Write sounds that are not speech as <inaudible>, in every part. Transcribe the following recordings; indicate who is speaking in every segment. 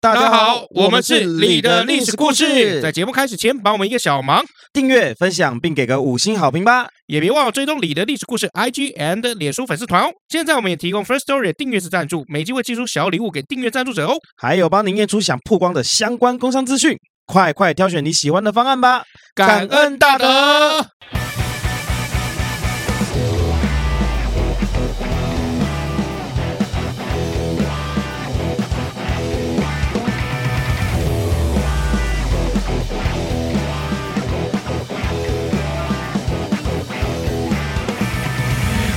Speaker 1: 大
Speaker 2: 大家
Speaker 1: 家好
Speaker 2: 好，，
Speaker 1: 我
Speaker 2: 我
Speaker 1: 们
Speaker 2: 们
Speaker 1: 是
Speaker 2: 是
Speaker 1: 你
Speaker 2: 你
Speaker 1: 的
Speaker 2: 的
Speaker 1: 历
Speaker 2: 历
Speaker 1: 史
Speaker 2: 史
Speaker 1: 故
Speaker 2: 故
Speaker 1: 事。
Speaker 2: 事
Speaker 1: 在节目开始前，帮我们一个小忙，
Speaker 2: 订阅、分享并给个五星好评吧。
Speaker 1: 也别忘了追踪你的历史故事 IG and 脸书粉丝团哦。现在我们也提供 First Story 的订阅式赞助，每集会寄出小礼物给订阅赞助者哦。
Speaker 2: 还有帮您验出想曝光的相关工商资讯，快快挑选你喜欢的方案吧。
Speaker 1: 感恩大德。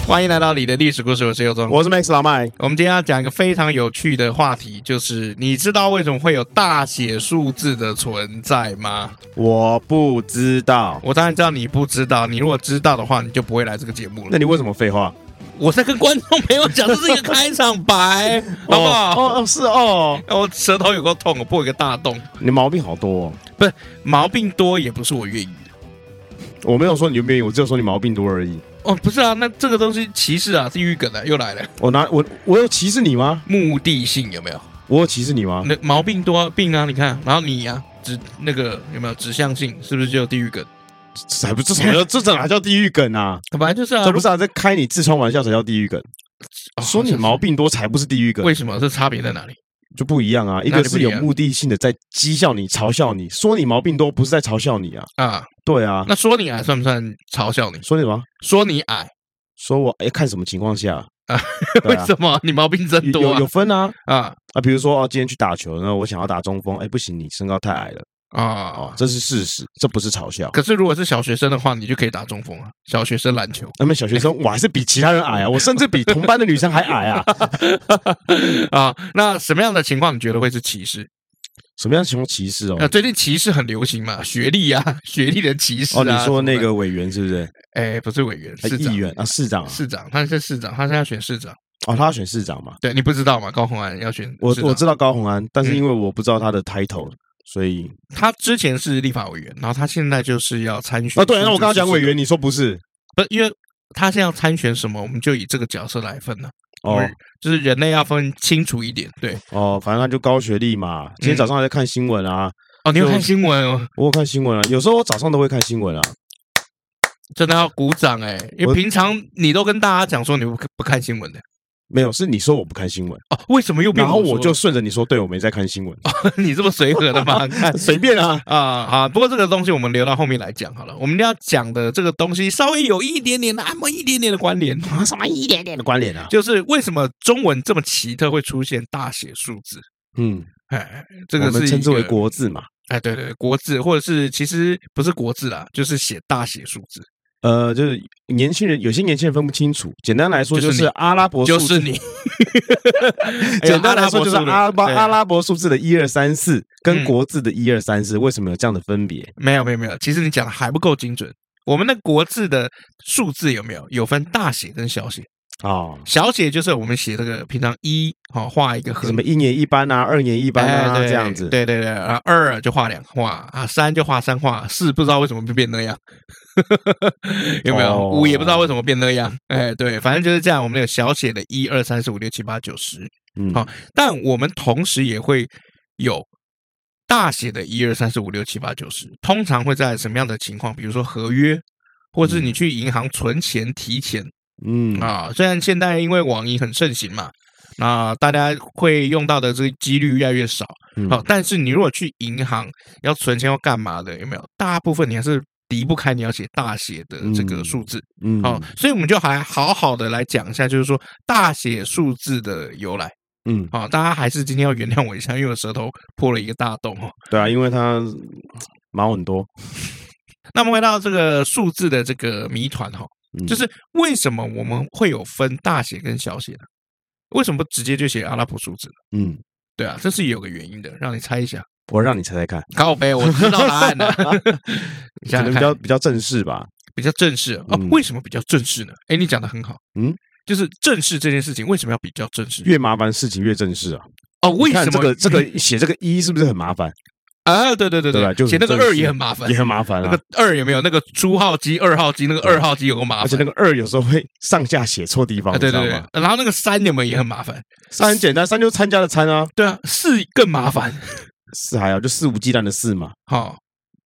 Speaker 1: 欢迎来到你的历史故事，我是尤忠。
Speaker 2: 我是 Max 老麦，
Speaker 1: 我们今天要讲一个非常有趣的话题，就是你知道为什么会有大写数字的存在吗？
Speaker 2: 我不知道，
Speaker 1: 我当然知道你不知道，你如果知道的话，你就不会来这个节目了
Speaker 2: 那。你为什么废话？
Speaker 1: 我在跟观众朋友讲，这是一个开场 <laughs> 白，好不好？
Speaker 2: 哦哦，是哦，
Speaker 1: 我舌头有个痛，我破一个大洞，
Speaker 2: 你毛病好多、哦。
Speaker 1: 毛病多也不是我愿意的。
Speaker 2: 我没有说你有没有，我只有说你毛病多而已。
Speaker 1: 哦，不是啊，那这个东西歧视啊，地狱梗的又来了，
Speaker 2: 我拿我我有歧视你吗？
Speaker 1: 目的性有没有？
Speaker 2: 我有歧视你吗？
Speaker 1: 那毛病多啊病啊，你看，然后你呀、指那个有没有指向性，是不是就有地狱梗？
Speaker 2: 这还不这什么叫这哪叫地狱梗啊？
Speaker 1: 本来就是啊，
Speaker 2: 这不是啊，这开你痔疮玩笑才叫地狱梗。
Speaker 1: 哦
Speaker 2: 说你毛病啊多才不是地狱梗，
Speaker 1: 为什么？这差别在哪里？
Speaker 2: 就不一样啊。一
Speaker 1: 哪里
Speaker 2: 个
Speaker 1: 不
Speaker 2: 是
Speaker 1: 一
Speaker 2: 有
Speaker 1: 样
Speaker 2: 目的性的在讥笑你、嘲笑你，说你毛病多不是在嘲笑你啊。
Speaker 1: 啊，
Speaker 2: 对啊，
Speaker 1: 那说你矮算不算嘲笑你？
Speaker 2: 说你什么？
Speaker 1: 说你矮，
Speaker 2: 说我哎，看什么情况下
Speaker 1: <laughs> 啊？
Speaker 2: 对
Speaker 1: 为
Speaker 2: 啊
Speaker 1: 什么？你毛病真
Speaker 2: 有
Speaker 1: 多
Speaker 2: 有
Speaker 1: 啊
Speaker 2: 有分啊
Speaker 1: 啊
Speaker 2: 啊！比如说哦，今天去打球，然后我想要打中锋，哎，不行，你身高太矮了哦，
Speaker 1: 啊！
Speaker 2: 这是事实，这不是嘲笑。
Speaker 1: 可是如果是小学生的话，你就可以打中锋啊，小学生篮球 <laughs>
Speaker 2: 那么小学
Speaker 1: 哎
Speaker 2: 生，我还是比其他人矮啊，我甚至比同班的女生还矮啊。
Speaker 1: 啊。那什么样的情况你觉得会是歧视？
Speaker 2: 什么样的情况歧视
Speaker 1: <laughs>
Speaker 2: 哦
Speaker 1: 那、？最近歧视很流行嘛，学历啊， <laughs> 学历的歧视、啊。
Speaker 2: 哦，你说那
Speaker 1: 什么的？
Speaker 2: 个委员是不是？
Speaker 1: 哎，不是委员，
Speaker 2: 哎
Speaker 1: 市
Speaker 2: 议
Speaker 1: 长，
Speaker 2: 员啊，市长啊，
Speaker 1: 市长，他是市长，他现在要选市长。
Speaker 2: 哦，他要选市长嘛？
Speaker 1: 对你不知道吗？高虹安要选市长，
Speaker 2: 我我知道高虹安，但是
Speaker 1: 嗯
Speaker 2: 因为我不知道他的 title，所以
Speaker 1: 他之前是立法委员，然后他现在就是要参选。
Speaker 2: 啊，对，那我刚刚讲委
Speaker 1: 员。
Speaker 2: 员，你说不是？
Speaker 1: 不，因为他现在要参选什么，我们就以这个角色来分了。
Speaker 2: 哦
Speaker 1: 我就是人类要分清楚一点。对，
Speaker 2: 哦，反正他就高学历嘛。今天早上还在看新闻啊，
Speaker 1: 哦，你有
Speaker 2: 就
Speaker 1: 看新闻哦，
Speaker 2: 我有看新闻啊，有时候我早上都会看新闻啊。
Speaker 1: 真的要鼓掌哎、因为
Speaker 2: 我
Speaker 1: 平常你都跟大家讲说你不不看新闻的
Speaker 2: 没有，是你说我不看新闻，
Speaker 1: 哦，为什么又变
Speaker 2: 然后
Speaker 1: 说啊
Speaker 2: 我就顺着你说，对我没在看新闻，
Speaker 1: <laughs> 你这么随和的
Speaker 2: <laughs>
Speaker 1: 吗？看
Speaker 2: 随便
Speaker 1: <laughs>
Speaker 2: 啊。
Speaker 1: 啊，好，不过这个东西我们留到后面来讲好了。我们要讲的这个东西稍微有一点点的那么一点点的关联，
Speaker 2: 啊，什么一点点的关联啊？
Speaker 1: 就是为什么中文这么奇特会出现大写数字？
Speaker 2: 嗯，
Speaker 1: 哎，这
Speaker 2: 我
Speaker 1: 个
Speaker 2: 们
Speaker 1: 是
Speaker 2: 称之
Speaker 1: 一
Speaker 2: 为
Speaker 1: 个
Speaker 2: 国字嘛。
Speaker 1: 哎，对对，对国字或者是其实不是国字啦，就是写大写数字，
Speaker 2: 呃，就是年轻人，有些年轻人分不清楚。简单来说，
Speaker 1: 就是
Speaker 2: 就
Speaker 1: 你
Speaker 2: 是阿拉伯数
Speaker 1: 就
Speaker 2: 字，
Speaker 1: 是你。哎呀
Speaker 2: 简单来说就是阿拉伯阿。
Speaker 1: 伯数字对
Speaker 2: 拉伯数字的一二三四跟
Speaker 1: 嗯
Speaker 2: 国字的一二三四，为什么有这样的分别？
Speaker 1: 没有没有没有，其实你讲的还不够精准。我们的国字的数字有没有有分大写跟小写？
Speaker 2: 哦，
Speaker 1: 小写就是我们写这个平常一好、画一个横
Speaker 2: 什么一年一班啊，二年一班啊，
Speaker 1: 哎对
Speaker 2: 这样子。
Speaker 1: 对对对，然后二就画两画啊，三就画三画，四不知道为什么就变那样， <laughs> 有没有？
Speaker 2: 哦
Speaker 1: 五也不知道为什么变那样，哎，对，反正就是这样。我们有小写的一二三四五六七八九十，
Speaker 2: 嗯，
Speaker 1: 好但我们同时也会有大写的一二三四五六七八九十，通常会在什么样的情况？比如说合约，或是你去银行存钱、提钱
Speaker 2: 嗯，
Speaker 1: 啊。虽然现在因为网银很盛行嘛，那大家会用到的这个几率越来越少。
Speaker 2: 嗯
Speaker 1: 好，但是你如果去银行要存钱要干嘛的，有没有？大部分你还是离不开你要写大写的这个
Speaker 2: 嗯
Speaker 1: 数字。
Speaker 2: 嗯，
Speaker 1: 好，所以我们就还好好的来讲一下，就是说大写数字的由来。
Speaker 2: 嗯，
Speaker 1: 好，啊大家还是今天要原谅我一下，因为我舌头破了一个大洞哦。
Speaker 2: 对啊，因为他毛很多，
Speaker 1: 那么回到这个数字的这个谜团哈，
Speaker 2: 嗯
Speaker 1: 就是为什么我们会有分大写跟小写呢？为什么不直接就写阿拉伯数字呢？
Speaker 2: 嗯，
Speaker 1: 对啊，这是有个原因的，让你猜一下。
Speaker 2: 我让你猜猜看，
Speaker 1: 靠背，我知道答案 <laughs> 了。你
Speaker 2: 可
Speaker 1: 想
Speaker 2: 能比
Speaker 1: 想看，
Speaker 2: 较比较正式吧。
Speaker 1: 比较正式哦
Speaker 2: 嗯。
Speaker 1: 为什么比较正式呢？哎，你讲的很好，
Speaker 2: 嗯，
Speaker 1: 就是正式这件事情为什么要比较正式？
Speaker 2: 越麻烦事情越正式啊！
Speaker 1: 哦，为
Speaker 2: 你看
Speaker 1: 什么
Speaker 2: 这个这个写这个一是不是很麻烦？
Speaker 1: <laughs> 啊，对对对
Speaker 2: 对吧？就
Speaker 1: 写那个
Speaker 2: 这
Speaker 1: 二
Speaker 2: 是
Speaker 1: 也很麻烦
Speaker 2: 也，很麻烦
Speaker 1: 那
Speaker 2: 啊
Speaker 1: 个。二有没有那个初号机、二号机，那个二号机有个麻
Speaker 2: 而且
Speaker 1: 烦，
Speaker 2: 那个二有时候会上下写错地方，
Speaker 1: 啊，对对
Speaker 2: 你知道
Speaker 1: 对
Speaker 2: 吗？，
Speaker 1: 然后那个三有没有也很麻烦，
Speaker 2: 三很简单，三就参加了参啊，
Speaker 1: 对啊，四更麻烦，
Speaker 2: 四还好，就肆无忌惮的四嘛。
Speaker 1: 好，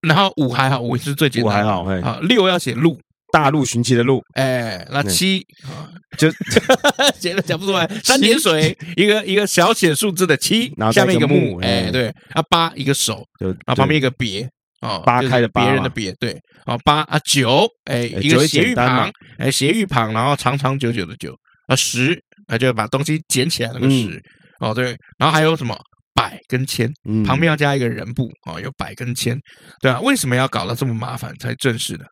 Speaker 1: 然后五还好，五是最简
Speaker 2: 五
Speaker 1: 单，
Speaker 2: 还好，嘿，
Speaker 1: 好，六要写路，
Speaker 2: 大陆寻奇的路
Speaker 1: 哎，那
Speaker 2: 嗯
Speaker 1: 七啊
Speaker 2: 就
Speaker 1: <laughs> 写了讲不出来，三点水，一个一个小写数字的七
Speaker 2: 然，后再
Speaker 1: 下面一
Speaker 2: 一个
Speaker 1: 个
Speaker 2: 木
Speaker 1: 木，哎，
Speaker 2: 嗯
Speaker 1: 对，啊八一个手，
Speaker 2: 就
Speaker 1: 啊旁边一个别。哦，
Speaker 2: 八
Speaker 1: 就是
Speaker 2: 开的八
Speaker 1: 别人的
Speaker 2: 嘛
Speaker 1: 别，对，哦，八啊九，哎，一
Speaker 2: 九
Speaker 1: 个
Speaker 2: 也
Speaker 1: 斜
Speaker 2: 简
Speaker 1: 玉
Speaker 2: 单嘛
Speaker 1: 旁，哎，斜玉旁，然后长长久久的久，啊十，啊就把东西捡起来那个
Speaker 2: 嗯
Speaker 1: 十，哦对，然后还有什么百跟千，
Speaker 2: 对嗯
Speaker 1: 旁边要加一个人部啊、哦，有百跟千，对啊，为什么要搞得这么麻烦才正式的？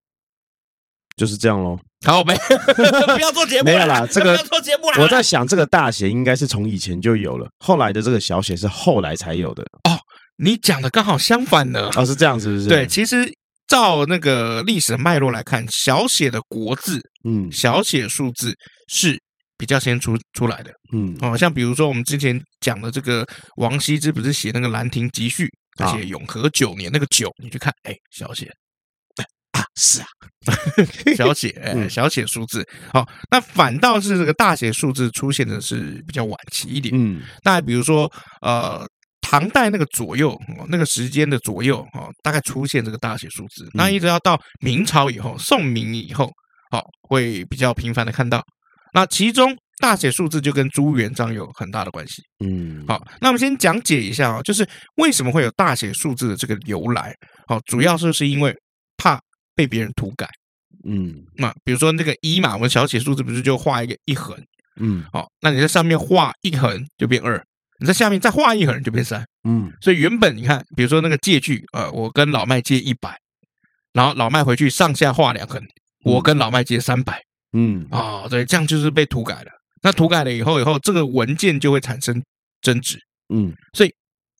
Speaker 2: 嗯就是这样喽。
Speaker 1: 好，没， <laughs> 不要做节目
Speaker 2: 没
Speaker 1: 了
Speaker 2: 有啦这个
Speaker 1: 不要做节目了。
Speaker 2: 我在想，这个大写应该是从以前就有了，后来的这个小写是后来才有的。
Speaker 1: 你讲的刚好相反呢。
Speaker 2: 哦，是这样，是不是？
Speaker 1: 对，，其实照那个历史脉络来看，小写的国字、
Speaker 2: 嗯
Speaker 1: 小写数字是比较先出出来的
Speaker 2: 嗯，
Speaker 1: 哦。像比如说我们之前讲的这个王羲之，不是写那个《兰亭集序》，他
Speaker 2: 啊
Speaker 1: 写永和九年那个九，你去看，哎，小写。哎
Speaker 2: 啊 <laughs> 是啊，
Speaker 1: 小写，哎，
Speaker 2: 嗯
Speaker 1: 小写数字。好，那反倒是这个大写数字出现的是比较晚期一点。
Speaker 2: 嗯
Speaker 1: 那比如说，呃，唐代那个左右，哦那个时间的左右，哦，大概出现这个大写数字。那一直要到明朝以后，宋明以后，好，会比较频繁的看到。那其中大写数字就跟朱元璋有很大的关系。
Speaker 2: 嗯，
Speaker 1: 好，那我们先讲解一下啊、哦，就是为什么会有大写数字的这个由来。好，主要就是因为怕被别人涂改。
Speaker 2: 嗯
Speaker 1: 那比如说那个一嘛，我们小写数字不是就画一个一横？
Speaker 2: 嗯
Speaker 1: 哦，那你在上面画一横就变二，你在下面再画一横就变三。
Speaker 2: 嗯
Speaker 1: 所以原本你看，比如说那个借据，呃，我跟老麦借一百，然后老麦回去上下画两横，我跟老麦借三百
Speaker 2: 嗯
Speaker 1: 啊，对，这样就是被涂改了。那涂改了以后，以后这个文件就会产生争执。
Speaker 2: 嗯，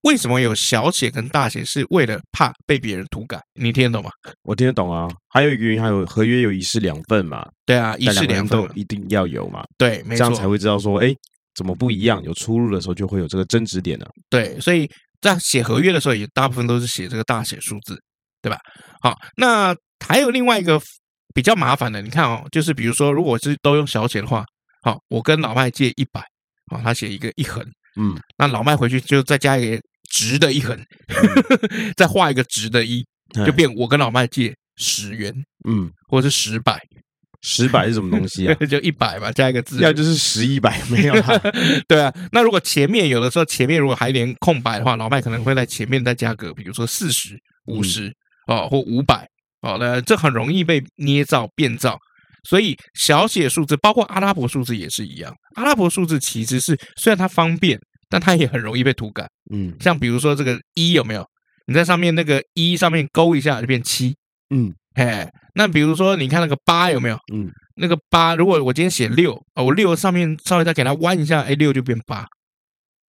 Speaker 1: 为什么有小写跟大写？是为了怕被别人涂改，你听得懂吗？
Speaker 2: 我听得懂啊。还有一个原因，还有合约有一式两份嘛，
Speaker 1: 对啊，一
Speaker 2: 但
Speaker 1: 式
Speaker 2: 个人
Speaker 1: 两份
Speaker 2: 都
Speaker 1: 嘛，
Speaker 2: 一定要有嘛，
Speaker 1: 对，没
Speaker 2: 这
Speaker 1: 错
Speaker 2: 样，才会知道说，哎，怎么不一样？有出入的时候就会有这个争执点呢。啊
Speaker 1: 对，所以在写合约的时候，也大部分都是写这个大写数字，对吧？好，那还有另外一个比较麻烦的，你看哦，就是比如说，如果是都用小写的话，好，我跟老麦借一百，好，他写一个一横，
Speaker 2: 嗯
Speaker 1: 那老麦回去就再加一个直的一横， <laughs> 再画一个直的一，就
Speaker 2: 嗯
Speaker 1: 变我跟老麦借十元
Speaker 2: 嗯，
Speaker 1: 或者是十百，
Speaker 2: 十
Speaker 1: <laughs>
Speaker 2: 百是什么东西 <laughs> 啊？
Speaker 1: 就一百嘛，加一个字，
Speaker 2: 要就是十一百没有啦。
Speaker 1: <laughs> 对啊，那如果前面有的时候前面如果还连空白的话，老麦可能会在前面再加个，比如说四十、五十哦，或五百哦，那这很容易被捏造变造。所以小写数字，包括阿拉伯数字也是一样。阿拉伯数字其实是虽然它方便，但它也很容易被涂改。
Speaker 2: <laughs> 嗯
Speaker 1: 像比如说这个一有没有？你在上面那个一上面勾一下就变七，
Speaker 2: 嗯
Speaker 1: 哎，那比如说你看那个八有没有？
Speaker 2: 嗯
Speaker 1: 那个八，如果我今天写六，哦，我六上面稍微再给它弯一下，哎，六就变八。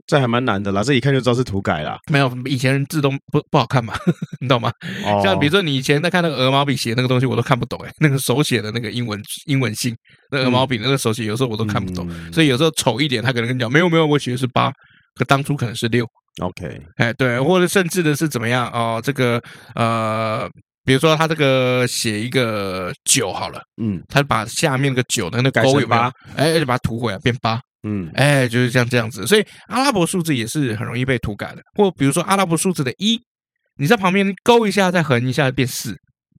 Speaker 2: 这还蛮难的啦，这一看就知道是涂改 <laughs> 啦。
Speaker 1: 没有，以前人字都不不好看嘛， <laughs> 你懂吗？
Speaker 2: 哦，
Speaker 1: 像比如说你以前在看那个鹅毛笔写那个东西，我都看不懂哎、 <laughs> 那个手写的那个英文英文信，那鹅毛笔那个手写有时候我都看不懂，
Speaker 2: 嗯
Speaker 1: 所以有时候丑一点，他可能跟你讲没有没有，我写的是八，可当初可能是六，
Speaker 2: OK，
Speaker 1: 哎对，或者甚至的是怎么样哦，这个呃，比如说他这个写一个九好了，
Speaker 2: 嗯
Speaker 1: 他把下面那个九的那个
Speaker 2: 改
Speaker 1: 勾
Speaker 2: 成
Speaker 1: 有没有
Speaker 2: 八？
Speaker 1: 哎，就把它涂回来变八，
Speaker 2: 嗯
Speaker 1: 哎，就是像这样子，所以阿拉伯数字也是很容易被涂改的，或比如说阿拉伯数字的一，你在旁边勾一下，再横一下变四，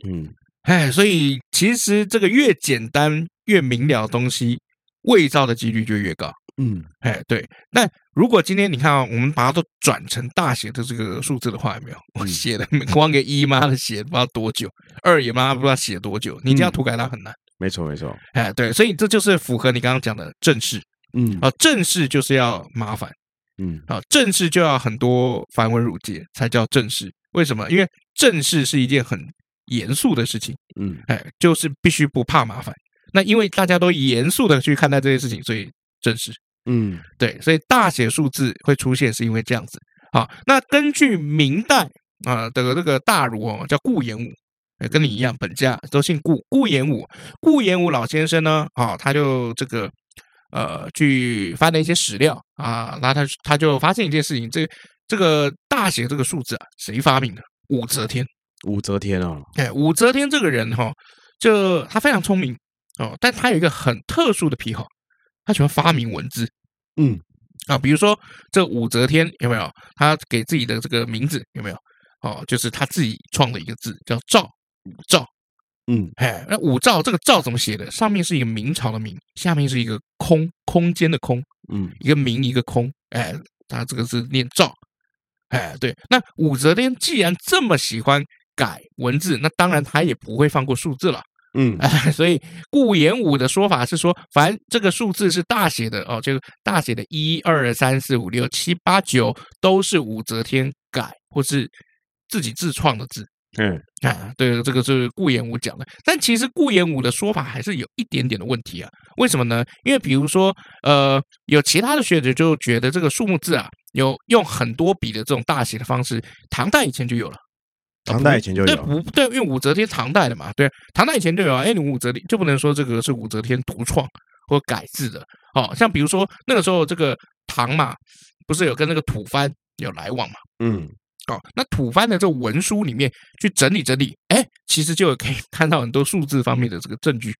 Speaker 2: 嗯
Speaker 1: 哎，所以其实这个越简单越明了的东西，伪造的几率就越高。
Speaker 2: 嗯
Speaker 1: 哎，对。那如果今天你看啊，我们把它都转成大写的这个数字的话，有没有？我
Speaker 2: 嗯
Speaker 1: 写的光个一妈的写不知道多久，二也妈不知道写多久，你这样
Speaker 2: 嗯
Speaker 1: 涂改它很难。
Speaker 2: 没错没错，
Speaker 1: 哎，对，所以这就是符合你刚刚讲的正式
Speaker 2: 嗯
Speaker 1: 啊，正式就是要麻烦。
Speaker 2: 嗯
Speaker 1: 啊，正式就要很多繁文缛节才叫正式。为什么？因为正式是一件很严肃的事情，
Speaker 2: 嗯
Speaker 1: 哎，就是必须不怕麻烦。那因为大家都严肃的去看待这些事情，所以正式。
Speaker 2: 嗯
Speaker 1: 对，所以大写数字会出现是因为这样子。好，那根据明代啊的这个大儒哦，叫顾炎武，呃跟你一样，本家都姓顾。顾炎武，顾炎武老先生呢，啊，他就这个呃去翻了一些史料啊，那他他就发现一件事情，这这个大写这个数字啊，谁发明的？武则天。
Speaker 2: 武则天啊，
Speaker 1: 哎，武则天这个人哈、就他非常聪明哦，但他有一个很特殊的癖好，他喜欢发明文字。
Speaker 2: 嗯，
Speaker 1: 啊，比如说这武则天有没有？他给自己的这个名字有没有？哦，就是他自己创的一个字叫赵，武赵。
Speaker 2: 嗯，
Speaker 1: 哎，那武曌这个曌怎么写的？上面是一个明朝的明，下面是一个空空间的空，
Speaker 2: 嗯，
Speaker 1: 一个明一个空。哎，他这个是念曌。哎，对，那武则天既然这么喜欢改文字，那当然他也不会放过数字了。 <laughs>
Speaker 2: 嗯，
Speaker 1: 哎，所以顾炎武的说法是说，凡这个数字是大写的哦，这个大写的一二三四五六七八九都是武则天改或是自己自创的字。
Speaker 2: 嗯，
Speaker 1: 啊，对，这个是顾炎武讲的，但其实顾炎武的说法还是有一点点的问题啊。为什么呢？因为比如说，呃，有其他的学者就觉得这个数目字啊，有用很多笔的这种大写的方式，唐代以前就有了。
Speaker 2: 唐代以前就
Speaker 1: 对，
Speaker 2: 有，
Speaker 1: 不对？因为武则天唐代的嘛，对，唐代以前就有啊。哎，你武则天就不能说这个是武则天独创或改制的哦。像比如说那个时候，这个唐嘛，不是有跟那个吐蕃有来往嘛？
Speaker 2: 嗯，
Speaker 1: 哦，那吐蕃的这文书里面去整理整理，哎，其实就有可以看到很多数字方面的这个证据。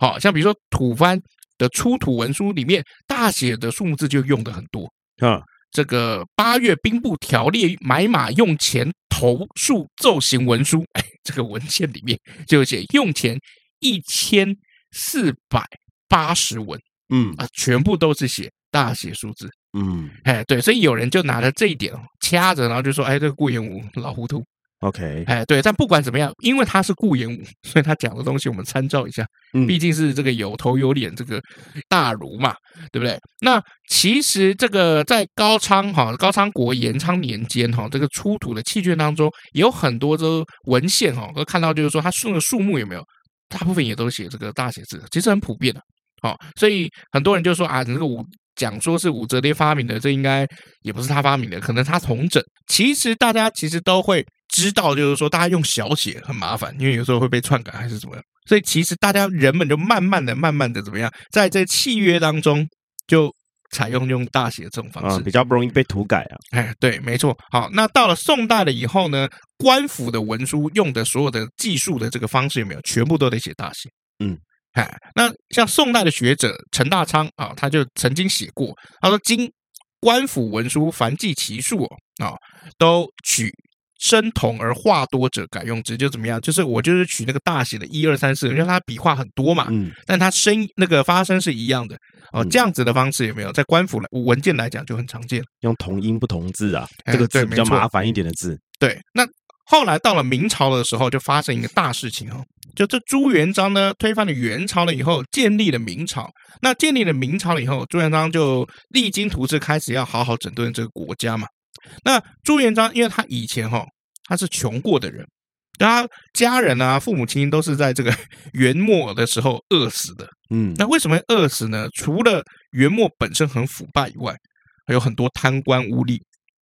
Speaker 1: 好、像比如说吐蕃的出土文书里面，大写的数目字就用的很多。
Speaker 2: 啊，
Speaker 1: 这个八月兵部条例买马用钱投诉奏行文书，哎，这个文献里面就有写用钱一千四百八十文
Speaker 2: 嗯
Speaker 1: 啊，全部都是写大写数字。
Speaker 2: 嗯
Speaker 1: 哎，对，所以有人就拿着这一点哦掐着，然后就说：“哎，这个顾炎武老糊涂。
Speaker 2: ，OK，”
Speaker 1: 哎，对，但不管怎么样，因为他是顾炎武，所以他讲的东西我们参照一下，
Speaker 2: 嗯
Speaker 1: 毕竟是这个有头有脸这个大儒嘛，对不对？那其实这个在高昌哈，高昌国延昌年间哈，这个出土的器卷当中，也有很多这文献哈，都看到就是说它顺的数目有没有，大部分也都写这个大写字，其实很普遍啊的、好、所以很多人就说啊，你这个武讲说是武则天发明的，这应该也不是他发明的，可能他同整。其实大家其实都会知道，就是说大家用小写很麻烦，因为有时候会被篡改还是怎么样。所以其实大家人们就慢慢的、慢慢的怎么样，在这契约当中就采用用大写这种方
Speaker 2: 啊，
Speaker 1: 式
Speaker 2: 比。较不容易被涂改啊，
Speaker 1: 哎，对，没错。好，那到了宋代了以后呢，官府的文书用的所有的技术的这个方式有没有，全部都得写大写。
Speaker 2: 嗯，
Speaker 1: 哎，那像宋代的学者陈大昌啊，他就曾经写过，他说：“今官府文书凡记其数哦，啊，都取生同而画多者改用之，就怎么样？就是我就是取那个大写的一二三四，因为它笔画很多嘛，
Speaker 2: 嗯
Speaker 1: 但它声那个发声是一样的哦。
Speaker 2: 嗯
Speaker 1: 这样子的方式有没有在官府来文件来讲就很常见？”
Speaker 2: 用同音不同字啊，
Speaker 1: 哎
Speaker 2: 这个字
Speaker 1: 对
Speaker 2: 比较
Speaker 1: 没错
Speaker 2: 麻烦一点的字，
Speaker 1: 对，那后来到了明朝的时候，就发生一个大事情哦，就这朱元璋呢推翻了元朝了以后，建立了明朝。那建立了明朝了以后，朱元璋就励精图治，开始要好好整顿这个国家嘛。那朱元璋因为他以前哈、哦、他是穷过的人，他家人啊、父母亲都是在这个 <laughs> 元末的时候饿死的。
Speaker 2: 嗯
Speaker 1: 那为什么会饿死呢？除了元末本身很腐败以外，还有很多贪官污吏。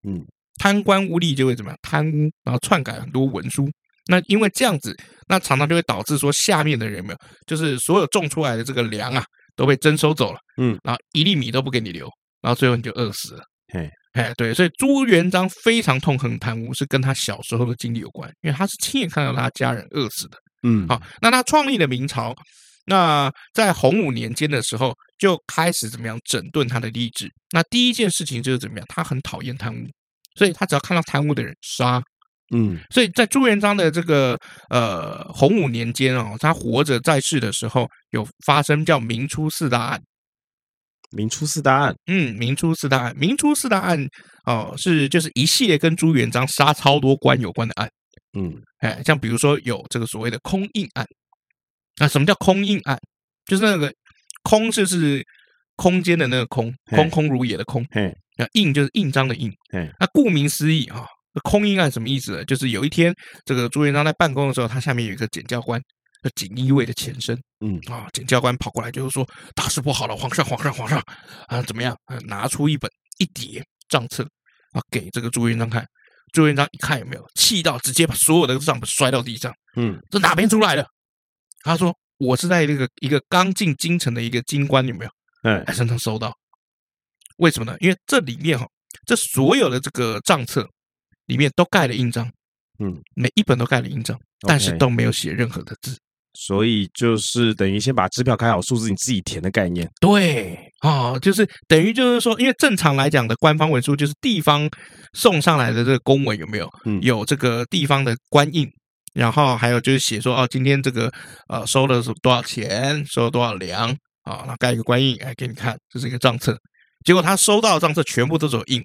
Speaker 2: 嗯，
Speaker 1: 贪官污吏就会怎么样？贪污，然后篡改很多文书。那因为这样子，那常常就会导致说下面的人有没有，就是所有种出来的这个粮啊，都被征收走了。
Speaker 2: 嗯，
Speaker 1: 然后一粒米都不给你留，然后最后你就饿死了。
Speaker 2: 嘿，
Speaker 1: 哎，对，所以朱元璋非常痛恨贪污，是跟他小时候的经历有关，因为他是亲眼看到他家人饿死的。
Speaker 2: 嗯，
Speaker 1: 好，那他创立了明朝，那在洪武年间的时候就开始怎么样整顿他的吏治。那第一件事情就是怎么样，他很讨厌贪污，所以他只要看到贪污的人杀。
Speaker 2: 嗯
Speaker 1: 所以在朱元璋的这个呃洪武年间哦，他活着在世的时候，有发生叫明初四大案。
Speaker 2: 明初四大案，
Speaker 1: 嗯，明初四大案，明初四大案哦，是就是一系列跟朱元璋杀超多官有关的案。
Speaker 2: 嗯
Speaker 1: 哎，像比如说有这个所谓的空印案，那什么叫空印案？就是那个空就是空间的那个空，空
Speaker 2: 嘿
Speaker 1: 空如也的空
Speaker 2: 嘿，
Speaker 1: 那印就是印章的印
Speaker 2: 嘿。
Speaker 1: 那顾名思义啊，这空印案什么意思呢？就是有一天这个朱元璋在办公的时候，他下面有一个检教官，就锦衣卫的前身。
Speaker 2: 嗯
Speaker 1: 啊，检教官跑过来就是说大事不好了，皇上皇上皇上啊，怎么样？啊拿出一本一叠账册啊，给这个朱元璋看。朱元璋一看有没有气到，直接把所有的账本摔到地上。
Speaker 2: 嗯
Speaker 1: 这哪边出来的？他说我是在这个一个刚进京城的一个京官，有没有？
Speaker 2: 哎
Speaker 1: 哎，身上收到。为什么呢？因为这里面哈、这所有的这个账册里面都盖了印章，
Speaker 2: 嗯，
Speaker 1: 每一本都盖了印章，但是都没有写任何的字。
Speaker 2: 所以就是等于先把支票开好数字，你自己填的概念。
Speaker 1: 对，哦，就是等于就是说，因为正常来讲的官方文书就是地方送上来的这个公文有没有？
Speaker 2: 嗯
Speaker 1: 有这个地方的官印，然后还有就是写说哦，今天这个呃收了是多少钱，收了多少粮啊，那盖一个官印，哎，给你看，这是一个账册。结果他收到的账册全部都只有印，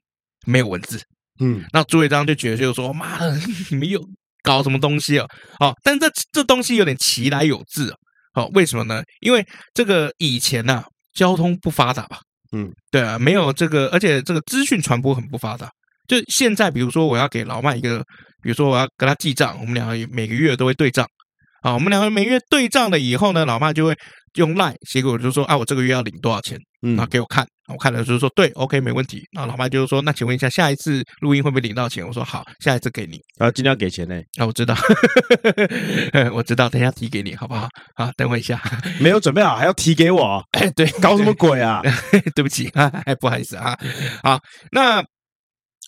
Speaker 1: 没有文字。
Speaker 2: 嗯，
Speaker 1: 那朱元璋就觉得就是说，妈的，你们又搞什么东西啊？哦，但这这东西有点其来有自啊。哦，为什么呢？因为这个以前呐、交通不发达吧？
Speaker 2: 嗯，
Speaker 1: 对啊，没有这个，而且这个资讯传播很不发达。就现在，比如说我要给老麦一个，比如说我要跟他记账，我们两个每个月都会对账。啊，我们两个每个月对账了以后呢，老麦就会用赖写给我，就说啊，我这个月要领多少钱。
Speaker 2: 嗯
Speaker 1: 那给我看，我看了就是说对，OK，没问题。那老麦就是说，那请问一下，下一次录音会不会领到钱？我说好，下一次给你。
Speaker 2: 然后今天要给钱呢，
Speaker 1: 啊，我知道， <laughs> 我知道，等一下提给你好不好？啊，等我一下。 <coughs>
Speaker 2: 没有准备好还要提给
Speaker 1: <laughs>
Speaker 2: 我，
Speaker 1: 哎，对，
Speaker 2: 搞什么鬼啊？
Speaker 1: <laughs> 对不起啊，哎，不好意思啊。
Speaker 2: 嗯
Speaker 1: 好，那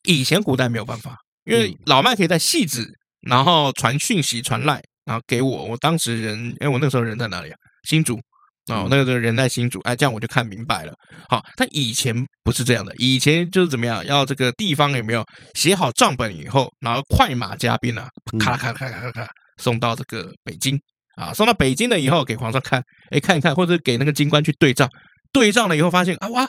Speaker 1: 以前古代没有办法，因为
Speaker 2: 嗯
Speaker 1: 老麦可以在戏子，然后传讯息、传赖，然后给我。我当时人，哎，我那时候人在哪里啊？新竹。哦
Speaker 2: 嗯，
Speaker 1: 那个时候人在新竹，哎，这样我就看明白了。好，但以前不是这样的，以前就是怎么样，要这个地方有没有写好账本以后，然后快马加鞭啊，咔
Speaker 2: 嗯
Speaker 1: 啦咔啦咔啦咔啦咔啦送到这个北京啊，送到北京了以后给皇上看，哎，看一看，或者给那个京官去对账，对账了以后发现啊哇，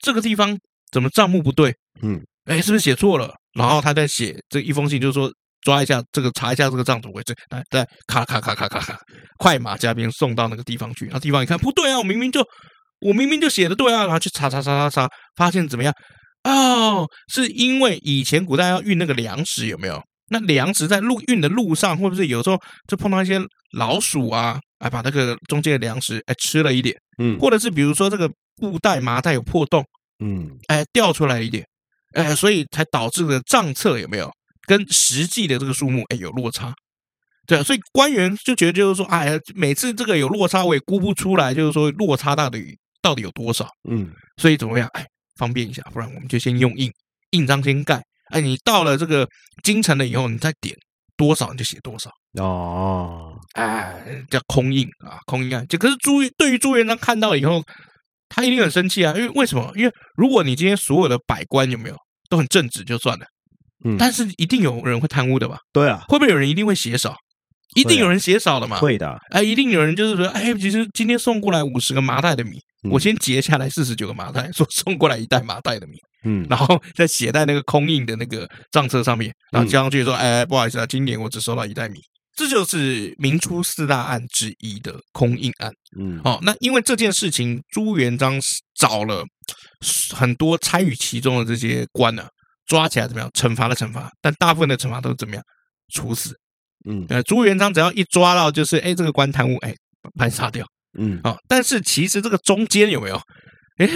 Speaker 1: 这个地方怎么账目不对？
Speaker 2: 嗯，
Speaker 1: 哎，是不是写错了？然后他在写这一封信，就是说抓一下这个，查一下这个账怎么回事，来哎再咔咔咔咔咔咔，快马加鞭送到那个地方去。那地方一看不对啊，我明明就我明明就写的对啊，然后去查查查查查，发现怎么样？哦，是因为以前古代要运那个粮食有没有？那粮食在路运的路上，会不会有时候就碰到一些老鼠啊？哎，把那个中间的粮食哎吃了一点，
Speaker 2: 嗯
Speaker 1: 或者是比如说这个布袋麻袋有破洞，
Speaker 2: 嗯，
Speaker 1: 哎掉出来一点，哎，所以才导致了账册有没有跟实际的这个数目哎有落差。对啊，所以官员就觉得就是说，哎呀，每次这个有落差，我也估不出来，就是说落差到底到底有多少。
Speaker 2: 嗯
Speaker 1: 所以怎么样？哎，方便一下，不然我们就先用印，印章先盖。哎，你到了这个京城了以后，你再点多少你就写多少，
Speaker 2: 哦，
Speaker 1: 哎，叫空印啊，空印啊。这可是朱对于朱元璋看到以后，他一定很生气啊，因为为什么？因为如果你今天所有的百官有没有都很正直就算了，
Speaker 2: 嗯
Speaker 1: 但是一定有人会贪污的吧？
Speaker 2: 对啊，
Speaker 1: 会不会有人一定会写少？一定有人写少了嘛？
Speaker 2: 会的，
Speaker 1: 哎，一定有人就是说，哎，其实今天送过来五十个麻袋的米，
Speaker 2: 嗯
Speaker 1: 我先截下来四十九个麻袋，说送过来一袋麻袋的米，
Speaker 2: 嗯
Speaker 1: 然后再写在那个空印的那个账册上面，然后加上去说，哎，不好意思啊，今年我只收到一袋米。这就是明初四大案之一的空印案。
Speaker 2: 嗯，
Speaker 1: 哦，那因为这件事情，朱元璋是找了很多参与其中的这些官呢、啊，抓起来怎么样？惩罚了惩罚，但大部分的惩罚都是怎么样？处死。
Speaker 2: 嗯
Speaker 1: 呃，朱元璋只要一抓到，就是哎，这个官贪污，哎，把你杀掉
Speaker 2: 嗯，
Speaker 1: 啊、哦但是其实这个中间有没有？哎，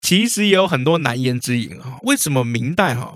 Speaker 1: 其实也有很多难言之隐啊、为什么明代哈、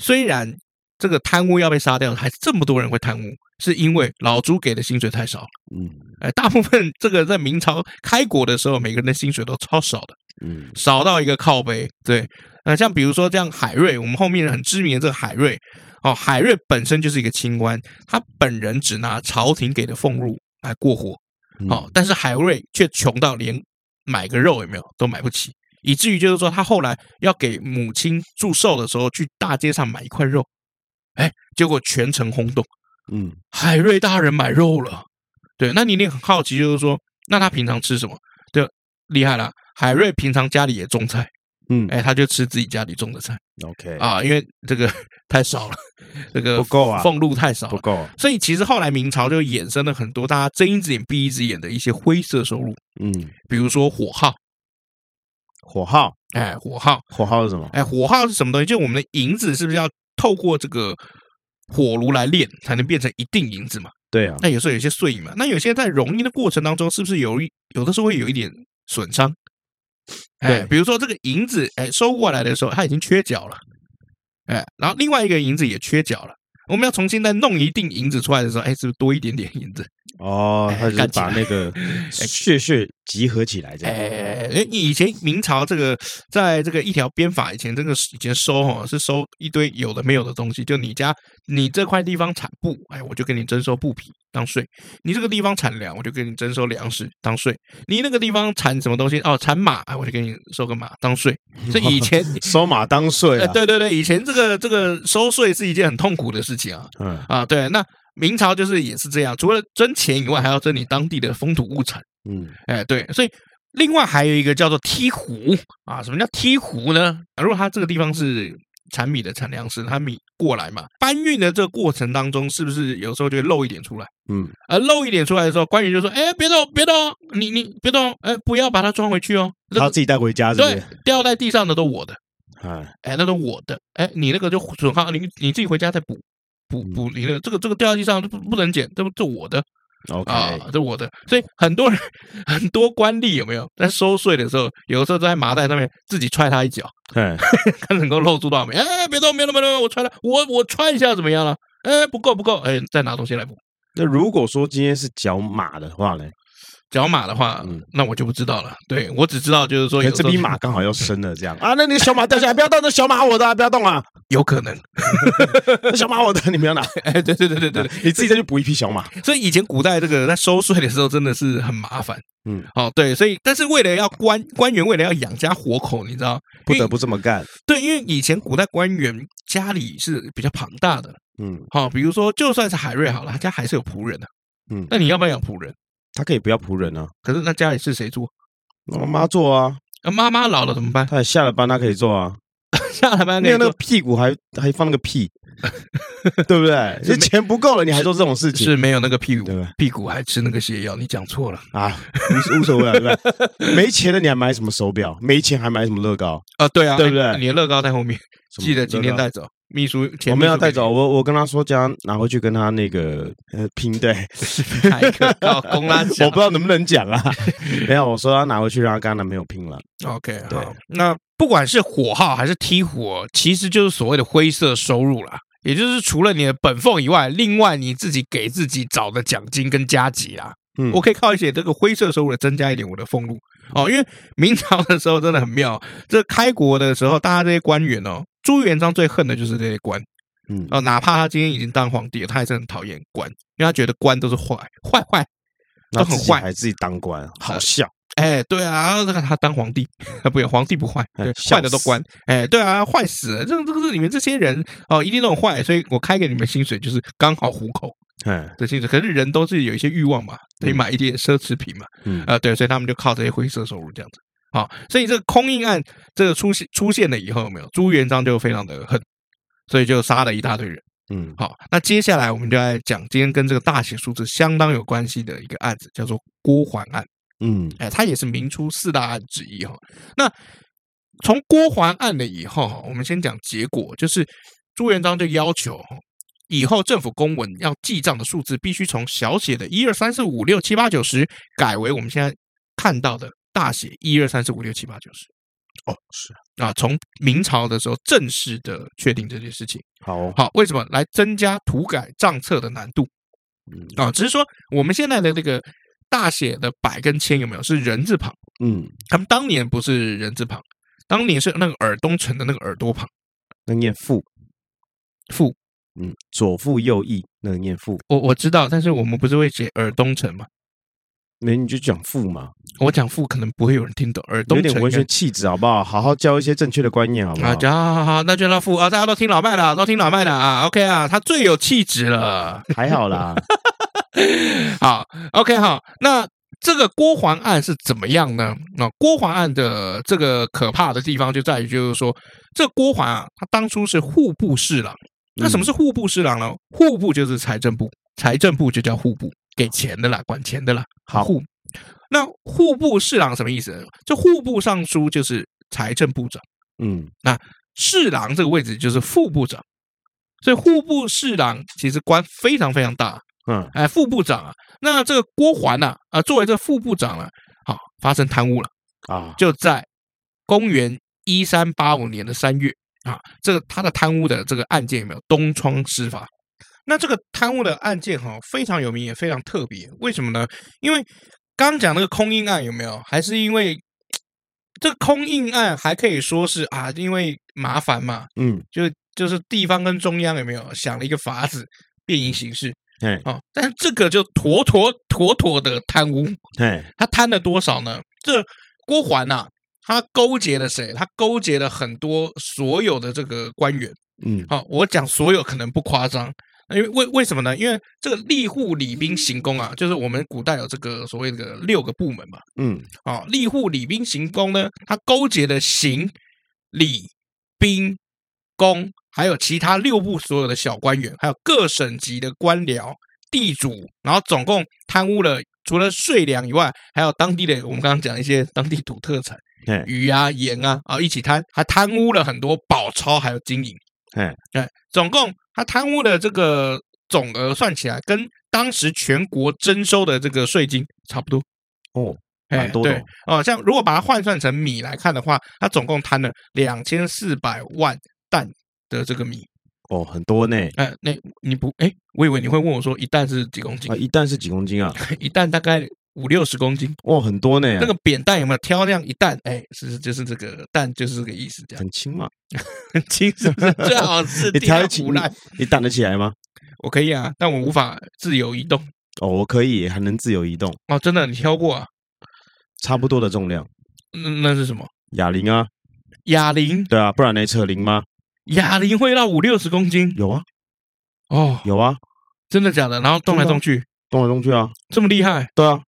Speaker 1: 虽然这个贪污要被杀掉，还是这么多人会贪污？是因为老朱给的薪水太少了。
Speaker 2: 嗯
Speaker 1: 哎，大部分这个在明朝开国的时候，每个人的薪水都超少的，
Speaker 2: 嗯
Speaker 1: 少到一个靠背。对，呃，像比如说这样海瑞，我们后面很知名的这个海瑞，哦，海瑞本身就是一个清官，他本人只拿朝廷给的俸禄来过活，
Speaker 2: 嗯，
Speaker 1: 哦，但是海瑞却穷到连买个肉有没有都买不起，以至于就是说他后来要给母亲祝寿的时候，去大街上买一块肉，哎，结果全城轰动。
Speaker 2: 嗯
Speaker 1: 海瑞大人买肉了。对，那你一定很好奇，就是说，那他平常吃什么？对，厉害了，海瑞平常家里也种菜，
Speaker 2: 嗯
Speaker 1: 哎，他就吃自己家里种的菜
Speaker 2: ，OK，
Speaker 1: 啊，因为这个 <laughs> 太少了，这个
Speaker 2: 不够啊
Speaker 1: 俸禄太少
Speaker 2: 不
Speaker 1: 了。
Speaker 2: 够啊，
Speaker 1: 所以其实后来明朝就衍生了很多大家睁一只眼闭一只眼的一些灰色收入，
Speaker 2: 嗯，
Speaker 1: 比如说火耗，
Speaker 2: 火耗，
Speaker 1: 哎，火耗，
Speaker 2: 火耗是什么？
Speaker 1: 哎，火耗是什么东西？就我们的银子是不是要透过这个火炉来炼才能变成一锭银子嘛？
Speaker 2: 对啊，
Speaker 1: 那有时候有些碎银嘛，那有些在溶液的过程当中，是不是有一有的时候会有一点损伤？哎，
Speaker 2: 对
Speaker 1: 比如说这个银子，哎，收过来的时候它已经缺角了，哎，然后另外一个银子也缺角了，我们要重新再弄一锭银子出来的时候，哎，是不是多一点点银子？
Speaker 2: 哦，他就是
Speaker 1: 干起
Speaker 2: 把
Speaker 1: 来
Speaker 2: 那个血血集合起来这样。
Speaker 1: 哎，哎以前明朝这个，在这个一条鞭法以前，这个以前收哈是收一堆有的没有的东西，就你家你这块地方产布，哎，我就给你征收布匹当税；你这个地方产粮，我就给你征收粮食当税；你那个地方产什么东西哦，产马，哎，我就给你收个马当税。所以以前。
Speaker 2: 收马当税
Speaker 1: 呃，
Speaker 2: 啊，
Speaker 1: 对对对，以前这个这个收税是一件很痛苦的事情啊
Speaker 2: 嗯
Speaker 1: 啊，对，那明朝就是也是这样，除了征钱以外，还要征你当地的风土物产。
Speaker 2: 嗯，
Speaker 1: 哎，对，所以另外还有一个叫做梯湖啊，什么叫梯湖呢？啊如果它这个地方是产米的产粮食，它米过来嘛，搬运的这个过程当中，是不是有时候就会漏一点出来？
Speaker 2: 嗯，
Speaker 1: 而漏一点出来的时候，官员就说：“哎，别动，别动，你你别动，哎，不要把它装回去哦，这
Speaker 2: 他
Speaker 1: 个
Speaker 2: 自己带回家是不
Speaker 1: 对
Speaker 2: 是？，
Speaker 1: 掉在地上的都我的，
Speaker 2: 哎，
Speaker 1: 哎，那都我的，哎，你那个就损耗，你你自己回家再补。”补补，你那个这个这个掉在地上不不能捡，这不这我的，
Speaker 2: OK，
Speaker 1: 啊，这我的，所以很多人很多官吏有没有在收税的时候，有的时候在麻袋上面自己踹他一脚，
Speaker 2: 哎，
Speaker 1: 看能够露出多少没？哎，别动，别动，别动，我踹他，我我踹一下怎么样了？哎，不够，不够，哎，再拿东西来补。
Speaker 2: 那如果说今天是脚马的话呢？
Speaker 1: 角马的话
Speaker 2: 嗯，
Speaker 1: 那我就不知道了。对我只知道就是说
Speaker 2: 可
Speaker 1: 有
Speaker 2: 能
Speaker 1: 时候，
Speaker 2: 这匹马刚好要生了，这
Speaker 1: <laughs>
Speaker 2: 样啊，那你的小马掉下来，不要动，那小马我的啊，不要动啊，
Speaker 1: 有可能。 <laughs>
Speaker 2: 那小马我的，你们要拿，
Speaker 1: 哎，对对对对对，
Speaker 2: 你自己再去补一匹小马。
Speaker 1: 所以以前古代这个在收税的时候真的是很麻烦。
Speaker 2: 嗯，
Speaker 1: 哦，对，所以但是为了要官官员为了要养家活口，你知道，
Speaker 2: 不
Speaker 1: 因为
Speaker 2: 得不这么干。
Speaker 1: 对，因为以前古代官员家里是比较庞大的，
Speaker 2: 嗯，
Speaker 1: 好、比如说就算是海瑞好了，他家还是有仆人的、
Speaker 2: 嗯
Speaker 1: 那你要不要养仆人？
Speaker 2: 他可以不要仆人啊，
Speaker 1: 可是那家里是谁住？
Speaker 2: 我妈做啊，
Speaker 1: 啊，妈妈老了怎么办？ <laughs>
Speaker 2: 他也下了班，他可以做啊。
Speaker 1: 下了班
Speaker 2: 那
Speaker 1: 那
Speaker 2: 个那
Speaker 1: 个
Speaker 2: 个屁股还还放那个
Speaker 1: <laughs>
Speaker 2: 屁，对不对？这钱不够了，你还做这种事情，
Speaker 1: 是没有那个屁股
Speaker 2: 对吧？
Speaker 1: 屁股还吃那个泻药，你讲错了
Speaker 2: 啊，无无所谓啊，对不
Speaker 1: <laughs>
Speaker 2: 对？没钱了你还买什么手表？没钱还买什么乐高？
Speaker 1: 啊、对啊，
Speaker 2: 对不对
Speaker 1: 哎你的乐高在后面，
Speaker 2: 什么
Speaker 1: 记得今天
Speaker 2: 乐高
Speaker 1: 带走。秘书前
Speaker 2: 我
Speaker 1: 秘
Speaker 2: 们要
Speaker 1: 书给
Speaker 2: 带走，我我跟他说，叫他拿回去跟他那个呃拼对，
Speaker 1: 你 <laughs> 开一个高
Speaker 2: <laughs>
Speaker 1: 公拉
Speaker 2: 我不知道能不能讲
Speaker 1: <laughs>
Speaker 2: 啊。没有，我说他拿回去让他跟他男朋友拼了。
Speaker 1: OK，
Speaker 2: 对
Speaker 1: 好，那不管是火耗还是踢火，其实就是所谓的灰色收入啦。也就是除了你的本俸以外，另外你自己给自己找的奖金跟加急啦。
Speaker 2: 嗯
Speaker 1: 我可以靠一些这个灰色收入来增加一点我的俸禄哦。因为明朝的时候真的很妙，这开国的时候，大家这些官员哦，朱元璋最恨的就是这些官
Speaker 2: 嗯，
Speaker 1: 哦，哪怕他今天已经当皇帝了，他还是很讨厌官，因为他觉得官都是坏坏坏。
Speaker 2: 那
Speaker 1: 都
Speaker 2: 自
Speaker 1: 很
Speaker 2: 己
Speaker 1: 坏
Speaker 2: 还自己当官，好笑。
Speaker 1: 哎，对啊，这个他当皇帝，不，皇帝不坏，
Speaker 2: 哎
Speaker 1: 对，
Speaker 2: 笑
Speaker 1: 坏的都
Speaker 2: 死
Speaker 1: 关。哎，对啊，坏死了。这这个是你们这些人哦，一定都很坏，所以我开给你们薪水就是刚好糊口
Speaker 2: 哎，
Speaker 1: 的薪水。可是人都是有一些欲望嘛，得
Speaker 2: 嗯
Speaker 1: 买一点奢侈品嘛，
Speaker 2: 嗯
Speaker 1: 啊，对，所以他们就靠这些灰色收入这样子。好、所以这个空印案这个出现出现了以后，有没有朱元璋就非常的恨，所以就杀了一大堆人。
Speaker 2: 嗯，
Speaker 1: 好，那接下来我们就来讲今天跟这个大写数字相当有关系的一个案子，叫做郭桓案。
Speaker 2: 嗯，
Speaker 1: 哎，它也是明初四大案之一哈。那从郭桓案了以后哈，我们先讲结果，就是朱元璋就要求哈以后政府公文要记账的数字必须从小写的一二三四五六七八九十改为我们现在看到的大写一二三四五六七八九十。
Speaker 2: 哦，是，
Speaker 1: 啊，从明朝的时候正式的确定这件事情。
Speaker 2: 好哦，
Speaker 1: 好，为什么来增加涂改账册的难度？
Speaker 2: 嗯
Speaker 1: 啊、只是说我们现在的那个大写的百跟千有没有是人字旁？
Speaker 2: 嗯，
Speaker 1: 他们当年不是人字旁，当年是那个耳东城的那个耳朵旁
Speaker 2: 那念父，
Speaker 1: 父。
Speaker 2: 嗯，左父右翼，那念父，
Speaker 1: 我我知道，但是我们不是会写耳东城嘛？
Speaker 2: 没你就讲父嘛，
Speaker 1: 我讲父可能不会有人听懂，耳
Speaker 2: 有
Speaker 1: 东城
Speaker 2: 点文学气质好不好？好好教一些正确的观念好不好
Speaker 1: 啊，？讲好好好，那就让父啊，大家都听老麦的，都听老麦的啊，OK 啊，他最有气质了。
Speaker 2: 还好啦，
Speaker 1: <laughs> 好，OK 好，那这个郭桓案是怎么样呢？那、郭桓案的这个可怕的地方就在于，就是说这郭桓啊，他当初是户部侍郎。 <laughs> 那什
Speaker 2: 嗯
Speaker 1: 么是户部侍郎呢？户部就是财政部，财政部就叫户部，给钱的啦，管钱的啦。
Speaker 2: 好
Speaker 1: 户。那户部侍郎什么意思呢？这户部尚书就是财政部长，
Speaker 2: 嗯，
Speaker 1: 侍郎这个位置就是副部长，所以户部侍郎其实官非常非常大。
Speaker 2: 嗯，
Speaker 1: 哎，副部长啊，那这个郭桓呐、啊，作为这副部长啊，好、发生贪污了，
Speaker 2: 啊，
Speaker 1: 就在公元一三八五年的三月啊，这个他的贪污的这个案件有没有东窗事发？那这个贪污的案件哈、非常有名，也非常特别。为什么呢？因为刚讲那个空印案有没有？还是因为这个空印案还可以说是啊，因为麻烦嘛，
Speaker 2: 嗯，
Speaker 1: 就就是地方跟中央有没有想了一个法子便于行事
Speaker 2: 哎
Speaker 1: 哦？但是这个就妥妥妥妥的贪污，
Speaker 2: 哎，
Speaker 1: 他贪了多少呢？这郭桓呐、他勾结了谁？他勾结了很多所有的这个官员。
Speaker 2: 嗯，
Speaker 1: 好、我讲所有可能不夸张，因为为为什么呢？因为这个吏户礼兵刑工啊，就是我们古代有这个所谓的六个部门嘛。
Speaker 2: 嗯，
Speaker 1: 啊、吏户礼兵刑工呢，它勾结的刑、礼、兵、工，还有其他六部所有的小官员，还有各省级的官僚、地主，然后总共贪污了。除了税粮以外，还有当地的我们刚刚讲一些当地土特产，
Speaker 2: 哎，
Speaker 1: 鱼啊、盐啊啊一起贪，还贪污了很多宝钞还有金银。
Speaker 2: 哎，
Speaker 1: 哎，总共他贪污的这个总额算起来，跟当时全国征收的这个税金差不多。
Speaker 2: 哦，
Speaker 1: 哎
Speaker 2: 蛮多的
Speaker 1: 对哦，像如果把它换算成米来看的话，他总共贪了两千四百万担的这个米。
Speaker 2: 哦，很多呢，
Speaker 1: 哎，那你不哎，我以为你会问我说一担是几公斤
Speaker 2: 啊，，一担是几公斤啊？
Speaker 1: <laughs> 一担大概五六十公斤。
Speaker 2: 哦，很多呢，
Speaker 1: 那个扁担有没有挑量一担？哎，是就是这个担就是这个意思，这样
Speaker 2: 很轻嘛，
Speaker 1: 很轻， <laughs> 是不是？最好是
Speaker 2: 你挑得起
Speaker 1: 不烂，
Speaker 2: 你担得起来吗？
Speaker 1: 我可以啊，但我无法自由移动。
Speaker 2: 哦，我可以，还能自由移动，
Speaker 1: 哦，真的，你挑过啊？
Speaker 2: 差不多的重量，
Speaker 1: 那那是什么？
Speaker 2: 哑铃啊，
Speaker 1: 哑铃，
Speaker 2: 对啊，不然呢，扯铃吗？
Speaker 1: 哑铃会到五六十公斤
Speaker 2: 有啊，
Speaker 1: 哦，
Speaker 2: 有啊，
Speaker 1: 真的假的？然后动来
Speaker 2: 真的啊
Speaker 1: 动去，
Speaker 2: 动来动去啊，
Speaker 1: 这么厉害？
Speaker 2: 对啊，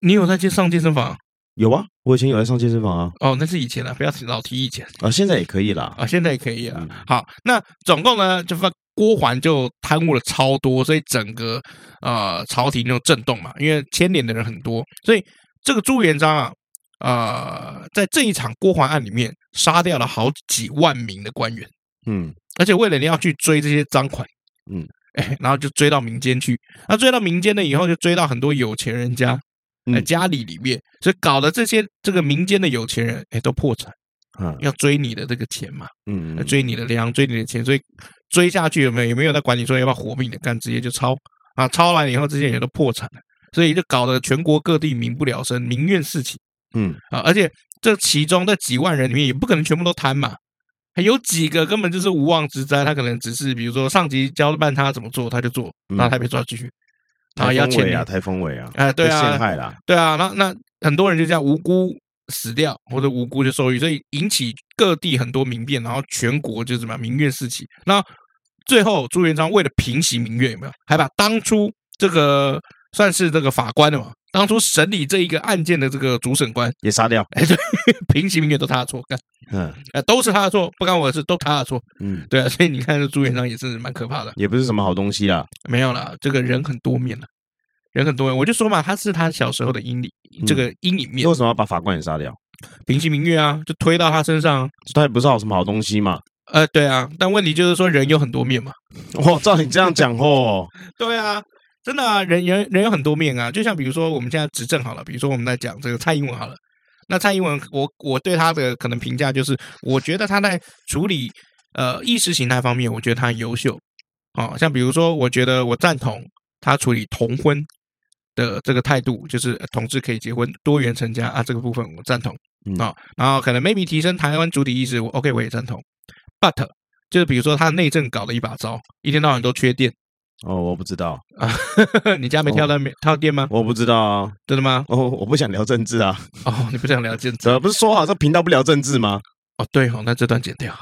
Speaker 1: 你有在健上健身房？
Speaker 2: 有啊，我以前有在上健身房啊，
Speaker 1: 哦，那是以前了、不要老提以前
Speaker 2: 啊，现在也可以啦，
Speaker 1: 啊，现在也可以啊
Speaker 2: 嗯。
Speaker 1: 好，那总共呢，就发郭桓就贪污了超多，所以整个呃朝廷就震动嘛，因为牵连的人很多，所以这个朱元璋啊，呃，在这一场郭桓案里面杀掉了好几万名的官员。
Speaker 2: 嗯，
Speaker 1: 而且为了要去追这些赃款，
Speaker 2: 嗯，
Speaker 1: 哎，然后就追到民间去。那追到民间了以后，就追到很多有钱人家，哎，
Speaker 2: 嗯
Speaker 1: 家里里面，所以搞得这些这个民间的有钱人，哎，都破产，
Speaker 2: 啊，
Speaker 1: 要追你的这个钱嘛，
Speaker 2: 嗯，嗯
Speaker 1: 追你的粮，追你的钱，所以追下去有没有？也没有在管你说要不要活命的，干直接就抄啊，抄完以后，这些人都破产了，所以就搞得全国各地民不聊生，民怨四起。
Speaker 2: 嗯，
Speaker 1: 啊，而且这其中这几万人里面也不可能全部都贪嘛，还有几个根本就是无妄之灾，他可能只是比如说上级交办他怎么做他就做，
Speaker 2: 嗯
Speaker 1: 然后他被抓进去，然
Speaker 2: 台
Speaker 1: 后要
Speaker 2: 风
Speaker 1: 钱
Speaker 2: 尾啊，台风尾啊，
Speaker 1: 哎，对
Speaker 2: 被陷
Speaker 1: 啊，
Speaker 2: 害啦，
Speaker 1: 对啊，那那很多人就这样无辜死掉或者无辜就受益，所以引起各地很多民变，然后全国就是什么民怨四起。那最后朱元璋为了平息民怨，有没有还把当初这个算是这个法官的嘛？当初审理这一个案件的这个主审官哎
Speaker 2: 也杀掉，
Speaker 1: <laughs> 平息民怨都他的错，干
Speaker 2: 嗯
Speaker 1: 呃，都是他的错，不干我的事，都他的错。
Speaker 2: 嗯，
Speaker 1: 对啊，所以你看，这朱元璋也是蛮可怕的。
Speaker 2: 也不是什么好东西啦，
Speaker 1: 没有啦，这个人很多面了，人很多面。我就说嘛，他是他小时候的阴里，这个阴影面
Speaker 2: 为，什么要把法官也杀掉？
Speaker 1: 平息民怨啊，就推到他身上。啊
Speaker 2: 他也不是好什么好东西嘛。 <laughs>
Speaker 1: 呃，对啊，但问题就是说，人有很多面嘛。
Speaker 2: 哦，照你这样讲哦，
Speaker 1: 对啊，真的啊，人人人有很多面啊。就像比如说，我们现在执政好了，比如说我们在讲这个蔡英文好了，那蔡英文，我我对他的可能评价就是，我觉得他在处理呃意识形态方面，我觉得他很优秀。哦，像比如说，我觉得我赞同他处理同婚的这个态度，就是呃同志可以结婚、多元成家啊，这个部分我赞同
Speaker 2: 嗯
Speaker 1: 啊、然后可能 maybe 提升台湾主体意识，我 OK 我也赞同。But 就是比如说他内政搞了一把糟，一天到晚都缺电。
Speaker 2: 哦，我不知道，
Speaker 1: <laughs> 你家没跳到没跳电吗？
Speaker 2: 我不知道啊，
Speaker 1: 真的吗？
Speaker 2: 哦，我不想聊政治啊，
Speaker 1: 哦，你不想聊政治
Speaker 2: 怎么不是说好这频道不聊政治吗？
Speaker 1: 哦？对哦，那这段剪掉。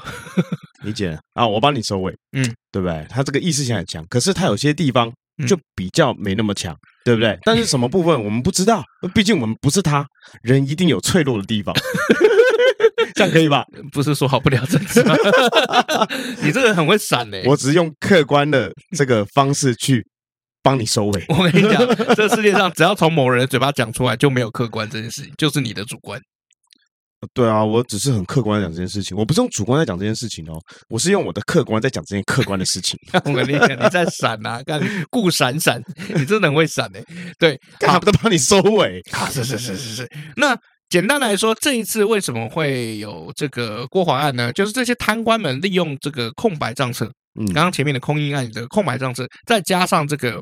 Speaker 2: 理解啊，我帮你收尾，
Speaker 1: 嗯，
Speaker 2: 对不对？他这个意识性很强，可是他有些地方
Speaker 1: 嗯
Speaker 2: 就比较没那么强，对不对？但是什么部
Speaker 1: <laughs>
Speaker 2: 分我们不知道，毕竟我们不是他，人一定有脆弱的地方，
Speaker 1: <laughs>
Speaker 2: 这样可以吧？
Speaker 1: 不是说好不聊政 <laughs> 治吗？你这个很会闪欸嘞、
Speaker 2: 我只是用客观的这个方式去帮你收
Speaker 1: <laughs>。
Speaker 2: 尾
Speaker 1: 我跟你讲，这世界上只要从某人的嘴巴讲出来，就没有客观这件事情，就是你的主 <laughs> 观。
Speaker 2: 对啊，我只是很客观的讲这件事情，我不是用主观在讲这件事情哦，我是用我的客观在讲这件客观的事情。
Speaker 1: 我跟你讲，你在闪啊，干顾闪闪，你真的很会闪嘞、欸对，
Speaker 2: 干嘛不都帮你收尾？
Speaker 1: <laughs> 啊，是是是是是。那简单来说，这一次为什么会有这个郭华案呢？就是这些贪官们利用这个空白账册，
Speaker 2: 嗯
Speaker 1: 刚刚前面的空印案的空白账册，再加上这个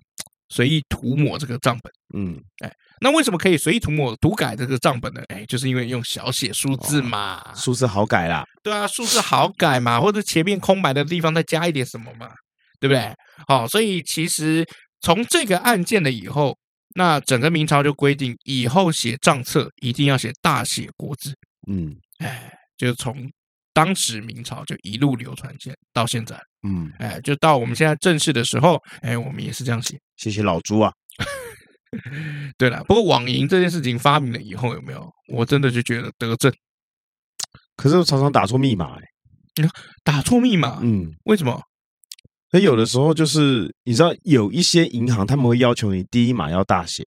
Speaker 1: 随意涂抹这个账本。
Speaker 2: 嗯
Speaker 1: 那为什么可以随意涂抹、涂改这个账本呢？哎，就是因为用小写数字嘛， <laughs>
Speaker 2: 数字好改啦，
Speaker 1: 对啊，数字好改嘛，或者前面空白的地方再加一点什么嘛，对不对？好、所以其实从这个案件了以后，那整个明朝就规定，以后写账册一定要写大写国字，
Speaker 2: 嗯
Speaker 1: 哎，就是从当时明朝就一路流传现到现在，
Speaker 2: 嗯，
Speaker 1: 哎，就到我们现在正式的时候，哎，我们也是这样写。
Speaker 2: 谢谢老朱啊，
Speaker 1: 对了，不过网银这件事情发明了以后，有没有？我真的就觉得得政
Speaker 2: 可是我常常打错密码、欸，
Speaker 1: 打错密码，
Speaker 2: 嗯，
Speaker 1: 为什么？
Speaker 2: 所以有的时候就是你知道有一些银行他们会要求你第一码要大写，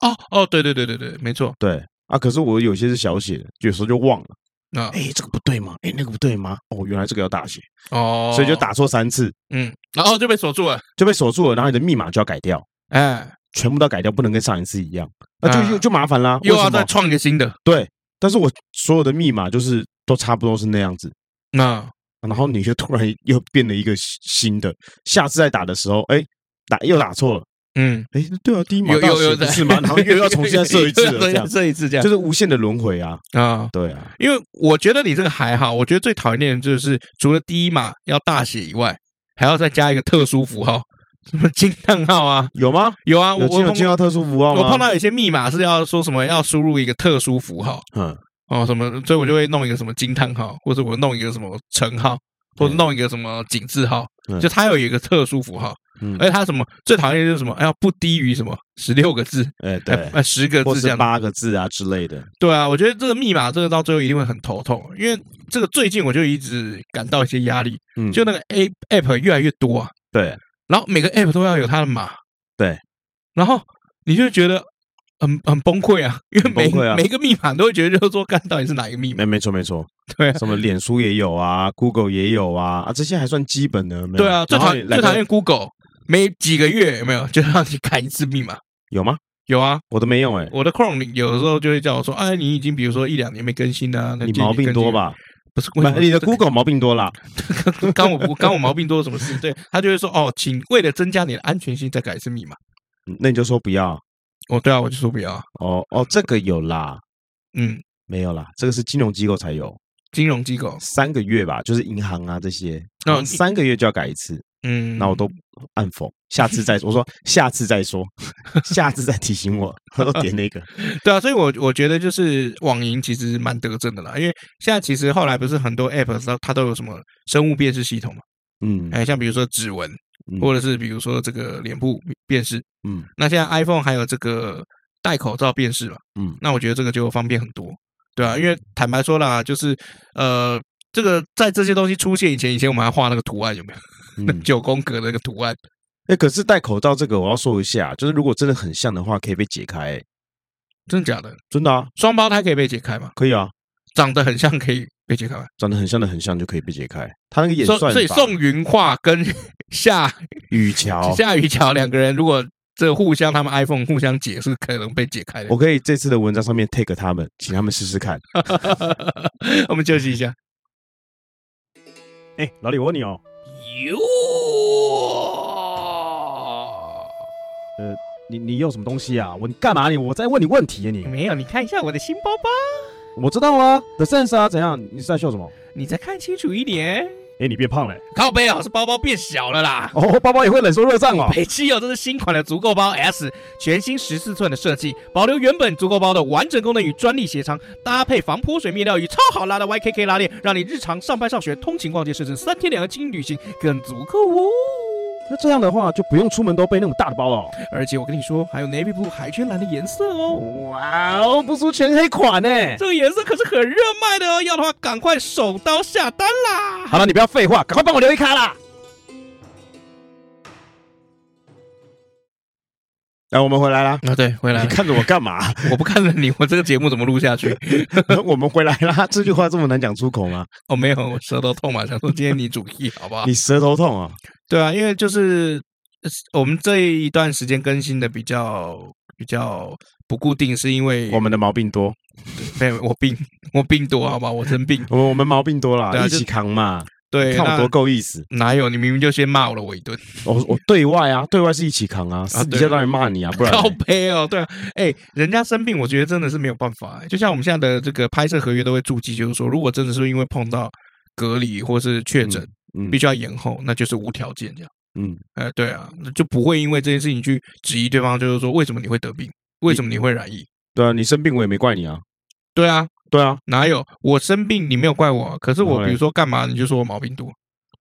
Speaker 1: 哦哦，对对对对对，没错，
Speaker 2: 对啊，可是我有些是小写的，有时候就忘了，
Speaker 1: 那、
Speaker 2: 哎，这个不对吗？哎，那个不对吗？哦，原来这个要大写，
Speaker 1: 哦，
Speaker 2: 所以就打错三次
Speaker 1: 嗯，然后就被锁住了。
Speaker 2: 就被锁住了，然后你的密码就要改掉，
Speaker 1: 哎，
Speaker 2: 全部都要改掉，不能跟上一次一样，那就
Speaker 1: 啊
Speaker 2: 又就麻烦啦，
Speaker 1: 又
Speaker 2: 为
Speaker 1: 要
Speaker 2: 什么
Speaker 1: 再创一个新的，
Speaker 2: 对，但是我所有的密码就是都差不多是那样子，
Speaker 1: 那
Speaker 2: 然后你就突然又变了一个新新的，下次再打的时候，哎，打又打错了，
Speaker 1: 嗯，
Speaker 2: 哎，对啊，第一码
Speaker 1: 有
Speaker 2: 大
Speaker 1: 有
Speaker 2: 写
Speaker 1: 有
Speaker 2: 不
Speaker 1: 的
Speaker 2: 是吗？啊然后又要重
Speaker 1: <laughs>
Speaker 2: 新再设一次了，这样
Speaker 1: 设一次这样
Speaker 2: 就是无限的轮回啊，
Speaker 1: 啊。
Speaker 2: 对啊，
Speaker 1: 因为我觉得你这个还好，我觉得最讨厌的就是除了第一码要大写以外，还要再加一个特殊符号，什么惊叹号啊，
Speaker 2: 有吗？
Speaker 1: 有啊，我
Speaker 2: 有
Speaker 1: 我
Speaker 2: 进有
Speaker 1: 碰
Speaker 2: 进
Speaker 1: 到
Speaker 2: 到特殊符号吗？
Speaker 1: 我碰到有些密码是要说什么要输入一个特殊符号
Speaker 2: 嗯，
Speaker 1: 哦什么，所以我就会弄一个什么惊叹号，或者我弄一个什么乘号，或者弄一个什么井字号，
Speaker 2: 嗯
Speaker 1: 就它有一个特殊符号，
Speaker 2: 嗯
Speaker 1: 而且它什么最讨厌就是什么，哎呀不低于什么十六个字， <laughs>
Speaker 2: 哎
Speaker 1: 哎
Speaker 2: 对，
Speaker 1: 哎，十个
Speaker 2: 或
Speaker 1: 字这
Speaker 2: 是
Speaker 1: 样。
Speaker 2: 八个字啊之类的，
Speaker 1: 对啊，我觉得这个密码这个到最后一定会很头痛，因为这个最近我就一直感到一些压力，
Speaker 2: 嗯，
Speaker 1: 就那个 A app 越来越多啊，
Speaker 2: 对，
Speaker 1: 然后每个 app 都要有它的码，
Speaker 2: 对，
Speaker 1: 然后你就觉得很很崩溃啊，因为
Speaker 2: 很崩
Speaker 1: 每、
Speaker 2: 溃啊
Speaker 1: 每一个密码都会觉得就是说，干到底是哪一个密码
Speaker 2: 没？哎没错没错，
Speaker 1: <laughs> 对啊
Speaker 2: 什么脸书也有啊，Google 也有啊，啊这些还算基本的，有没有
Speaker 1: 对啊，最
Speaker 2: 然后
Speaker 1: 讨
Speaker 2: 你来
Speaker 1: 最
Speaker 2: 个
Speaker 1: 讨厌 Google，每几个月有没有就 <laughs> 让你改一次密码？
Speaker 2: 有吗？
Speaker 1: 有啊，
Speaker 2: 我都没用哎，
Speaker 1: 我的 Chrome 里有的时候就会叫我说，哎，你已经比如说一两年没更新啊啦、那
Speaker 2: 你
Speaker 1: 建议
Speaker 2: 毛病
Speaker 1: 更新
Speaker 2: 多？吧？
Speaker 1: 不是，
Speaker 2: 不
Speaker 1: 为什么
Speaker 2: <laughs> 你的
Speaker 1: <laughs> 这个
Speaker 2: Google 毛病多啦，
Speaker 1: 刚我不刚我毛病多什么事？对他就会说哦，请为了增加你的安全性再改一次密码。
Speaker 2: 嗯那你就说不要
Speaker 1: 哦，对啊，我就说不要啊。
Speaker 2: 哦哦，这个有啦，
Speaker 1: 嗯，
Speaker 2: 没有啦，这个是金融机构才有，
Speaker 1: 金融机构，
Speaker 2: 三个月吧，就是银行啊这些，
Speaker 1: 哦你
Speaker 2: 三个月就要改一次，
Speaker 1: 嗯，
Speaker 2: 那我都按否，下次再说。我说下次再说，下次再提醒我。 <laughs> 他都点
Speaker 1: <laughs>
Speaker 2: 那个，
Speaker 1: 对啊，所以我我觉得就是网银其实蛮得正的啦，因为现在其实后来不是很多 app 它它都有什么生物辨识系统嘛，
Speaker 2: 嗯
Speaker 1: 哎，像比如说指纹，
Speaker 2: 嗯
Speaker 1: 或者是比如说这个脸部辨识，
Speaker 2: 嗯，
Speaker 1: 那现在 iPhone 还有这个戴口罩辨识嘛， <laughs>
Speaker 2: 嗯，
Speaker 1: 那我觉得这个就方便很多，对啊，因为坦白说啦，就是呃，这个在这些东西出现以前，以前我们还画那个图案有没有？ <laughs> 那
Speaker 2: 嗯
Speaker 1: 九宫格的那个图案。
Speaker 2: 哎，可是戴口罩这个我要说一下，就是如果真的很像的话，可以被解开、欸
Speaker 1: 真的假的？
Speaker 2: 真的啊，
Speaker 1: 双胞胎可以被解开吗？
Speaker 2: 可以啊，
Speaker 1: 长得很像可以被解开吗？
Speaker 2: 长得很像的很像就可以被解开。他那个演
Speaker 1: 所以
Speaker 2: 算
Speaker 1: 所以
Speaker 2: 法
Speaker 1: 宋云画跟夏
Speaker 2: 雨桥，
Speaker 1: 夏雨乔两个人，如果这互相他们 iPhone 互相解是可能被解开的
Speaker 2: 我。可以这次的文章上面 take 他们，请他们试试看。
Speaker 1: 我们休息一下。
Speaker 2: 哎、老李，我问你哦，
Speaker 1: 哟，
Speaker 2: 你你用什么东西啊？我你干嘛你？我在问你问题啊你！
Speaker 1: 没有，你看一下我的新包包，
Speaker 2: 我知道啊，The Sense 啊，怎样？你是在秀什么？
Speaker 1: 你再看清楚一点。
Speaker 2: 哎、你变胖了欸、
Speaker 1: 靠背哦，是包包变小了啦。
Speaker 2: 哦，包包也会冷缩热胀哦。
Speaker 1: 北汽有这是新款的足够包 S，全新十四寸的设计，保留原本足够包的完整功能与专利鞋仓，搭配防泼水面料与超好拉的 YKK 拉链，让你日常上班、上学、通勤、逛街，甚至三天两夜轻旅行更足够哦。
Speaker 2: 那这样的话，就不用出门都背那种大的包了、哦。
Speaker 1: 而且我跟你说，还有 navy blue 海军蓝的颜色哦，
Speaker 2: 哇哦，不出全黑款呢！
Speaker 1: 这个颜色可是很热卖的哦，要的话赶快手刀下单啦！
Speaker 2: 好了，你不要废话，赶快帮我留一卡啦！来，我们回来啦！
Speaker 1: 啊，对，回来
Speaker 2: 你
Speaker 1: 了，
Speaker 2: 看着我干嘛？
Speaker 1: <laughs> 我不看着你，我这个节目怎么录下去？
Speaker 2: 我们回来啦！这句话这么难讲出口吗？
Speaker 1: 哦，没有，我舌头痛嘛，想说今天你主题好不好？
Speaker 2: 你舌头痛啊！
Speaker 1: 对啊，因为就是呃我们这一段时间更新的比较比较不固定，是因为
Speaker 2: 我们的毛病多，
Speaker 1: 没有我病我病多，好吧，我生病。 <laughs>
Speaker 2: 我们我们毛病多啦，
Speaker 1: 对啊
Speaker 2: 一起扛嘛。
Speaker 1: 对，
Speaker 2: 看我
Speaker 1: 那
Speaker 2: 多够意思。
Speaker 1: 哪有？你明明就先骂我了我一顿，
Speaker 2: 我我对外啊，对外是一起扛啊，私底
Speaker 1: 对
Speaker 2: 下当然骂你啊，不然呢
Speaker 1: 靠背哦，对啊，哎，人家生病，我觉得真的是没有办法、欸就像我们现在的这个拍摄合约都会注记，就是说，如果真的是因为碰到隔离或是确诊，
Speaker 2: 嗯
Speaker 1: 必须要延后，那就是无条件这样。
Speaker 2: 嗯，
Speaker 1: 哎，对啊，那就不会因为这件事情去质疑对方，就是说为什么你会得病，为什么你会染疫？
Speaker 2: 对啊，你生病我也没怪你啊，
Speaker 1: 对啊，
Speaker 2: 对啊，
Speaker 1: 哪有我生病你没有怪我、啊，可是我
Speaker 2: 对
Speaker 1: 比如说干嘛你就说我毛病多，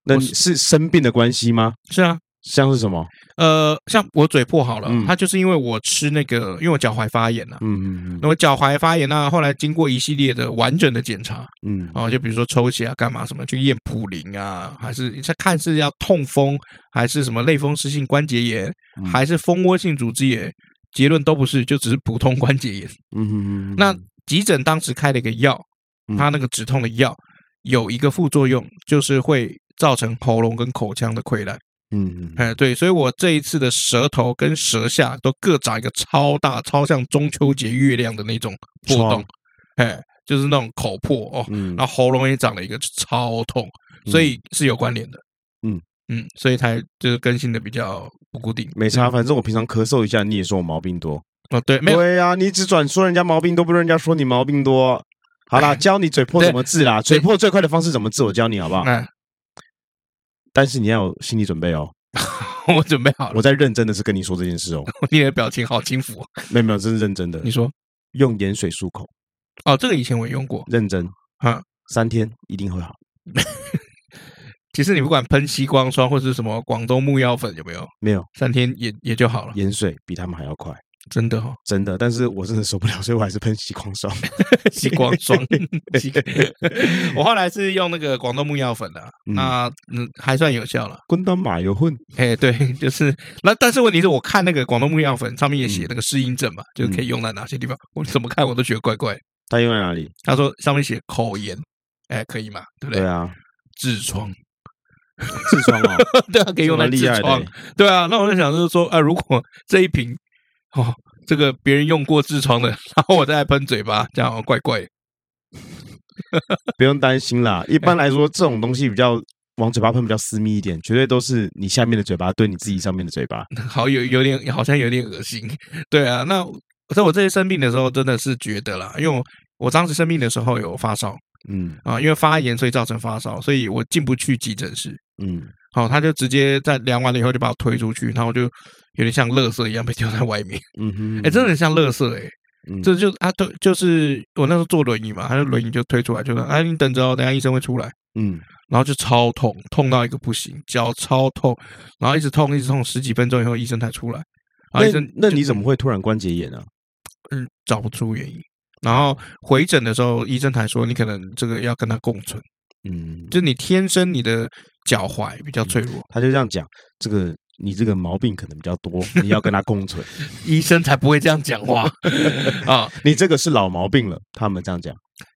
Speaker 2: 那
Speaker 1: 我
Speaker 2: 你是生病的关系吗？
Speaker 1: 是啊，
Speaker 2: 像是什么？
Speaker 1: 呃，像我嘴破好了
Speaker 2: 嗯，
Speaker 1: 它就是因为我吃那个，因为我脚踝发炎了、啊
Speaker 2: 嗯嗯
Speaker 1: 那我脚踝发炎啊，后来经过一系列的完整的检查，
Speaker 2: 嗯嗯
Speaker 1: 啊，就比如说抽血啊，干嘛什么，去验普林啊，还是这看是要痛风，还是什么类风湿性关节炎，
Speaker 2: 嗯
Speaker 1: 还是蜂窝性组织炎，结论都不是，就只是普通关节炎。
Speaker 2: 嗯嗯，
Speaker 1: 那急诊当时开了一个药，
Speaker 2: 嗯
Speaker 1: 它那个止痛的药有一个副作用，就是会造成喉咙跟口腔的溃烂。
Speaker 2: 嗯嗯
Speaker 1: 哎，对，所以我这一次的舌头跟舌下都各长一个超大、超像中秋节月亮的那种破洞
Speaker 2: 疮，
Speaker 1: 哎，就是那种口破哦，
Speaker 2: 嗯
Speaker 1: 然后喉咙也长了一个超痛，所以是有关联的。
Speaker 2: 嗯
Speaker 1: 嗯，所以才就是更新的比较不固定。
Speaker 2: 没差，反正我平常咳嗽一下，你也说我毛病多。
Speaker 1: 哦，对，嗯没有
Speaker 2: 对呀、啊，你只转说人家毛病多，不是人家说你毛病多。好
Speaker 1: <laughs>
Speaker 2: 啦，教你嘴破
Speaker 1: 对
Speaker 2: 怎么治啦，嘴破最快的方式怎么治，我教你好不好？
Speaker 1: 哎， <laughs>
Speaker 2: 但是你要有心理准备哦，
Speaker 1: 我准备好了，
Speaker 2: 我在认真的是跟你说这件
Speaker 1: <laughs>
Speaker 2: 事哦，
Speaker 1: 你的表情好轻浮哦。
Speaker 2: 没有没有，这是认真的
Speaker 1: 你。说，
Speaker 2: 用盐水漱口，
Speaker 1: 哦，这个以前我也用过。
Speaker 2: 认真
Speaker 1: 啊，
Speaker 2: 三天一定会好。
Speaker 1: 其实你不管喷西光霜或是什么广东木药粉，有没有
Speaker 2: 没有
Speaker 1: 三天也也就好了，
Speaker 2: 盐水比他们还要快，
Speaker 1: 真的哦。
Speaker 2: 真的。但是我真的受不了，所以我还是喷吸光霜。
Speaker 1: <laughs> 吸
Speaker 2: <laughs>
Speaker 1: 光霜，吸光 <laughs> 我后来是用那个广东木药粉的、啊 <laughs>
Speaker 2: 嗯
Speaker 1: 那嗯还算有效了。
Speaker 2: 滚到马油混，
Speaker 1: 哎、对， <laughs> 就是那，但是问题是我看那个广东木药粉上面也写那个适应症嘛，
Speaker 2: 嗯
Speaker 1: 就是可以用在哪些地方，我怎么看我都觉得怪怪。
Speaker 2: 它用在哪里？
Speaker 1: 他说上面写口炎，哎、可以嘛，对不对？
Speaker 2: 对啊，
Speaker 1: 痔疮， <laughs>
Speaker 2: 痔疮啊，
Speaker 1: 对 <laughs> 啊，可以用来
Speaker 2: 这么厉
Speaker 1: 痔
Speaker 2: 害的
Speaker 1: 疮
Speaker 2: 欸，
Speaker 1: 对啊。那我就想就是说，啊、如果 <laughs> 这一瓶哦，这个别人用过痔疮的，然后我再来喷嘴巴，这样好像怪怪的。
Speaker 2: 不用担心
Speaker 1: <laughs>
Speaker 2: 啦。一般来说，这种东西比较往嘴巴喷比较私密一点，绝对都是你下面的嘴巴对你自己上面的嘴
Speaker 1: <laughs>
Speaker 2: 巴。
Speaker 1: 好有有点好像有点恶心， <laughs> 对啊。那在我这些生病的时候，真的是觉得啦，因为我我当时生病的时候有发烧
Speaker 2: 嗯
Speaker 1: 啊，因为发炎所以造成发烧，所以我进不去急诊室。
Speaker 2: 嗯，
Speaker 1: 好、他就直接在量完了以后就把我推出去，然后我就有点像垃圾一样被丢在外面。
Speaker 2: 嗯哼，
Speaker 1: 哎、真的很像垃圾哎、
Speaker 2: 嗯，
Speaker 1: 这就啊，对，就是我那时候坐轮椅嘛，他就轮椅就推出来，就说：“哎，你等着哦，等一下医生会出来。”
Speaker 2: 嗯
Speaker 1: 然后就超痛，痛到一个不行，脚超痛，然后一直痛，一直痛，十几分钟以后医生才出来。然后医生
Speaker 2: 那那
Speaker 1: 哎就
Speaker 2: 你怎么会突然关节炎啊？
Speaker 1: 嗯，找不出原因。然后回诊的时候，医生才说你可能这个要跟他共存，
Speaker 2: 嗯，
Speaker 1: 就你天生你的脚踝比较脆弱，
Speaker 2: 他就这样讲，这个你这个毛病可能比较多，你要跟他共存。
Speaker 1: 医生才不会这样讲话 <laughs> 啊。
Speaker 2: 你这个是老毛病了，他们这样讲。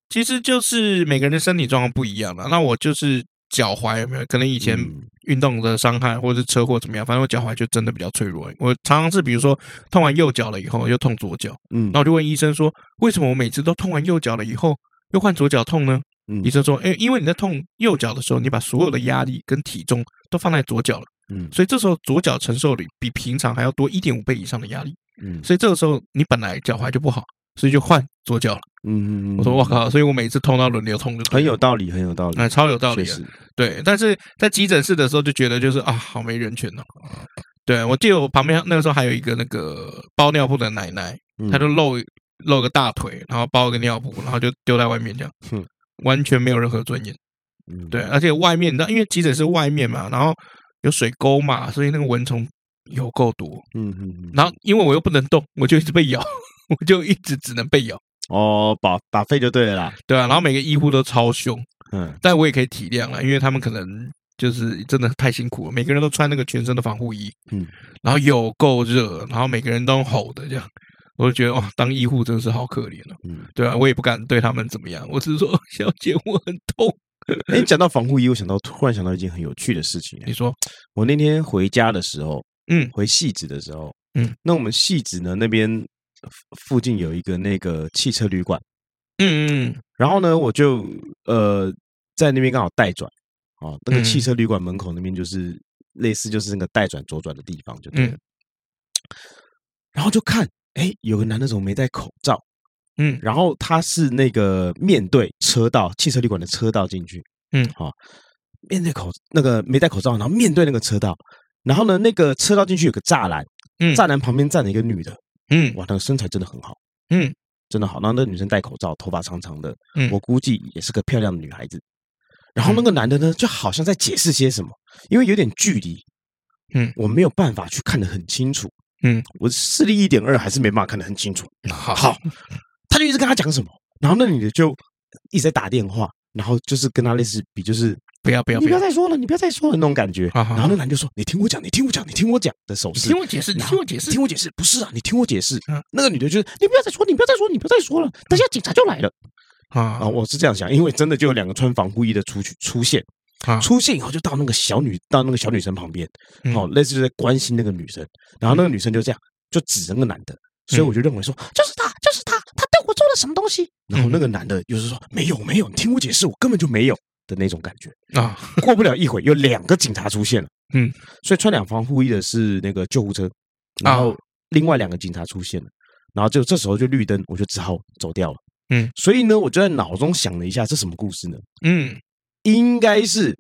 Speaker 1: 其实就是每个人的身体状况不一样了。那我就是脚踝有没有？可能以前
Speaker 2: 嗯
Speaker 1: 运动的伤害或者是车祸怎么样，反正我脚踝就真的比较脆弱。我常常是比如说痛完右脚了以后又痛左脚，
Speaker 2: 嗯
Speaker 1: 那我就问医生说，为什么我每次都痛完右脚了以后又换左脚痛呢？
Speaker 2: 嗯
Speaker 1: 医生说，哎，因为你在痛右脚的时候，你把所有的压力跟体重都放在左脚了，
Speaker 2: 嗯
Speaker 1: 所以这时候左脚承受力比平常还要多一点五倍以上的压力，
Speaker 2: 嗯
Speaker 1: 所以这个时候你本来脚踝就不好，所以就换左脚了。
Speaker 2: 嗯嗯，
Speaker 1: 我说我靠，所以我每次痛到轮流痛就对
Speaker 2: 很
Speaker 1: 了
Speaker 2: 有道理，很有道理，
Speaker 1: 哎超有道理
Speaker 2: 确
Speaker 1: 的
Speaker 2: 实
Speaker 1: 对，但是在急诊室的时候就觉得就是啊，好没人权哦。对我记得我旁边那个时候还有一个那个包尿布的奶奶，
Speaker 2: 嗯
Speaker 1: 她就露露个大腿，然后包个尿布，然后就丢在外面这样
Speaker 2: 哼，
Speaker 1: 完全没有任何尊严。
Speaker 2: 嗯
Speaker 1: 对，而且外面你知道，因为急诊室外面嘛，然后有水沟嘛，所以那个蚊虫有够多。
Speaker 2: 嗯嗯嗯
Speaker 1: 然后因为我又不能动，我就一直被咬， <laughs> 我就一直只能被咬，
Speaker 2: 哦，把把肺就对了啦。
Speaker 1: 对啊，然后每个医护都超凶，
Speaker 2: 嗯
Speaker 1: 但我也可以体谅了，因为他们可能就是真的太辛苦了，每个人都穿那个全身的防护衣，
Speaker 2: 嗯，
Speaker 1: 然后有够热，然后每个人都吼的这样，我就觉得哇，当医护真的是好可怜哦。
Speaker 2: 嗯，
Speaker 1: 对啊，我也不敢对他们怎么样，我只是说 <laughs> 小姐我很痛。
Speaker 2: 哎，讲到防护衣，我想到突然想到一件很有趣的事情。
Speaker 1: 你说，
Speaker 2: 我那天回家的时候，
Speaker 1: 嗯
Speaker 2: 回戏子的时候，
Speaker 1: 嗯，
Speaker 2: 那我们戏子呢那边附附近有一个那个汽车旅馆，
Speaker 1: 嗯嗯
Speaker 2: 然后呢我就呃在那边刚好待转，哦，那个
Speaker 1: 嗯
Speaker 2: 汽车旅馆门口那边就是类似就是那个待转左转的地方，就对了。
Speaker 1: 嗯
Speaker 2: 然后就看，哎，有个男的怎么没戴口罩？
Speaker 1: 嗯
Speaker 2: 然后他是那个面对车道，汽车旅馆的车道进去，
Speaker 1: 嗯
Speaker 2: 好、面对口那个没戴口罩，然后面对那个车道，然后呢，那个车道进去有个栅栏，
Speaker 1: 嗯
Speaker 2: 栅栏旁边站了一个女的，
Speaker 1: 嗯
Speaker 2: 哇，那个身材真的很好，
Speaker 1: 嗯
Speaker 2: 真的好。然后那个女生戴口罩，头发长长的，
Speaker 1: 嗯
Speaker 2: 我估计也是个漂亮的女孩子。然后那个男的呢，就好像在解释些什么，因为有点距离，
Speaker 1: 嗯
Speaker 2: 我没有办法去看得很清楚，
Speaker 1: 嗯，
Speaker 2: 我视力一点二还是没办法看得很清楚。
Speaker 1: 好
Speaker 2: 好，他就一直跟他讲什么，然后那女的就一直在打电话，然后就是跟他类似比，就是
Speaker 1: 不要不要
Speaker 2: 你
Speaker 1: 不
Speaker 2: 不要
Speaker 1: 要，
Speaker 2: 再说了，你不要再说了那种感觉。
Speaker 1: 好好好
Speaker 2: 然后那男就说：“你听我讲，你听我讲，你听我讲的手
Speaker 1: 你
Speaker 2: 势。”
Speaker 1: 听我解释，你
Speaker 2: 然后
Speaker 1: 听我解释，
Speaker 2: 听我解释，不是啊，你听我解释。
Speaker 1: 嗯
Speaker 2: 那个女的就是，你不要再说，你不要再说，你不要再说了，等下警察就来了。
Speaker 1: 啊
Speaker 2: 啊，我是这样想，因为真的就有两个穿防护衣的出去出现，
Speaker 1: 啊
Speaker 2: 出现以后就到那个小女到那个小女生旁边，
Speaker 1: 嗯
Speaker 2: 好、哦类似就在关心那个女生，然后那个女生就这样就指着那个男的，所以
Speaker 1: 嗯
Speaker 2: 我就认为说、就是他，就是他，他对我做了什么东西。然
Speaker 1: 嗯
Speaker 2: 后那个男的又是说没有没有，你听我解释，我根本就没有的那种感觉。
Speaker 1: 啊，
Speaker 2: 过不了一会，有两个警察出现了。
Speaker 1: 嗯，
Speaker 2: 所以穿两防护衣的是那个救护车，然
Speaker 1: 啊
Speaker 2: 后另外两个警察出现了，然后就这时候就绿灯，我就只好走掉了。
Speaker 1: 嗯，
Speaker 2: 所以呢，我就在脑中想了一下，这什么故事呢？
Speaker 1: 嗯，
Speaker 2: 应该是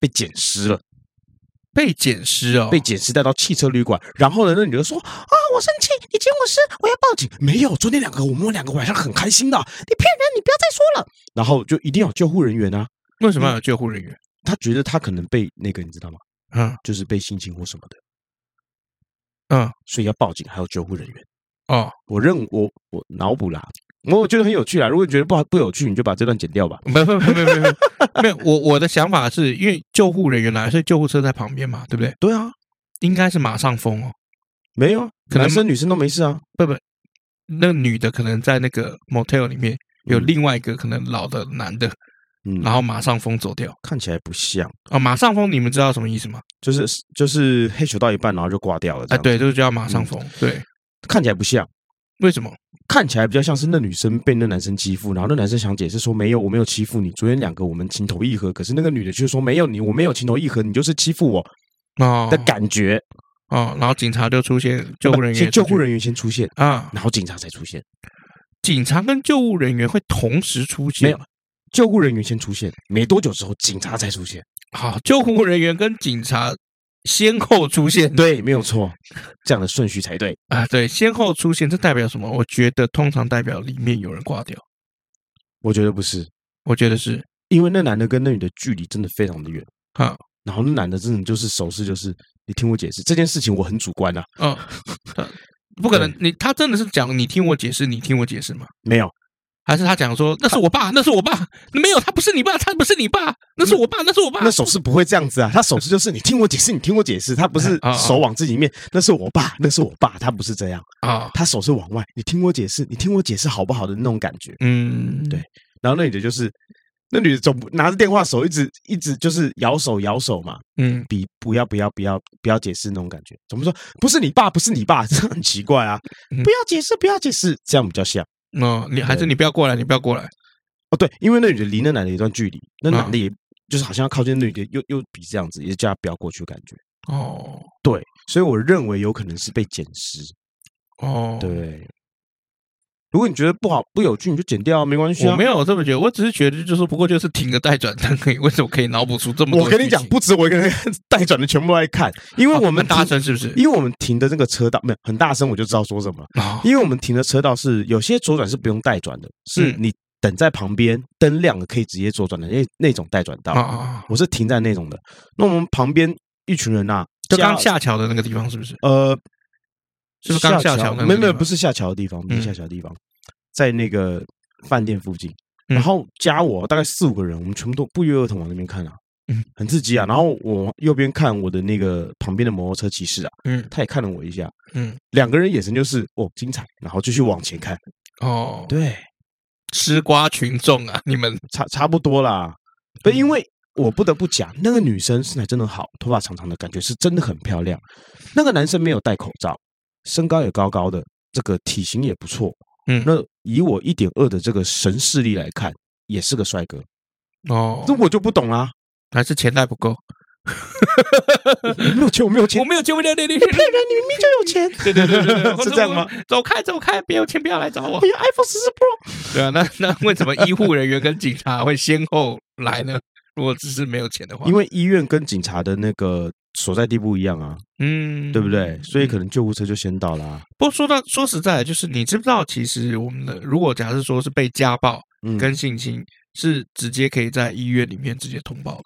Speaker 2: 被捡尸了，
Speaker 1: 被捡尸哦，
Speaker 2: 被捡尸带到汽车旅馆。然后呢，那女的说：“啊，我生气，你捡我尸，我要报警。”没有，昨天两个我们两个晚上很开心的，你骗人，你不要再说了。然后就一定要有救护人员啊，
Speaker 1: 为什么要有救护人员？
Speaker 2: 他觉得他可能被那个，你知道吗？
Speaker 1: 嗯
Speaker 2: 就是被性侵或什么的。
Speaker 1: 嗯
Speaker 2: 所以要报警，还有救护人员。
Speaker 1: 哦，
Speaker 2: 我认我我脑补啦，我觉得很有趣啦。如果你觉得不好不有趣，你就把这段剪掉吧。
Speaker 1: 没没没没没没没有，我我的想法是因为救护人员来，所以救护车在旁边嘛，对不对？
Speaker 2: 对啊，
Speaker 1: 应该是马上封哦，
Speaker 2: 没有啊，
Speaker 1: 可能
Speaker 2: 男生女生都没事啊。
Speaker 1: 不不，那女的可能在那个 motel 里面有
Speaker 2: 嗯
Speaker 1: 另外一个可能老的男的，
Speaker 2: 嗯，
Speaker 1: 然后马上封走掉
Speaker 2: 看起来不像，
Speaker 1: 啊、马上封你们知道什么意思吗？
Speaker 2: 就是就是黑球到一半然后就挂掉了。
Speaker 1: 啊，
Speaker 2: 哎，
Speaker 1: 对，就是叫马上封，对，
Speaker 2: 看起来不像，
Speaker 1: 为什么？
Speaker 2: 看起来比较像是那女生被那男生欺负，然后那男生想解释说没有，我没有欺负你。昨天两个我们情投意合，可是那个女的却说没有你，我没有情投意合，你就是欺负我
Speaker 1: 哦
Speaker 2: 的感觉。
Speaker 1: 哦，然后警察就出现，救护人员
Speaker 2: 先
Speaker 1: 也
Speaker 2: 救
Speaker 1: 出去
Speaker 2: 护人员先出现，
Speaker 1: 啊，
Speaker 2: 然后警察才出现。
Speaker 1: 警察跟救护人员会同时出现，
Speaker 2: 没有，救护人员先出现，没多久之后警察才出现。
Speaker 1: 好，救护人员跟警察先后出现
Speaker 2: 对，没有错，这样的顺序才对。
Speaker 1: 啊，对，先后出现，这代表什么？我觉得通常代表里面有人挂掉，
Speaker 2: 我觉得不是，
Speaker 1: 我觉得是
Speaker 2: 因为那男的跟那女的距离真的非常的远，
Speaker 1: 啊，
Speaker 2: 然后那男的真的就是手势，就是你听我解释这件事情，我很主观啊，
Speaker 1: 嗯，呃不可能，你他真的是讲你听我解释，你听我解释吗？
Speaker 2: 没有，
Speaker 1: 还是他讲说那是我爸，那是我爸，没有，他不是你爸，他不是你爸，那是我爸，那是我爸，
Speaker 2: 那手势不会这样子啊，他手势就是你听我解释，你听我解释，他不是
Speaker 1: 啊啊
Speaker 2: 手往自己面，那是我爸，那是我爸，他不是这样，
Speaker 1: 啊，
Speaker 2: 他手是往外，你听我解释，你听我解释好不好的那种感觉。
Speaker 1: 嗯，
Speaker 2: 对然后那女的就是，那女的总不拿着电话手一直一直就是摇手摇手嘛，
Speaker 1: 嗯，
Speaker 2: 比不要不要不要不要解释那种感觉。怎么说？不是你爸，不是你爸， <laughs> 这很奇怪啊！
Speaker 1: 嗯
Speaker 2: 不要解释，不要解释，这样比较像
Speaker 1: 哦，你还是你不要过来，你不要过来，
Speaker 2: 哦。对，因为那女的离那男的有一段距离，那
Speaker 1: 啊
Speaker 2: 男的也就是好像要靠近那女的，又又比这样子，也是叫他不要过去的感觉。
Speaker 1: 哦
Speaker 2: 对，所以我认为有可能是被捡尸。
Speaker 1: 哦，
Speaker 2: 对，如果你觉得不好不有趣，你就剪掉啊，没关系啊。
Speaker 1: 我没有这么觉得，我只是觉得就是不过就是停个待转灯而已，为什么可以脑补出这么多？
Speaker 2: 我跟你 <laughs> 讲，，不止我一个人带转的全部都在看，因为我们
Speaker 1: 很大
Speaker 2: 停，
Speaker 1: 声是不是？
Speaker 2: 因为我们停的这个车道没有很大声，我就知道说什么了。
Speaker 1: 哦
Speaker 2: 因为我们停的车道是有些左转是不用带转的，是
Speaker 1: 嗯
Speaker 2: 你等在旁边灯亮了可以直接左转的那那种带转
Speaker 1: 啊
Speaker 2: 道。
Speaker 1: 啊，啊
Speaker 2: 我是停在那种的。那我们旁边一群人啊，
Speaker 1: 就刚
Speaker 2: 加
Speaker 1: 下桥的那个地方是不是？
Speaker 2: 呃，
Speaker 1: 是不是刚下桥那个地方
Speaker 2: 没有没有不是下桥的地方，不是
Speaker 1: 嗯
Speaker 2: 下桥的地方，在那个饭店附近。
Speaker 1: 嗯
Speaker 2: 然后加我大概四五个人，我们全部都不约而同往那边看啊
Speaker 1: 嗯，
Speaker 2: 很刺激啊。然后我右边看我的那个旁边的摩托车骑士啊，
Speaker 1: 嗯
Speaker 2: 他也看了我一下，
Speaker 1: 嗯，
Speaker 2: 两个人眼神就是哦精彩，然后继续往前看。
Speaker 1: 哦，
Speaker 2: 对，
Speaker 1: 吃瓜群众啊，你们
Speaker 2: 差差不多啦。不，
Speaker 1: 嗯
Speaker 2: 因为我不得不讲，那个女生身材真的好，头发长长的，感觉是真的很漂亮。那个男生没有戴口罩，身高也高高的，这个体型也不错。
Speaker 1: 嗯
Speaker 2: 那以我一点二的这个神视力来看，也是个帅哥。
Speaker 1: 哦 <laughs>
Speaker 2: 这，我就不懂啦、
Speaker 1: 还是钱袋不够？
Speaker 2: 我没有钱，我没有钱
Speaker 1: 我，没有钱，我没有钱，你骗
Speaker 2: <laughs>
Speaker 1: 人！
Speaker 2: 你明明就有钱，
Speaker 1: 对对对对对，
Speaker 2: 是这样吗？
Speaker 1: 走开走开，别有钱不要来找我
Speaker 2: <laughs> 我。有 iPhone 十四 Pro，
Speaker 1: 对啊，那那为什么医护人员跟警察会先后来呢？如果只是没有钱的话，
Speaker 2: 因
Speaker 1: 为
Speaker 2: 为医院跟警察的那个所在地不一样啊，
Speaker 1: 嗯，
Speaker 2: 对不对？所以
Speaker 1: 嗯
Speaker 2: 可能救护车就先到啦。
Speaker 1: 不过说到说实在的，就是你知不知道，其实我们的如果假设说是被家暴
Speaker 2: 嗯，
Speaker 1: 跟性侵，是直接可以在医院里面直接通报的，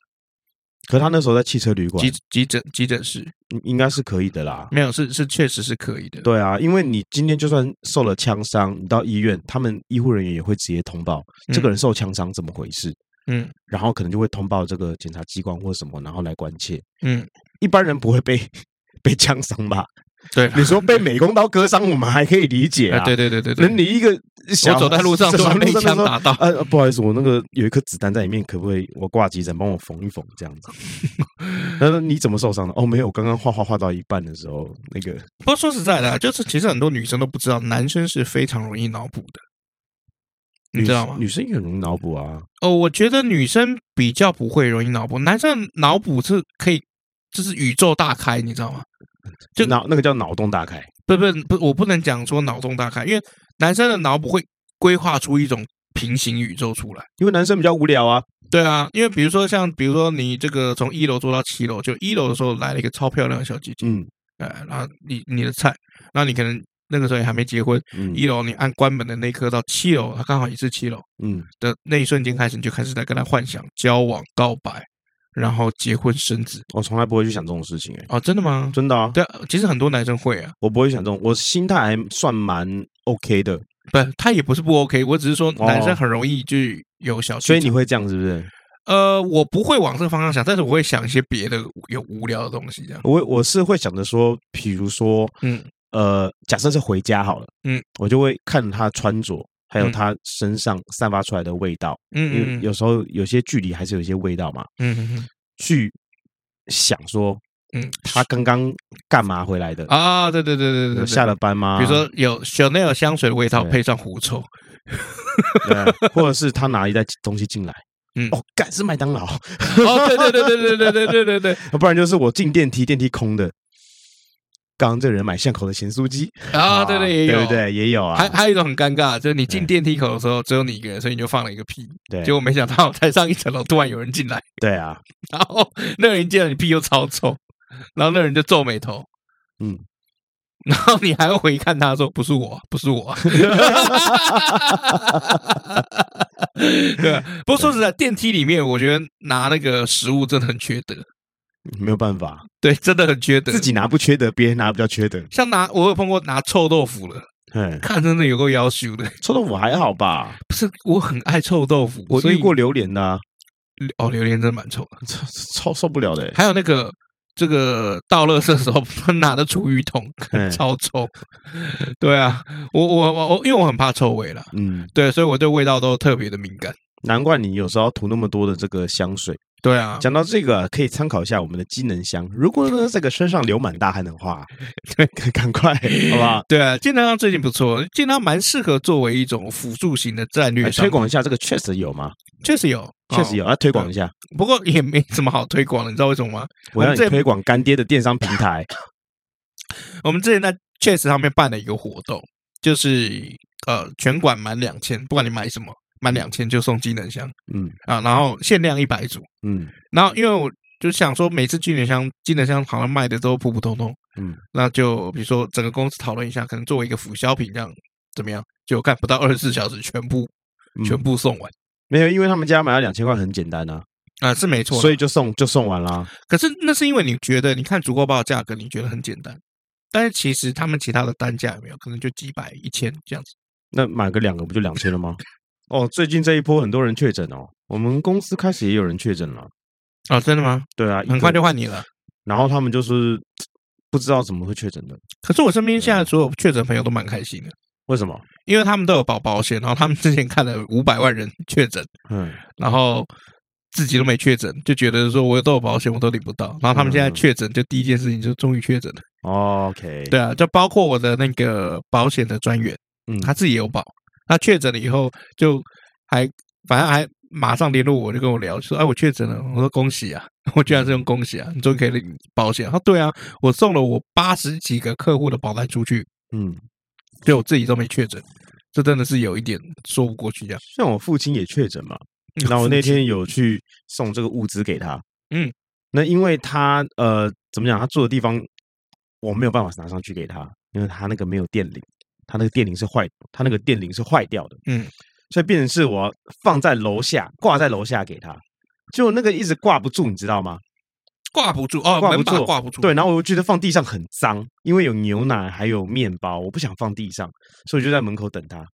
Speaker 2: 可他那时候在汽车旅馆
Speaker 1: 急，急诊急诊室
Speaker 2: 应应该是可以的啦。
Speaker 1: 没有是是确实是可以的。
Speaker 2: 对啊，因为你今天就算受了枪伤，你到医院，他们医护人员也会直接通报
Speaker 1: 嗯
Speaker 2: 这个人受枪伤怎么回事，
Speaker 1: 嗯
Speaker 2: 然后可能就会通报这个检察机关或什么，然后来关切。
Speaker 1: 嗯，
Speaker 2: 一般人不会被被枪伤吧？
Speaker 1: 对啦，
Speaker 2: 你说被美工刀割伤，我们还可以理解
Speaker 1: 哎
Speaker 2: 啊。
Speaker 1: 对对对对
Speaker 2: 那
Speaker 1: 对，
Speaker 2: 你一个小
Speaker 1: 我走 <laughs> 在路上突
Speaker 2: 走在
Speaker 1: 然
Speaker 2: 路
Speaker 1: 被
Speaker 2: 上
Speaker 1: 枪
Speaker 2: 说
Speaker 1: 打到，
Speaker 2: 呃，不好意思，我那个有一颗子弹在里面，可不可以我挂急诊帮我缝一缝这样
Speaker 1: <laughs>
Speaker 2: 子？他说你怎么受伤的？哦，没有，我刚刚画画画到一半的时候，那个
Speaker 1: <laughs> 不过说实在的啊，就是其实很多女生都不知道，男生是非常容易脑补的，你
Speaker 2: 女
Speaker 1: 知道吗？
Speaker 2: 女生也很容易脑补啊，
Speaker 1: 哦，我觉得女生比较不会容易脑补，男生脑补是可以，就是宇宙大开，你知道吗？就
Speaker 2: 脑那个叫脑洞大开。
Speaker 1: 不不不，我不能讲说脑洞大开，因为男生的脑补会规划出一种平行宇宙出来。
Speaker 2: 因为男生比较无聊啊，
Speaker 1: 对啊，因为比如说像，比如说你这个从一楼做到七楼，就一楼的时候来了一个超漂亮的小姐姐，
Speaker 2: 嗯
Speaker 1: 哎，然后你你的菜，然后你可能那个时候也还没结婚，
Speaker 2: 嗯
Speaker 1: 一楼你按关门的那一刻到七楼，她刚好也是七楼
Speaker 2: 嗯，
Speaker 1: 的那一瞬间开始，你就开始在跟她幻想交往、告白，然后结婚生子。
Speaker 2: 我从来不会去想这种事情、欸，
Speaker 1: 哦，真的吗？
Speaker 2: 真的啊，
Speaker 1: 对啊，其实很多男生会啊，
Speaker 2: 我不会想这种，我心态还算蛮 OK 的，
Speaker 1: 不，他也不是不 OK，我只是说
Speaker 2: 哦
Speaker 1: 男生很容易就有小剧
Speaker 2: 所
Speaker 1: 场
Speaker 2: 以你会这样是不是？
Speaker 1: 呃，我不会往这个方向想，但是我会想一些别的有无聊的东西这样。
Speaker 2: 我我是会想着说，比如说，
Speaker 1: 嗯
Speaker 2: 呃，假设是回家好了，
Speaker 1: 嗯，
Speaker 2: 我就会看他穿着，还有
Speaker 1: 嗯
Speaker 2: 他身上散发出来的味道，因为
Speaker 1: 嗯嗯
Speaker 2: 有时候有些距离还是有一些味道嘛，
Speaker 1: 嗯嗯
Speaker 2: 去想说
Speaker 1: 嗯
Speaker 2: 他刚刚干嘛回来的
Speaker 1: 嗯，啊，对对对对
Speaker 2: 有
Speaker 1: 对对，
Speaker 2: 下了班吗？
Speaker 1: 比如说有 Chanel 香水的味道
Speaker 2: 对
Speaker 1: 配上狐臭，
Speaker 2: 对，或者是他拿一袋东西进来，
Speaker 1: 嗯
Speaker 2: 哦，干是麦当劳，
Speaker 1: <laughs> 哦，对对对对对对对对对对，
Speaker 2: 不然就是我进电梯，电梯空的。刚刚这人买巷口的咸酥鸡
Speaker 1: 啊，对对也有，
Speaker 2: 对不对？也有啊，
Speaker 1: 还还有一种很尴尬，就是你进电梯口的时候只有你一个人，所以你就放了一个屁，
Speaker 2: 对
Speaker 1: 结果没想到才上一层楼突然有人进来， <laughs>
Speaker 2: 对啊，
Speaker 1: 然后那人见到你屁又超臭，然后那人就皱眉头， <laughs>
Speaker 2: 嗯，
Speaker 1: 然后你还要回看他说不是我，不是我， <laughs> 对啊。不过说实在，电梯里面我觉得拿那个食物真的很缺德，
Speaker 2: 没有办法，
Speaker 1: 对，真的很缺德
Speaker 2: 自。己拿不缺德，别人拿比较缺德。
Speaker 1: 像拿我有碰过拿臭豆腐了，
Speaker 2: 嗯，
Speaker 1: 看真的有够要求的，
Speaker 2: 臭豆腐还好吧？
Speaker 1: 不是我很爱臭豆腐，
Speaker 2: 我
Speaker 1: 所
Speaker 2: 遇
Speaker 1: 以
Speaker 2: 过榴莲的、啊，
Speaker 1: 哦榴莲真的蛮臭的，
Speaker 2: 超超受不了的、欸。
Speaker 1: 还有那个。这个倒垃圾的时候 <laughs> 拿的厨余桶
Speaker 2: 嗯
Speaker 1: <laughs> 超臭，对啊，我我我我，因为我很怕臭味啦，
Speaker 2: 嗯，
Speaker 1: 对，所以我对味道都特别的敏感。
Speaker 2: 难怪你有时候要涂那么多的这个香水。
Speaker 1: 对啊，
Speaker 2: 讲到这个，可以参考一下我们的机能香。如果呢，这个身上流满大汗的话，
Speaker 1: <laughs> 对，
Speaker 2: 赶快，好不好？
Speaker 1: 对啊，健康最近不错，健康蛮适合作为一种辅助型的战略
Speaker 2: 来推
Speaker 1: 商品，
Speaker 2: 广一下这个，确实有吗？
Speaker 1: 确实有，
Speaker 2: 确实有，
Speaker 1: 哦
Speaker 2: 要推广一下。
Speaker 1: 不过也没什么好推广的，你知道为什么吗？
Speaker 2: 我让
Speaker 1: 我们
Speaker 2: 你
Speaker 1: 这
Speaker 2: 推广干爹的电商平台。
Speaker 1: 我们之前在确实上面办了一个活动，就是呃，全馆满两千，不管你买什么，满两千就送机能箱
Speaker 2: 嗯
Speaker 1: 啊，然后限量一百组，
Speaker 2: 嗯
Speaker 1: 然后因为我就想说，每次机能箱机能箱好像卖的都普普通通，
Speaker 2: 嗯，
Speaker 1: 那就比如说整个公司讨论一下，可能作为一个辅销品这样怎么样？就看不到二十四小时全部
Speaker 2: 嗯
Speaker 1: 全部送完
Speaker 2: 没有，因为他们家买了两千块很简单啊，
Speaker 1: 啊、是没错啦。
Speaker 2: 所以就送就送完啦。
Speaker 1: 可是那是因为你觉得你看足够报的价格，你觉得很简单，但是其实他们其他的单价有没有可能就几百、一千这样子？
Speaker 2: 那买个两个不就两千了吗？哦，最近这一波很多人确诊哦，我们公司开始也有人确诊了。
Speaker 1: 哦，真的吗？
Speaker 2: 对啊，一
Speaker 1: 很
Speaker 2: 个
Speaker 1: 快就换你了。
Speaker 2: 然后他们就是不知道怎么会确诊的，
Speaker 1: 可是我身边现在所有确诊朋友都蛮开心的，
Speaker 2: 为什么？
Speaker 1: 因为他们都有保保险，然后他们之前看了五百万人确诊，
Speaker 2: 嗯，
Speaker 1: 然后自己都没确诊，就觉得说我都有保险，我都领不到。然后他们现在
Speaker 2: 嗯
Speaker 1: 确诊，就第一件事情就终于确诊了。
Speaker 2: 哦，OK，
Speaker 1: 对啊，就包括我的那个保险的专员，
Speaker 2: 嗯，
Speaker 1: 他自己也有保，他确诊了以后就还反正还马上联络我，就跟我聊，就说：“哎，我确诊了。”我说：“恭喜啊！” <laughs> 我居然是用恭喜啊，你终于可以
Speaker 2: 嗯
Speaker 1: 领保险。他说：“对啊，我送了我八十几个客户的保单出去，
Speaker 2: 嗯，
Speaker 1: 对我自己都没确诊，这真的是有一点说不过去这样。
Speaker 2: 像我父亲也确诊嘛，那我那天有去送这个物资给他，
Speaker 1: 嗯，
Speaker 2: 那因为他呃怎么讲，他住的地方我没有办法拿上去给他，因为他那个没有电铃，他那个电铃是坏，他那个电铃是坏掉的，
Speaker 1: 嗯，
Speaker 2: 所以变成是我放在楼下挂在楼下给他，就那个一直挂不住，你知道吗？
Speaker 1: <laughs> 挂不住哦，
Speaker 2: 挂不
Speaker 1: 门把
Speaker 2: 住，
Speaker 1: 挂不住。
Speaker 2: 对，然后我又觉得放地上很脏，因为有牛奶还有面包，我不想放地上，所以我就在门口等他。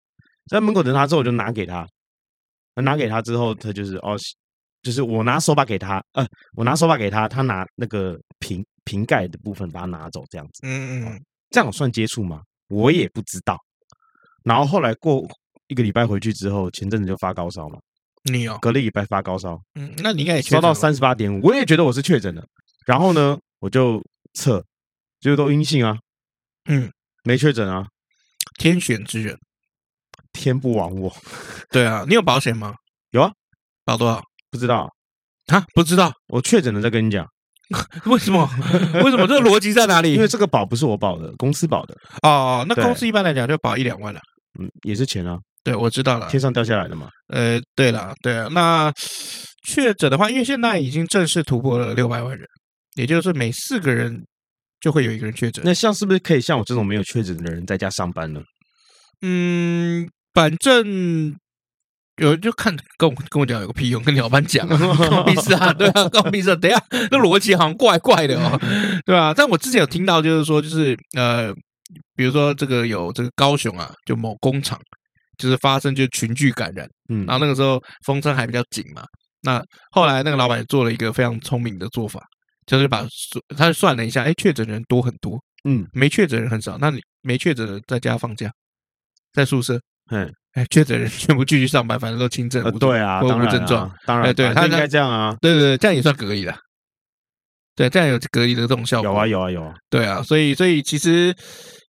Speaker 2: 在门口等他之后，我就拿给他，拿给他之后，他就是哦，就是我拿手把给他，呃，我拿手把给他，他拿那个瓶瓶盖的部分把它拿走，这样子，
Speaker 1: 嗯，嗯嗯，
Speaker 2: 这样算接触吗？我也不知道。然后后来过一个礼拜回去之后，前阵子就发高烧嘛，
Speaker 1: 你哦，
Speaker 2: 隔了一礼拜发高烧，
Speaker 1: 嗯，那你应该也确
Speaker 2: 烧
Speaker 1: 诊
Speaker 2: 到
Speaker 1: 了吧
Speaker 2: 三十八点五，我也觉得我是确诊了。然后呢，我就测，结果都阴性啊，
Speaker 1: 嗯，
Speaker 2: 没确诊啊，
Speaker 1: 天选之人。
Speaker 2: 天不亡我，
Speaker 1: 对啊，你有保险吗？
Speaker 2: 有啊，
Speaker 1: 保多少
Speaker 2: 不知道，
Speaker 1: 啊？不知道
Speaker 2: 我确诊了再跟你讲，
Speaker 1: <laughs> 为什么？为什么这个逻辑在哪里
Speaker 2: 因为？这个保不是我保的，公司保的，
Speaker 1: 哦，那
Speaker 2: 对
Speaker 1: 公司一般来讲就保一两万了。
Speaker 2: 嗯，也是钱啊，
Speaker 1: 对，我知道了。
Speaker 2: 天上掉下来的嘛，
Speaker 1: 呃，对了，对啊，那确诊的话，因为现在已经正式突破了六百万人，也就是每四个人就会有一个人确诊。
Speaker 2: 那像是不是可以像我这种没有确诊的人在家上班呢？
Speaker 1: 嗯，反正有就看跟我跟我讲有个屁用，跟你老板讲啊，关我屁事啊，对啊，关我屁事啊、等一下那逻辑好像怪怪的哦，对吧、但我之前有听到，就是说，就是呃，比如说这个有这个高雄啊，就某工厂就是发生就群聚感染，
Speaker 2: 嗯
Speaker 1: 然后那个时候风声还比较紧嘛，那后来那个老板也做了一个非常聪明的做法，就是把所他算了一下，哎，确诊人多很多，
Speaker 2: 嗯，
Speaker 1: 没确诊人很少，那你没确诊的在家放假，在宿舍，
Speaker 2: 嗯，
Speaker 1: 哎，确诊人 <laughs> 全部继续上班，反正都轻症
Speaker 2: 呃，
Speaker 1: 无症，
Speaker 2: 对啊，
Speaker 1: 都
Speaker 2: 当
Speaker 1: 无
Speaker 2: 然
Speaker 1: 症状
Speaker 2: 啊，，当然
Speaker 1: 哎
Speaker 2: 啊，
Speaker 1: 对
Speaker 2: 就
Speaker 1: 他
Speaker 2: 应
Speaker 1: 他
Speaker 2: 该这样啊，
Speaker 1: 对对对，这样也算隔离了。对，这样有隔离的这种效果。
Speaker 2: 有啊，有啊，有啊，
Speaker 1: 对啊，所以所以其实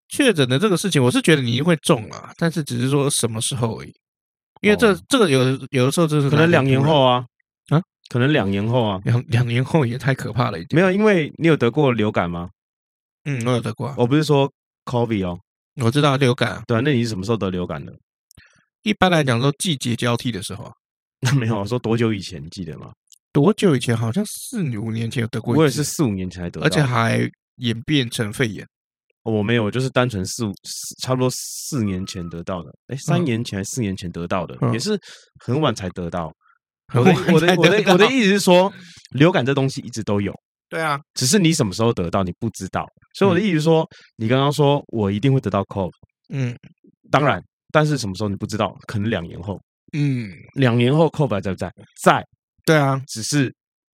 Speaker 1: 确诊的这个事情，我是觉得你一定会中啊，但是只是说什么时候而已，因为这、
Speaker 2: 哦
Speaker 1: 这个有的有的时候就是
Speaker 2: 可能两年后啊，
Speaker 1: 啊，
Speaker 2: 可能两年后啊，
Speaker 1: 两两年后也太可怕了一点。
Speaker 2: 没有，因为你有得过流感吗？
Speaker 1: 嗯，我有得过啊，
Speaker 2: 我不是说 COVID 哦，
Speaker 1: 我知道流感啊，
Speaker 2: 对啊，那你是什么时候得流感的？ <laughs>
Speaker 1: 一般来讲都季节交替的时候啊，
Speaker 2: 没有，我说多久以前，你记得吗？
Speaker 1: 多久以前？好像四五年前有得过一次，啊
Speaker 2: 我也是啊四五年前才得到，
Speaker 1: 而且还演变成肺炎。
Speaker 2: 我没有，我就是单纯四五四差不多四年前得到的，哎，三年前、还是四年前得到的，
Speaker 1: 嗯
Speaker 2: 也是很晚才得
Speaker 1: <laughs>
Speaker 2: 到。
Speaker 1: 很
Speaker 2: 我的
Speaker 1: 晚
Speaker 2: 我的
Speaker 1: 才
Speaker 2: 我
Speaker 1: 得到
Speaker 2: 的我的意思是说，流感这东西一直都有，
Speaker 1: 对啊，
Speaker 2: 只是你什么时候得到你不知道。所以我的意思是说，你刚刚说我一定会得到 COVID，
Speaker 1: 嗯
Speaker 2: 当然，但是什么时候你不知道，可能两年后，
Speaker 1: 嗯，
Speaker 2: 两年后 COVID 还在不在？在，
Speaker 1: 对啊，
Speaker 2: 只是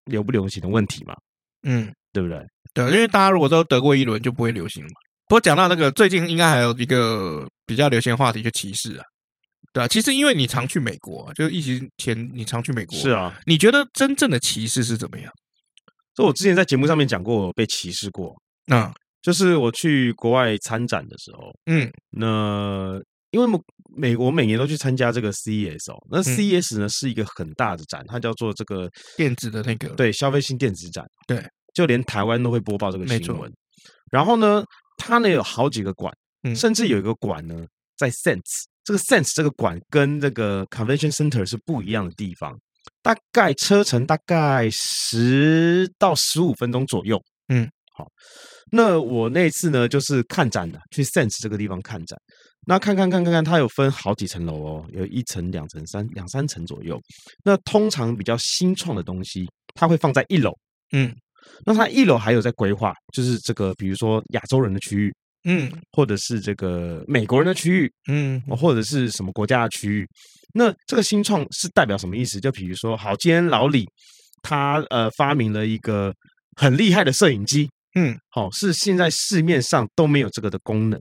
Speaker 2: 流不流行的问题嘛，
Speaker 1: 嗯。
Speaker 2: 对不对？
Speaker 1: 对，因为大家如果都得过一轮，就不会流行了嘛。不过讲到那个，最近应该还有一个比较流行的话题，就歧视啊，对啊，其实因为你常去美国啊，就是疫情前你常去美国，
Speaker 2: 是，啊，
Speaker 1: 你觉得真正的歧视是怎么样？
Speaker 2: 所以我之前在节目上面讲过，我被歧视过。
Speaker 1: 那
Speaker 2: 就是我去国外参展的时候，
Speaker 1: 啊嗯
Speaker 2: 那因为美美国每年都去参加这个 CES 哦，
Speaker 1: 嗯
Speaker 2: 那 CES 呢、是一个很大的展，它叫做这个
Speaker 1: 电子的那个，，
Speaker 2: 对消费性电子展，
Speaker 1: 对，
Speaker 2: 就连台湾都会播报这个
Speaker 1: 没
Speaker 2: 新
Speaker 1: 错
Speaker 2: 闻。然后呢，它呢有好几个馆，
Speaker 1: 嗯
Speaker 2: 甚至有一个馆呢在 Sense，这个 Sense 这个馆跟这个 Convention Center 是不一样的地方，大概车程大概十到十五分钟左右。
Speaker 1: 嗯，
Speaker 2: 好，那我那次呢就是看展的，去 Sense 这个地方看展。那看看看看看，它有分好几层楼哦，有一层、两层、三两三层左右。那通常比较新创的东西，它会放在一楼。
Speaker 1: 嗯
Speaker 2: 那它一楼还有在规划，就是这个，比如说亚洲人的区域，
Speaker 1: 嗯
Speaker 2: 或者是这个美国人的区域，
Speaker 1: 嗯
Speaker 2: 哦或者是什么国家的区域。那这个新创是代表什么意思？就比如说，好，今天老李他呃发明了一个很厉害的摄影机，
Speaker 1: 嗯，
Speaker 2: 好、是现在市面上都没有这个的功能。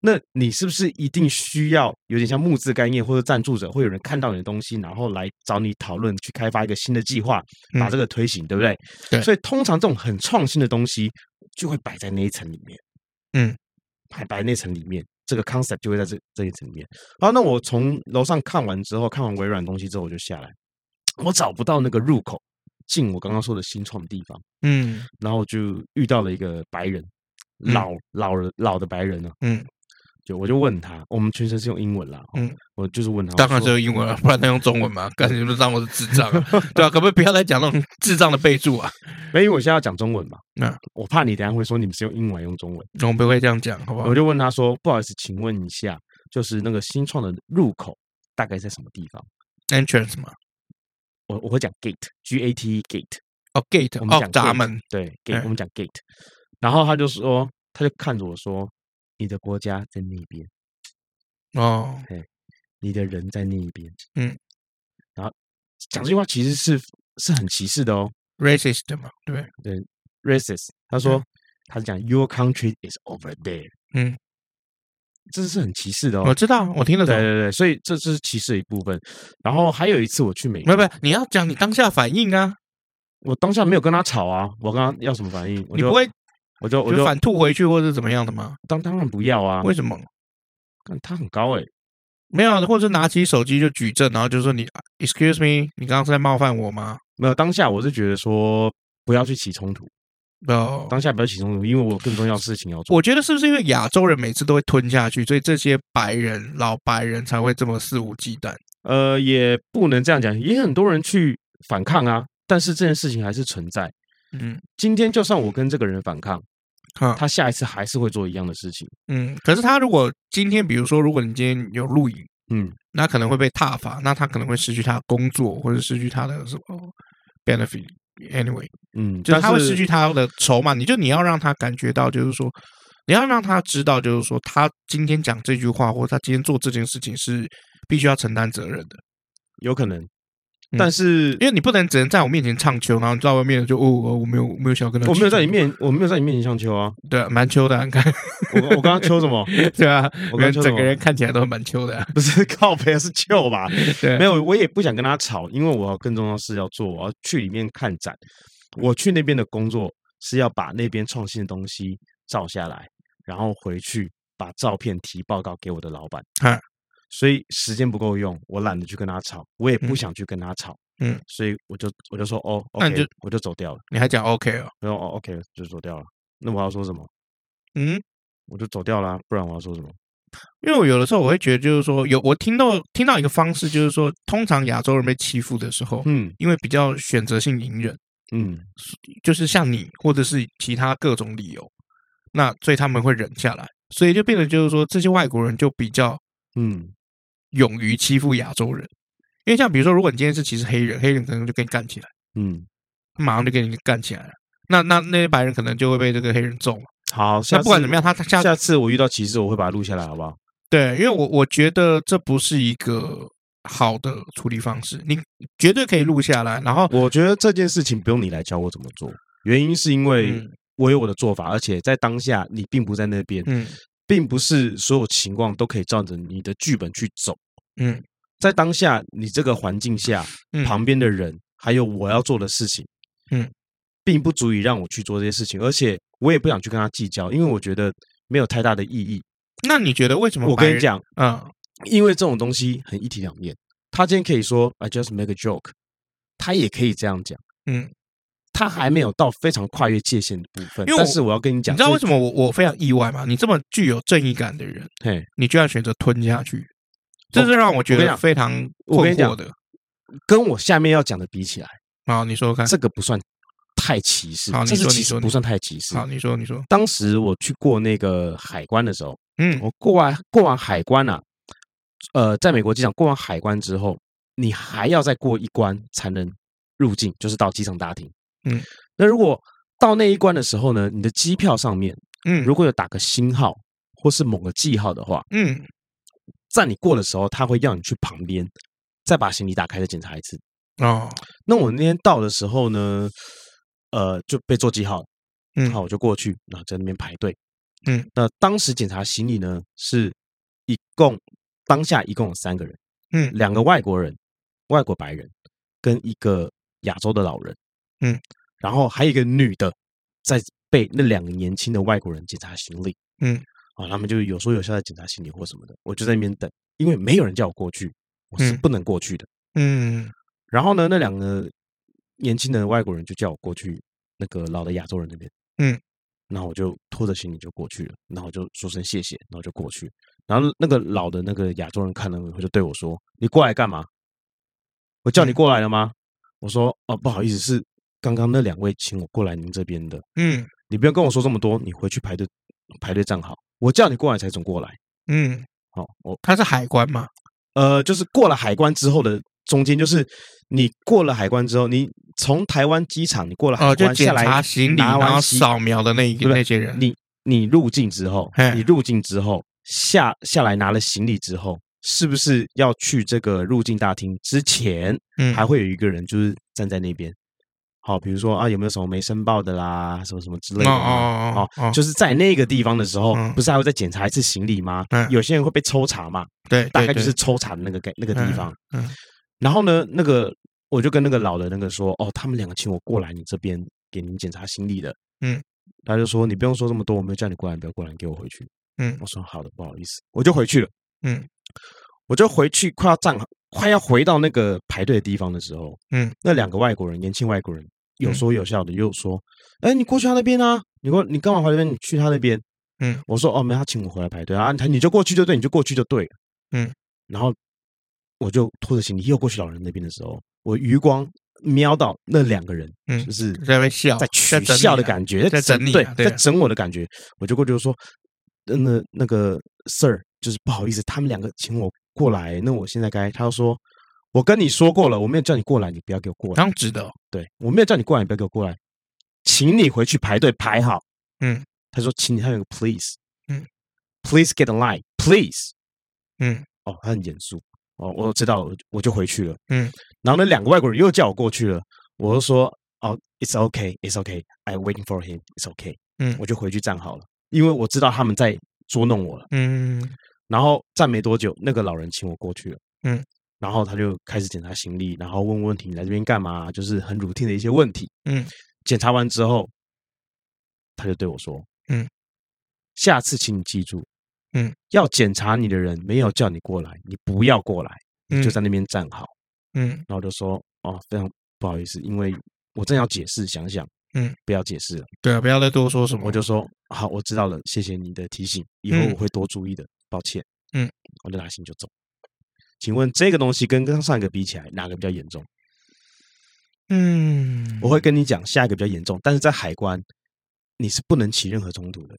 Speaker 2: 那你是不是一定需要有点像募资概念或者赞助者，会有人看到你的东西，然后来找你讨论，去开发一个新的计划，把
Speaker 1: 嗯
Speaker 2: 这个推行，对不对？
Speaker 1: 对
Speaker 2: 所以通常这种很创新的东西就会摆在那一层里面，
Speaker 1: 嗯，
Speaker 2: 摆摆在那层里面，这个 concept 就会在这这一层里面。好，那我从楼上看完之后，看完微软的东西之后，我就下来，我找不到那个入口进我刚刚说的新创的地方，
Speaker 1: 嗯
Speaker 2: 然后就遇到了一个白人，
Speaker 1: 嗯
Speaker 2: 老老人老的白人啊，
Speaker 1: 嗯，
Speaker 2: 就我就问他，我们全程是用英文啦，
Speaker 1: 嗯
Speaker 2: 嗯，我就是问他，
Speaker 1: 当
Speaker 2: 我
Speaker 1: 然是
Speaker 2: 说嗯
Speaker 1: 用英文啊了，不然他用中文嘛？感觉让我是智障啊，对啊，可不可以不要再讲那种智障的备注啊？
Speaker 2: 没有，因为我现在要讲中文嘛，
Speaker 1: 嗯
Speaker 2: 我怕你等一下会说你们是用英文还是用中文，
Speaker 1: 我们不会这样讲，好不好
Speaker 2: 我？就问他说，不好意思，请问一下，就是那个新创的入口大概在什么地方？
Speaker 1: entrance 嘛，
Speaker 2: 我我会讲 gate g a t e gate，
Speaker 1: 哦 gate
Speaker 2: 我们
Speaker 1: 哦
Speaker 2: 讲
Speaker 1: 闸
Speaker 2: gate，
Speaker 1: 门，
Speaker 2: 对 gate，
Speaker 1: 嗯
Speaker 2: 我们讲 gate，然后他就说，他就看着我说，你的国家在那边，
Speaker 1: 哦，
Speaker 2: 你的人在那一边，
Speaker 1: 嗯，
Speaker 2: 然后讲这句话其实是是很歧视的哦
Speaker 1: racist 嘛，对不对？
Speaker 2: ，racist，他说、他是讲 your country is over there，
Speaker 1: 嗯，
Speaker 2: 这是很歧视的哦
Speaker 1: 我。知道，我听得
Speaker 2: 对
Speaker 1: 懂。
Speaker 2: 对对，所以这是歧视的一部分。然后还有一次我去美
Speaker 1: 没
Speaker 2: 国，
Speaker 1: 有没有，你要讲你当下反应啊，
Speaker 2: 我当下没有跟他吵啊，我刚刚要什么反应？我
Speaker 1: 你
Speaker 2: 就
Speaker 1: 不会
Speaker 2: 我就我
Speaker 1: 就
Speaker 2: 就
Speaker 1: 反吐回去或者怎么样的吗？
Speaker 2: 当当然不要啊，
Speaker 1: 为什么？
Speaker 2: 干他很高哎、
Speaker 1: 没有，啊或者拿起手机就举证，然后就说你啊 excuse me，你刚刚是在冒犯我吗？
Speaker 2: 没有当下我是觉得说不要去起冲突，
Speaker 1: 哦，
Speaker 2: 当下不要起冲突，因为我有更重要的事情要做。
Speaker 1: 我觉得是不是因为亚洲人每次都会吞下去，所以这些白人老白人才会这么肆无忌惮？
Speaker 2: 呃，也不能这样讲，也很多人去反抗啊，但是这件事情还是存在。
Speaker 1: 嗯，
Speaker 2: 今天就算我跟这个人反抗，
Speaker 1: 哈，
Speaker 2: 他下一次还是会做一样的事情。
Speaker 1: 嗯，可是他如果今天，比如说，如果你今天有录影，
Speaker 2: 嗯，
Speaker 1: 那可能会被踏伐，那他可能会失去他的工作，或者失去他的什么 benefit。Anyway，
Speaker 2: 嗯，
Speaker 1: 就是
Speaker 2: 但
Speaker 1: 他会失去他的筹码，你就你要让他感觉到，就是说，你要让他知道，就是说，他今天讲这句话，或者他今天做这件事情是必须要承担责任的，
Speaker 2: 有可能，但是
Speaker 1: 嗯因为你不能只能在我面前唱秋，然后你在外面就哦，我没有我没有想要跟他，
Speaker 2: 我没有在你，面，我没有在你面前上秋啊。
Speaker 1: 对啊，蛮秋的啊， <laughs> 你看，
Speaker 2: 我我刚刚秋什么？ <laughs>
Speaker 1: 对啊，
Speaker 2: 我刚刚秋什
Speaker 1: 整
Speaker 2: 么
Speaker 1: 个？人看起来都蛮秋的啊，
Speaker 2: 不是靠背，是秋吧？
Speaker 1: 对，啊
Speaker 2: 没有，我也不想跟他吵，因为我有更重要的事要做，我要去里面看展。我去那边的工作是要把那边创新的东西照下来，然后回去把照片提报告给我的老板
Speaker 1: 啊。
Speaker 2: 所以时间不够用，我懒得去跟他吵，我也不
Speaker 1: 嗯
Speaker 2: 想去跟他吵。
Speaker 1: 嗯，
Speaker 2: 所以我就我就说哦
Speaker 1: 那你
Speaker 2: ，OK，
Speaker 1: 就
Speaker 2: 我就走掉了。
Speaker 1: 你还讲 OK 哦，
Speaker 2: 然后哦，OK，就走掉了。那我要说什么？
Speaker 1: 嗯。
Speaker 2: 我就走掉了啊，不然我要说什么？
Speaker 1: 因为我有的时候我会觉得，就是说有我听到听到一个方式，就是说，通常亚洲人被欺负的时候，
Speaker 2: 嗯
Speaker 1: 因为比较选择性隐忍，
Speaker 2: 嗯，
Speaker 1: 就是像你或者是其他各种理由，那所以他们会忍下来，所以就变得就是说，这些外国人就比较
Speaker 2: 嗯，
Speaker 1: 勇于欺负亚洲人，因为像比如说，如果你今天是其实黑人，黑人可能就跟你干起来，
Speaker 2: 嗯，
Speaker 1: 马上就跟你干起来了。那那那些白人可能就会被这个黑人揍嘛。
Speaker 2: 好，下
Speaker 1: 那不管
Speaker 2: 次
Speaker 1: 怎么样，他他下
Speaker 2: 下次我遇到歧视，我会把它录下来，好不好？
Speaker 1: 对，因为我我觉得这不是一个好的处理方式，你绝对可以录下来，然 <laughs> 后
Speaker 2: 我觉得这件事情不用你来教我怎么做，原因是因为
Speaker 1: 嗯
Speaker 2: 我有我的做法，而且在当下你并不在那边，
Speaker 1: 嗯
Speaker 2: 并不是所有情况都可以照着你的剧本去走。
Speaker 1: 嗯
Speaker 2: 在当下你这个环境
Speaker 1: <laughs>
Speaker 2: 下，
Speaker 1: 嗯
Speaker 2: 旁边的人还有我要做的事情，
Speaker 1: 嗯，
Speaker 2: 并不足以让我去做这些事情，而且我也不想去跟他计较，因为我觉得没有太大的意义。
Speaker 1: 那你觉得为什么？
Speaker 2: 我跟你，讲，
Speaker 1: 嗯
Speaker 2: 因为这种东西很一体两面，他今天可以说 I just make a joke，他也可以这样讲。
Speaker 1: 嗯，
Speaker 2: 他还没有到非常跨越界限的部分
Speaker 1: 因为，我
Speaker 2: 但是我要跟你
Speaker 1: 你
Speaker 2: 讲，
Speaker 1: 知道为
Speaker 2: 么？
Speaker 1: 什么我我非常意外吗？你这么具有正义感的人，
Speaker 2: 嘿，
Speaker 1: 你居然选择吞下去，这是让我觉
Speaker 2: 我跟你
Speaker 1: 得
Speaker 2: 讲
Speaker 1: 非常
Speaker 2: 我跟
Speaker 1: 困
Speaker 2: 你讲
Speaker 1: 惑的。
Speaker 2: 跟我下面要讲的比起来，
Speaker 1: 好，你说说看。
Speaker 2: 这个不算太歧视
Speaker 1: 啊好，你
Speaker 2: 这是
Speaker 1: 说
Speaker 2: 其
Speaker 1: 你
Speaker 2: 实
Speaker 1: 说
Speaker 2: 不
Speaker 1: 你
Speaker 2: 算太歧视。
Speaker 1: 好，你说，你说，
Speaker 2: 当时我去过那个海关的时候，
Speaker 1: 嗯
Speaker 2: 我过完过完海关啊，呃，在美国机场过完海关之后，你还要再过一关才能入境，就是到机场大厅。
Speaker 1: 嗯，
Speaker 2: 那如果到那一关的时候呢，你的机票上面
Speaker 1: 嗯，
Speaker 2: 如果有打个星号或是某个记号的话，
Speaker 1: 嗯
Speaker 2: 在你过的时候，他会要你去旁边再把行李打开再检查一次。
Speaker 1: 哦，
Speaker 2: 那我那天到的时候呢，呃，就被做记号了，
Speaker 1: 嗯
Speaker 2: 然后我就过去，然后在那边排队。
Speaker 1: 嗯，
Speaker 2: 那当时检查行李呢，是一共当下一共有三个人，
Speaker 1: 嗯
Speaker 2: 两个外国人，外国白人跟一个亚洲的老人，
Speaker 1: 嗯，
Speaker 2: 然后还有一个女的在被那两个年轻的外国人检查行李，
Speaker 1: 嗯，
Speaker 2: 啊，他们就有说有笑在检查行李或什么的，我就在那边等，因为没有人叫我过去，我是
Speaker 1: 嗯
Speaker 2: 不能过去的。
Speaker 1: 嗯
Speaker 2: 然后呢，那两个年轻的外国人就叫我过去那个老的亚洲人那边，
Speaker 1: 嗯，
Speaker 2: 然后我就拖着行李就过去了，然后我就说声谢谢，然后就过去，然后那个老的那个亚洲人看了我以后就对我说：“你过来干嘛？我
Speaker 1: 嗯
Speaker 2: 叫你过来了吗？”我说：“哦，不好意思，是刚刚那两位请我过来您这边的，
Speaker 1: 嗯
Speaker 2: 你不要跟我说这么多，你回去排队排队站好，我叫你过来才总过来。”
Speaker 1: 嗯，
Speaker 2: 好、我
Speaker 1: 他是海关嘛，
Speaker 2: 呃，就是过了海关之后的中间，就是你过了海关之后，你从台湾机场你过啊了海
Speaker 1: 哦，就
Speaker 2: 关下
Speaker 1: 检
Speaker 2: 来，
Speaker 1: 查行李，
Speaker 2: 拿
Speaker 1: 然
Speaker 2: 完
Speaker 1: 后
Speaker 2: 行
Speaker 1: 扫描的那一
Speaker 2: 对不对
Speaker 1: 那些人，
Speaker 2: 你你入境之后
Speaker 1: 嘿，
Speaker 2: 你入境之后下下来拿了行李之后，是不是要去这个入境大厅之前，
Speaker 1: 嗯，
Speaker 2: 还会有一个人就是站在那边？好，比如说啊，有没有什么没申报的啦，什么什么之类的
Speaker 1: 哦
Speaker 2: 啊？
Speaker 1: 哦
Speaker 2: 哦
Speaker 1: 哦哦，
Speaker 2: 就是在那个地方的时候，
Speaker 1: 嗯
Speaker 2: 不是还会再检查一次行李吗？
Speaker 1: 嗯
Speaker 2: 有些人会被抽查嘛，
Speaker 1: 对，
Speaker 2: 大
Speaker 1: 对
Speaker 2: 概就
Speaker 1: 对
Speaker 2: 是抽查的那个概那个地方。
Speaker 1: 嗯嗯
Speaker 2: 然后呢，那个我就跟那个老的那个说，哦，他们两个请我过来你这边给您检查行李的。
Speaker 1: 嗯，
Speaker 2: 他就说你不用说这么多，我没有叫你过来，你不要过来，你给我回去。
Speaker 1: 嗯
Speaker 2: 我说好的，不好意思，我就回去了。
Speaker 1: 嗯，
Speaker 2: 我就回去，快要站好，快要回到那个排队的地方的时候，
Speaker 1: 嗯，
Speaker 2: 那两个外国人，年轻外国人，有
Speaker 1: 嗯
Speaker 2: 说有笑的，又说，哎，你过去他那边啊，你过你干嘛回来那边？你去他那边。
Speaker 1: 嗯，
Speaker 2: 我说哦，没有，他请我回来排队啊，他你就过去就对，你就过去就对了。
Speaker 1: 嗯，
Speaker 2: 然后我就拖着行李又过去老人那边的时候，我余光瞄到那两个人，
Speaker 1: 嗯
Speaker 2: 就是
Speaker 1: 在那边笑，
Speaker 2: 在取
Speaker 1: 整
Speaker 2: 笑
Speaker 1: 你
Speaker 2: 的
Speaker 1: 啊
Speaker 2: 感觉，
Speaker 1: 在整
Speaker 2: 整
Speaker 1: 你
Speaker 2: 对
Speaker 1: 啊，对
Speaker 2: 在
Speaker 1: 啊
Speaker 2: 整我的感觉，我就过去就说，呃那那个 sir，就是不好意思，他们两个请我过来，那我现在该，他就说，我跟你说过了，我没有叫你过来，你不要给我过来，
Speaker 1: 当值的哦，
Speaker 2: 对我没有叫你过来，你不要给我过来，请你回去排队排好，
Speaker 1: 嗯，
Speaker 2: 他说，请你还有个 please，
Speaker 1: 嗯
Speaker 2: ，please get in line，please，
Speaker 1: 嗯
Speaker 2: 哦，他很严肃。哦，我知道了，我就我就回去了。
Speaker 1: 嗯，
Speaker 2: 然后那两个外国人又叫我过去了，我就说哦，it's okay，it's okay，I waiting for him，it's okay。
Speaker 1: 嗯
Speaker 2: 我就回去站好了，因为我知道他们在捉弄我了。
Speaker 1: 嗯
Speaker 2: 然后站没多久，那个老人请我过去了。
Speaker 1: 嗯，
Speaker 2: 然后他就开始检查行李，然后问问题，你来这边干嘛？啊就是很 routine 的一些问题。
Speaker 1: 嗯
Speaker 2: 检查完之后，他就对我说：“
Speaker 1: 嗯，
Speaker 2: 下次请你记住，
Speaker 1: 嗯，
Speaker 2: 要检查你的人没有叫你过来，你不要过来，你就
Speaker 1: 嗯
Speaker 2: 在那边站好。
Speaker 1: 嗯
Speaker 2: 然后我就说：“哦，非常不好意思，因为我正要解释，想想，
Speaker 1: 嗯，
Speaker 2: 不要解释了。
Speaker 1: 对啊，不要再多说什么，
Speaker 2: 我就说：“好，我知道了，谢谢你的提醒，以后
Speaker 1: 嗯
Speaker 2: 我会多注意的，抱歉。”
Speaker 1: 嗯，
Speaker 2: 我就拿行就走。请问这个东西跟刚上一个比起来，哪个比较严重？
Speaker 1: 嗯，
Speaker 2: 我会跟你讲下一个比较严重，但是在海关你是不能起任何冲突的。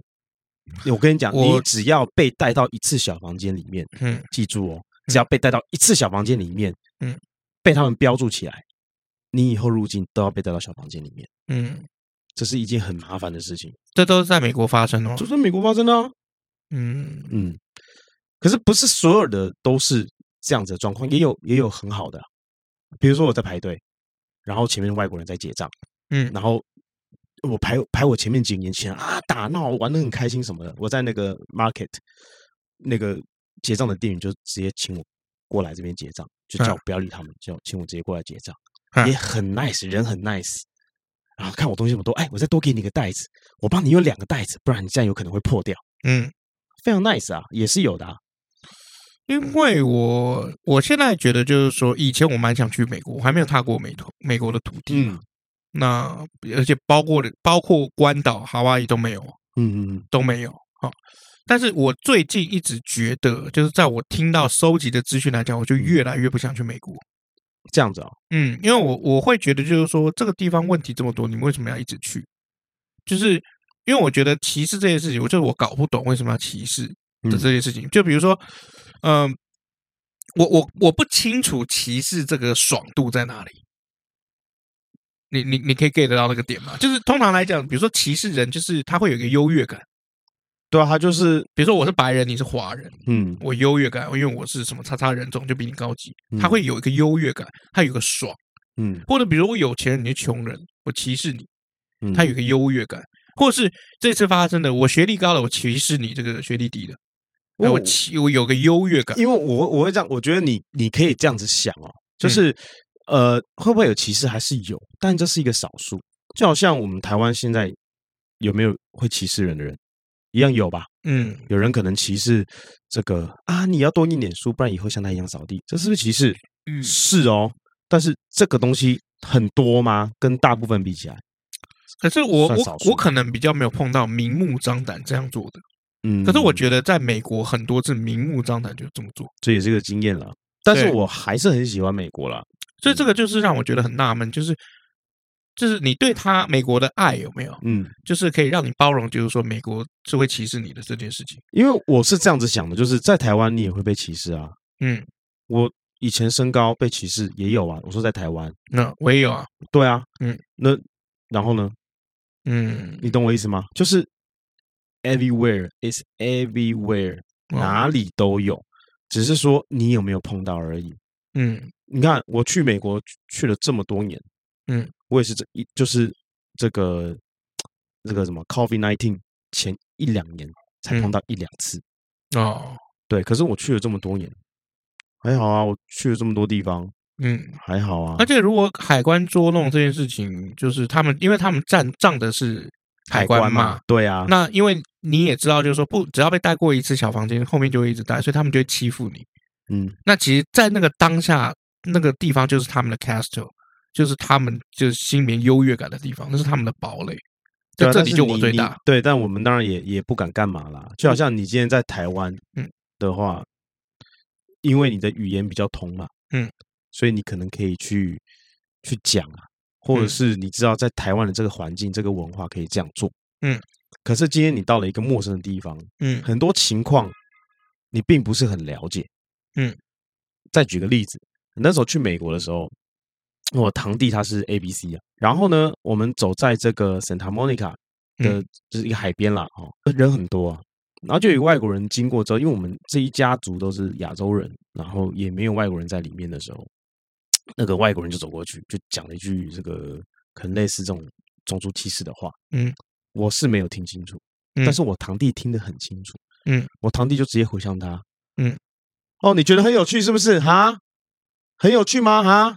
Speaker 2: 我跟你讲，
Speaker 1: 我
Speaker 2: 你只要被带到一次小房间里面，
Speaker 1: 嗯
Speaker 2: 记住哦，只要被带到一次小房间里面，
Speaker 1: 嗯，
Speaker 2: 被他们标注起来，你以后入境都要被带到小房间里面，
Speaker 1: 嗯，
Speaker 2: 这是一件很麻烦的事情。
Speaker 1: 这都是在美国发生的吗哦
Speaker 2: 就？在美国发生的、啊，
Speaker 1: 嗯
Speaker 2: 嗯，可是不是所有的都是这样子的状况，也有也有很好的啊、比如说我在排队，然后前面外国人在结账。
Speaker 1: 嗯
Speaker 2: 然后我排排我前面几个年轻人啊，打闹玩的很开心什么的。我在那个 market 那个结账的店员就直接请我过来这边结账，就叫我不要理他们，叫请我直接过来结账，
Speaker 1: 嗯
Speaker 2: 也很 nice，人很 nice。然后看我东西这么多，哎，我再多给你一个袋子，我帮你用两个袋子，不然你这样有可能会破掉。
Speaker 1: 嗯，
Speaker 2: 非常 nice 啊，也是有的、啊。
Speaker 1: 因为我我现在觉得就是说，以前我蛮想去美国，我还没有踏过美土美国的土地嘛。
Speaker 2: 嗯
Speaker 1: 那而且包括包括关岛、夏威夷都没有，啊
Speaker 2: 嗯嗯
Speaker 1: 都没有。好、但是我最近一直觉得，就是在我听到收集的资讯来讲，我就越来越不想去美国。
Speaker 2: 这样子哦，
Speaker 1: 嗯，因为我我会觉得就是说，这个地方问题这么多，你们为什么要一直去？就是因为我觉得歧视这件事情，我就是我搞不懂为什么要歧视的
Speaker 2: 嗯
Speaker 1: 这件事情。就比如说，嗯、我我我不清楚歧视这个爽度在哪里。你你你可以 get 得到那个点吗？就是通常来讲，比如说歧视人，就是他会有一个优越感。
Speaker 2: 对啊，他就是
Speaker 1: 比如说我是白人，你是华人，
Speaker 2: 嗯
Speaker 1: 我优越感，因为我是什么叉叉人种就比你高级，
Speaker 2: 嗯
Speaker 1: 他会有一个优越感，他有个爽。
Speaker 2: 嗯
Speaker 1: 或者比如我有钱人，你是穷人，我歧视你，
Speaker 2: 嗯，
Speaker 1: 他有一个优越感。或是这次发生的，我学历高了，我歧视你这个学历低的，哎我
Speaker 2: 哦
Speaker 1: 歧我有个优越感。
Speaker 2: 因为我我会这样，我觉得你你可以这样子想哦，就是、呃，会不会有歧视还是有，但这是一个少数，就好像我们台湾现在有没有会歧视人的人一样有吧？
Speaker 1: 嗯，
Speaker 2: 有人可能歧视这个啊，你要多念点书，不然以后像他一样扫地，这是不是歧视？
Speaker 1: 嗯
Speaker 2: 是哦，但是这个东西很多吗？跟大部分比起来，
Speaker 1: 可是我
Speaker 2: 算
Speaker 1: 我
Speaker 2: 少数
Speaker 1: 我可能比较没有碰到明目张胆这样做的，
Speaker 2: 嗯，
Speaker 1: 可是我觉得在美国很多是明目张胆就这么做，
Speaker 2: 这也是个经验了。但是
Speaker 1: 对
Speaker 2: 我还是很喜欢美国啦。
Speaker 1: 所以这个就是让我觉得很纳闷，就是就是你对他美国的爱有没有，
Speaker 2: 嗯，
Speaker 1: 就是可以让你包容，就是说美国是会歧视你的这件事情。
Speaker 2: 因为我是这样子想的，就是在台湾你也会被歧视啊。
Speaker 1: 嗯，
Speaker 2: 我以前身高被歧视也有啊。我说在台湾，
Speaker 1: 那我也有啊，
Speaker 2: 对啊，
Speaker 1: 嗯，
Speaker 2: 那然后呢？
Speaker 1: 嗯，
Speaker 2: 你懂我意思吗？就是 everywhere is everywhere，、
Speaker 1: 哦
Speaker 2: 哪里都有，只是说你有没有碰到而已。
Speaker 1: 嗯
Speaker 2: 你看，我去美国去去了这么多年，
Speaker 1: 嗯，
Speaker 2: 我也是这一就是这个这个什么 COVID nineteen 前一两年才碰
Speaker 1: 嗯
Speaker 2: 到一两次，
Speaker 1: 哦，
Speaker 2: 对。可是我去了这么多年，还好啊，我去了这么多地方，
Speaker 1: 嗯，
Speaker 2: 还好啊。
Speaker 1: 而且如果海关捉弄这件事情，就是他们，因为他们占仗的是海关嘛，，
Speaker 2: 对啊，
Speaker 1: 那因为你也知道，就是说不只要被带过一次小房间，后面就会一直带，所以他们就会欺负你。
Speaker 2: 嗯，
Speaker 1: 那其实，在那个当下，那个地方就是他们的 castle，就是他们就是心里面优越感的地方，那是他们的堡垒。
Speaker 2: 对
Speaker 1: 在
Speaker 2: 啊，
Speaker 1: 这
Speaker 2: 但
Speaker 1: 里
Speaker 2: 是
Speaker 1: 就我
Speaker 2: 你
Speaker 1: 最
Speaker 2: 你
Speaker 1: 大。
Speaker 2: 对，但我们当然也也不敢干嘛啦。就好像你今天在台湾，
Speaker 1: 嗯
Speaker 2: 的话，因为你的语言比较通嘛，
Speaker 1: 嗯，
Speaker 2: 所以你可能可以去去讲啊，或者
Speaker 1: 嗯
Speaker 2: 是你知道在台湾的这个环境、这个文化可以这样做，
Speaker 1: 嗯。
Speaker 2: 可是今天你到了一个陌生的地方，
Speaker 1: 嗯
Speaker 2: 很多情况你并不是很了解，
Speaker 1: 嗯。
Speaker 2: 再举个例子，那时候去美国的时候，我堂弟他是 A B C 啊，然后呢，我们走在这个 Santa Monica 的，
Speaker 1: 嗯
Speaker 2: 就是一个海边啦，哦，人很多啊。然后就有一个外国人经过之后，因为我们这一家族都是亚洲人，然后也没有外国人在里面的时候，那个外国人就走过去，就讲了一句这个可能类似这种种族歧视的话。
Speaker 1: 嗯，
Speaker 2: 我是没有听清楚，
Speaker 1: 嗯
Speaker 2: 但是我堂弟听得很清楚。
Speaker 1: 嗯，
Speaker 2: 我堂弟就直接回向他。
Speaker 1: 嗯，
Speaker 2: 哦，你觉得很有趣是不是？哈，很有趣吗？哈，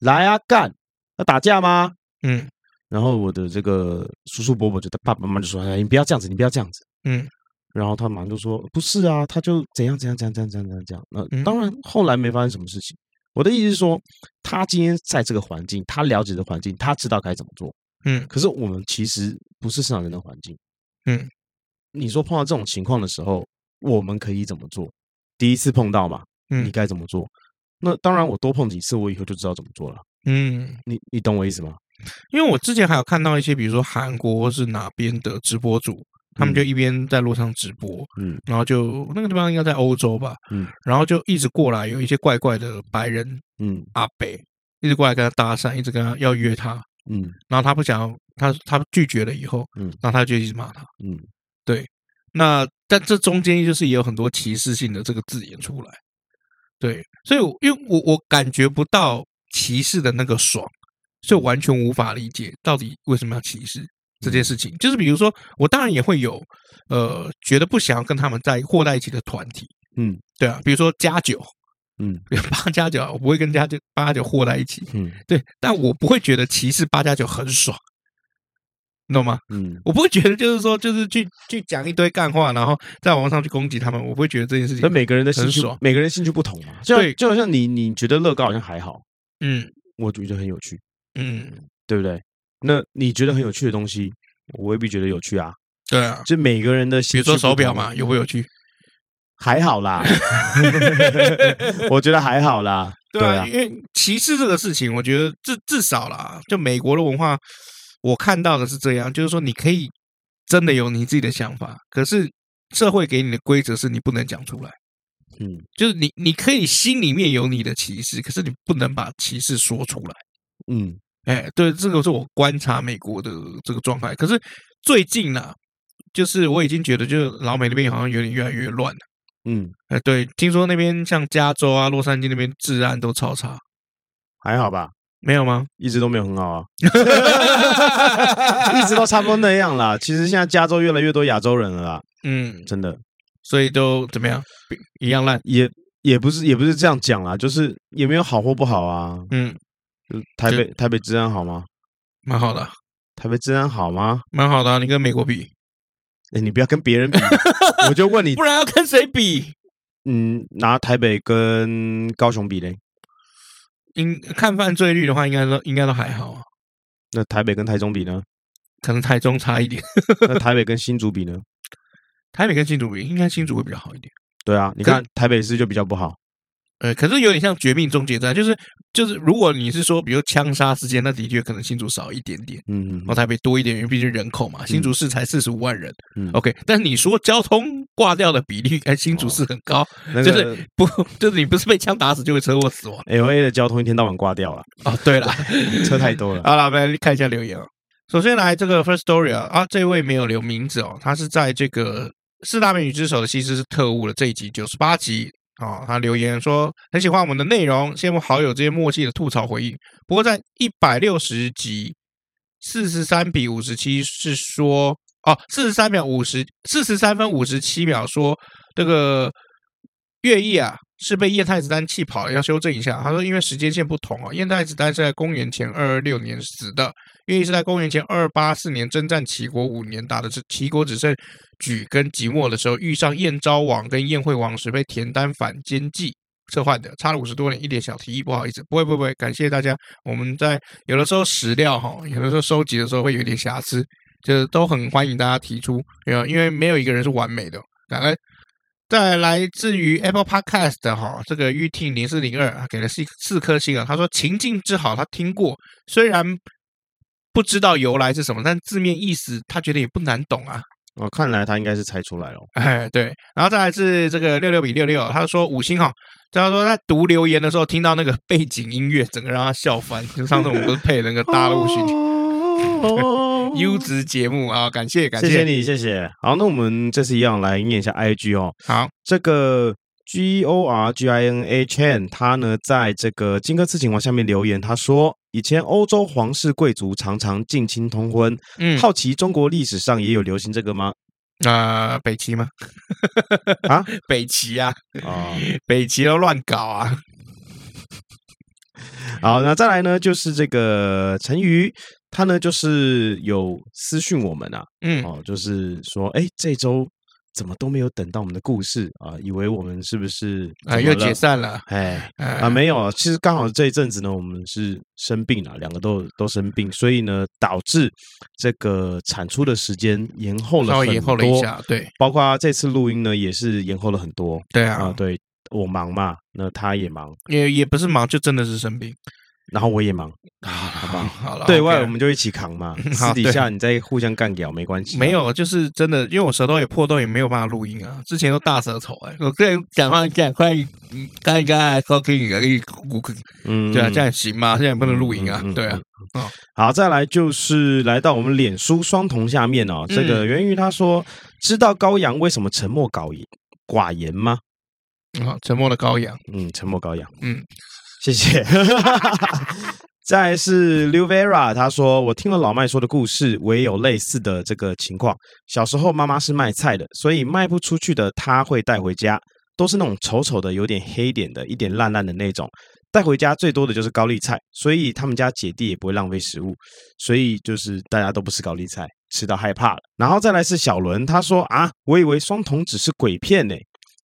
Speaker 2: 来啊，干，要打架吗？
Speaker 1: 嗯
Speaker 2: 然后我的这个叔叔伯伯就爸爸妈妈就说：“哎，你不要这样子，你不要这样子。
Speaker 1: 嗯”
Speaker 2: 然后他马上就说：“不是啊，他就怎样怎样怎样怎样怎样怎样怎样。”那
Speaker 1: 嗯
Speaker 2: 当然后来没发生什么事情。我的意思是说，他今天在这个环境，他了解的环境，他知道该怎么做。
Speaker 1: 嗯
Speaker 2: 可是我们其实不是生长人的环境。
Speaker 1: 嗯，
Speaker 2: 你说碰到这种情况的时候，我们可以怎么做？第一次碰到嘛，你
Speaker 1: 嗯
Speaker 2: 该怎么做？那当然，我多碰几次，我以后就知道怎么做了。
Speaker 1: 嗯，
Speaker 2: 你你懂我意思吗？
Speaker 1: 因为我之前还有看到一些，比如说韩国或是哪边的直播主，他们就一边在路上直播，
Speaker 2: 嗯，
Speaker 1: 然后就那个地方应该在欧洲吧，
Speaker 2: 嗯，
Speaker 1: 然后就一直过来有一些怪怪的白人
Speaker 2: 嗯
Speaker 1: 阿北，一直过来跟他搭讪，一直跟他要约他，
Speaker 2: 嗯
Speaker 1: 然后他不想要，他他拒绝了以后，
Speaker 2: 嗯
Speaker 1: 然后他就一直骂他。
Speaker 2: 嗯，
Speaker 1: 那但这中间就是也有很多歧视性的这个字眼出来，对，所以我因为我我感觉不到歧视的那个爽，所以我完全无法理解到底为什么要歧视这件事情。就是比如说，我当然也会有呃觉得不想要跟他们在和在一起的团体，
Speaker 2: 嗯，
Speaker 1: 对啊，比如说加九，
Speaker 2: 嗯，
Speaker 1: 八加九啊，我不会跟加九八九和在一起，
Speaker 2: 嗯
Speaker 1: 对，但我不会觉得歧视八加九很爽，你懂吗？
Speaker 2: 嗯，
Speaker 1: 我不会觉得就是说，就是去去讲一堆干话，然后在网上去攻击他们，我不会觉得这件事
Speaker 2: 那
Speaker 1: 情。
Speaker 2: 每个人的兴
Speaker 1: 很
Speaker 2: 趣
Speaker 1: 爽，
Speaker 2: 每个人兴趣不同嘛。就
Speaker 1: 对
Speaker 2: 像就好像你你觉得乐高好像还好，
Speaker 1: 嗯
Speaker 2: 我觉得很有趣，
Speaker 1: 嗯，
Speaker 2: 对不对？那你觉得很有趣的东西，我未必觉得有趣啊。
Speaker 1: 对啊，
Speaker 2: 就每个人的
Speaker 1: 比
Speaker 2: 兴
Speaker 1: 如
Speaker 2: 趣不同，
Speaker 1: 说手表嘛，有不有趣？
Speaker 2: 还好啦，我觉得还好啦。对啊，
Speaker 1: 因为歧视这个事情，我觉得至至少啦，就美国的文化，我看到的是这样，就是说你可以真的有你自己的想法，可是社会给你的规则是你不能讲出来。
Speaker 2: 嗯，
Speaker 1: 就是你你可以心里面有你的歧视，可是你不能把歧视说出来。
Speaker 2: 嗯
Speaker 1: 哎，对，这个是我观察美国的这个状态。可是最近呢、就是我已经觉得，就是老美那边好像有点越来越乱了。
Speaker 2: 嗯，
Speaker 1: 哎，对，听说那边像加州啊、洛杉矶那边治安都超差，
Speaker 2: 还好吧，
Speaker 1: 没有 <laughs> 吗？
Speaker 2: 一直都没有很好啊，一直都差不多那样啦。其实现在加州越来越多亚洲人了啦，
Speaker 1: 嗯，
Speaker 2: 真的
Speaker 1: 所以都怎么样，一样烂。
Speaker 2: 也也不是也不是这样讲啦，就是也没有好或不好啊。
Speaker 1: 嗯，
Speaker 2: 就台北台北治安好吗？
Speaker 1: 蛮好的啊，
Speaker 2: 台北治安好吗？
Speaker 1: 蛮好的啊、你跟美国比，
Speaker 2: 哎，你不要跟别人比，我就问你
Speaker 1: 不，然要跟谁比？
Speaker 2: 嗯，拿台北跟高雄比嘞？
Speaker 1: 应看犯罪率的话，应该都应该都还好啊，
Speaker 2: 那台北跟台中比呢？
Speaker 1: 可能台中差一点，
Speaker 2: 那台北跟新竹比呢？
Speaker 1: 台北跟新竹比，应该新竹会比较好一点。
Speaker 2: 对啊，你
Speaker 1: 可
Speaker 2: 看台北市就比较不好。
Speaker 1: 呃，可是有点像《绝命终结战》，就是就是，如果你是说比如枪杀事件，那的确可能新竹少一点点，
Speaker 2: 嗯，
Speaker 1: 然后台北多一点，因为毕竟人口嘛，新竹市才四十五万人。
Speaker 2: 嗯哦
Speaker 1: OK，但你说交通挂掉的比例，哎，新竹市很高，
Speaker 2: 那
Speaker 1: 就
Speaker 2: 个
Speaker 1: 是不 <laughs> 就是你不是被枪打死就会车祸死亡
Speaker 2: L A 的交通一天到晚挂掉了，
Speaker 1: 啊、哦？对了，
Speaker 2: 车太多了。啊
Speaker 1: 好了，我们来看一下留言啊。首先来这个 First Story 啊，啊，这位没有留名字哦，他是在这个四大美女之首的西施是特务的这一集九十八集啊、他留言说很喜欢我们的内容，羡慕好友之间默契的吐槽回应。不过在一百六十集四十三比五十七是说哦，四十三秒五十四十三分五十七秒说这个乐毅啊是被叶太子丹气跑了，要修正一下。他说因为时间线不同啊，叶太子丹是在公元前二二六年死的，乐毅是在公元前二二八四年征战齐国五年，打的是齐国只剩莒跟即墨的时候，遇上燕昭王跟燕惠王时被田丹反间计。策换的，差了五十多年，一点小提议，不好意思，不会不会不会，感谢大家。我们在有的时候史料哈，有的时候收集的时候会有一点瑕疵，就是都很欢迎大家提出，呃，因为没有一个人是完美的。再来，再来自于 Apple Podcast 的哈，这个玉听零四零二给了四四颗星啊，他说情境之好他听过，虽然不知道由来是什么，但字面意思他觉得也不难懂啊。
Speaker 2: 哦，看来他应该是猜出来了。哦
Speaker 1: 哎，对，然后再来是这个六六比六六，他说五星哈，他说在读留言的时候听到那个背景音乐，整个让他笑翻。就上次我们不是配了那个大
Speaker 2: <laughs>
Speaker 1: 陆
Speaker 2: 哦
Speaker 1: 巡 <laughs> 优质节目啊，感谢感
Speaker 2: 谢谢你，谢谢。好，那我们这次一样来念一下 I G 哦。
Speaker 1: 好，
Speaker 2: 这个 G O R G I N A Chan，他呢在这个金哥刺秦王下面留言，他说：以前欧洲皇室贵族常常近亲通婚，
Speaker 1: 嗯，
Speaker 2: 好奇中国历史上也有流行这个吗？
Speaker 1: 啊、北齐吗？
Speaker 2: 啊，
Speaker 1: <laughs> 北齐啊，
Speaker 2: 啊、
Speaker 1: 北齐都乱搞啊，
Speaker 2: 好，那再来呢，就是这个陈瑜，他呢就是有私讯我们啊，
Speaker 1: 嗯，
Speaker 2: 哦，就是说，哎，这周怎么都没有等到我们的故事啊，以为我们是不是
Speaker 1: 啊，
Speaker 2: 怎
Speaker 1: 又
Speaker 2: 么
Speaker 1: 解
Speaker 2: 了？
Speaker 1: 散了，
Speaker 2: 哎啊，
Speaker 1: 啊，
Speaker 2: 没有啊，其实刚好这一阵子呢，我们是生病了，两个都都生病，所以呢，导致这个产出的时间延后了
Speaker 1: 稍
Speaker 2: 很
Speaker 1: 微
Speaker 2: 多，
Speaker 1: 延后了一下，对，
Speaker 2: 包括这次录音呢，也是延后了很多
Speaker 1: 对
Speaker 2: 啊。
Speaker 1: 啊，
Speaker 2: 对我忙嘛，那他也忙，
Speaker 1: 也也不是忙，就真的是生病，
Speaker 2: 然后我也
Speaker 1: <laughs>
Speaker 2: 忙，
Speaker 1: 好
Speaker 2: 吧
Speaker 1: 啊好
Speaker 2: 嗯
Speaker 1: 了，
Speaker 2: 对
Speaker 1: OK
Speaker 2: 外
Speaker 1: 了嗯
Speaker 2: 我们就一起扛嘛，私
Speaker 1: 好
Speaker 2: 底
Speaker 1: 对
Speaker 2: 下你再互相干掉没关系。啊
Speaker 1: 没，有，就是真的，因为我舌头也破洞，也没有办法录音啊。之前都大舌头哎、我跟人讲话讲快，嗯干一干，高可以可以鼓可以，
Speaker 2: 嗯
Speaker 1: 对啊，这样行吗？现在也不能录音啊
Speaker 2: 嗯嗯嗯，
Speaker 1: 对啊，
Speaker 2: 好，再来就是来到我们脸书双瞳下面哦，这个源于他说，知道高阳为什么沉默寡言寡言吗？
Speaker 1: 啊，沉默的羔羊，
Speaker 2: 嗯，沉默羔羊。
Speaker 1: 嗯，
Speaker 2: <laughs> 谢谢。 <laughs> 再来是 Luvera，他说：“我听了老麦说的故事，我也有类似的这个情况。小时候妈妈是卖菜的，所以卖不出去的她会带回家，都是那种丑丑的、有点黑点的、一点烂烂的那种。带回家最多的就是高丽菜，所以他们家姐弟也不会浪费食物，所以就是大家都不吃高丽菜，吃到害怕了。然后再来是小伦，他说：啊，我以为双瞳只是鬼片呢、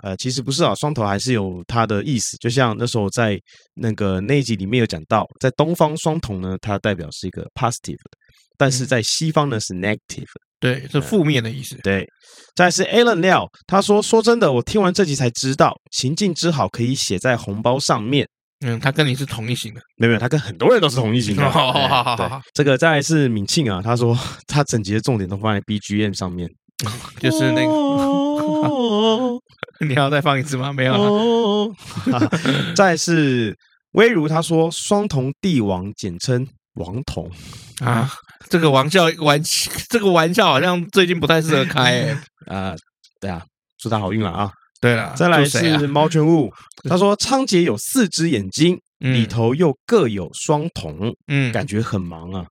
Speaker 2: 呃，其实不是啊，双头还是有它的意思。就像那时候在那个那一集里面有讲到，在东方双瞳呢，它代表是一个 positive 的，但
Speaker 1: 嗯
Speaker 2: 是在西方呢是 negative 的。
Speaker 1: 对，是负面的意思。
Speaker 2: 对，再来是 Alan 廖，他说说真的，我听完这集才知道，情境之好可以写在红包上面。
Speaker 1: 嗯，他跟你是同一型的，
Speaker 2: 没有，没有，他跟很多人都是同一型的。啊
Speaker 1: 好哦好好好
Speaker 2: 对
Speaker 1: 好，
Speaker 2: 这个再来是敏庆啊，他说他整集的重点都放在 BGM 上面，
Speaker 1: 就是那个，
Speaker 2: 哦 <laughs> 个。
Speaker 1: 你要再放一次吗？没有啊了，
Speaker 2: 哦， <laughs> 再来是微如他说双瞳帝王简称王瞳，
Speaker 1: 啊。这个玩笑玩，这个玩笑好像最近不太适合开、欸。
Speaker 2: 啊，对啊，祝他好运了啊！
Speaker 1: 对了，
Speaker 2: 再来
Speaker 1: 祝谁啊
Speaker 2: 是猫全
Speaker 1: <laughs>
Speaker 2: 物，他说仓颉有四只眼睛，里
Speaker 1: 嗯
Speaker 2: 头又各有双瞳，
Speaker 1: 嗯
Speaker 2: 感觉很忙啊，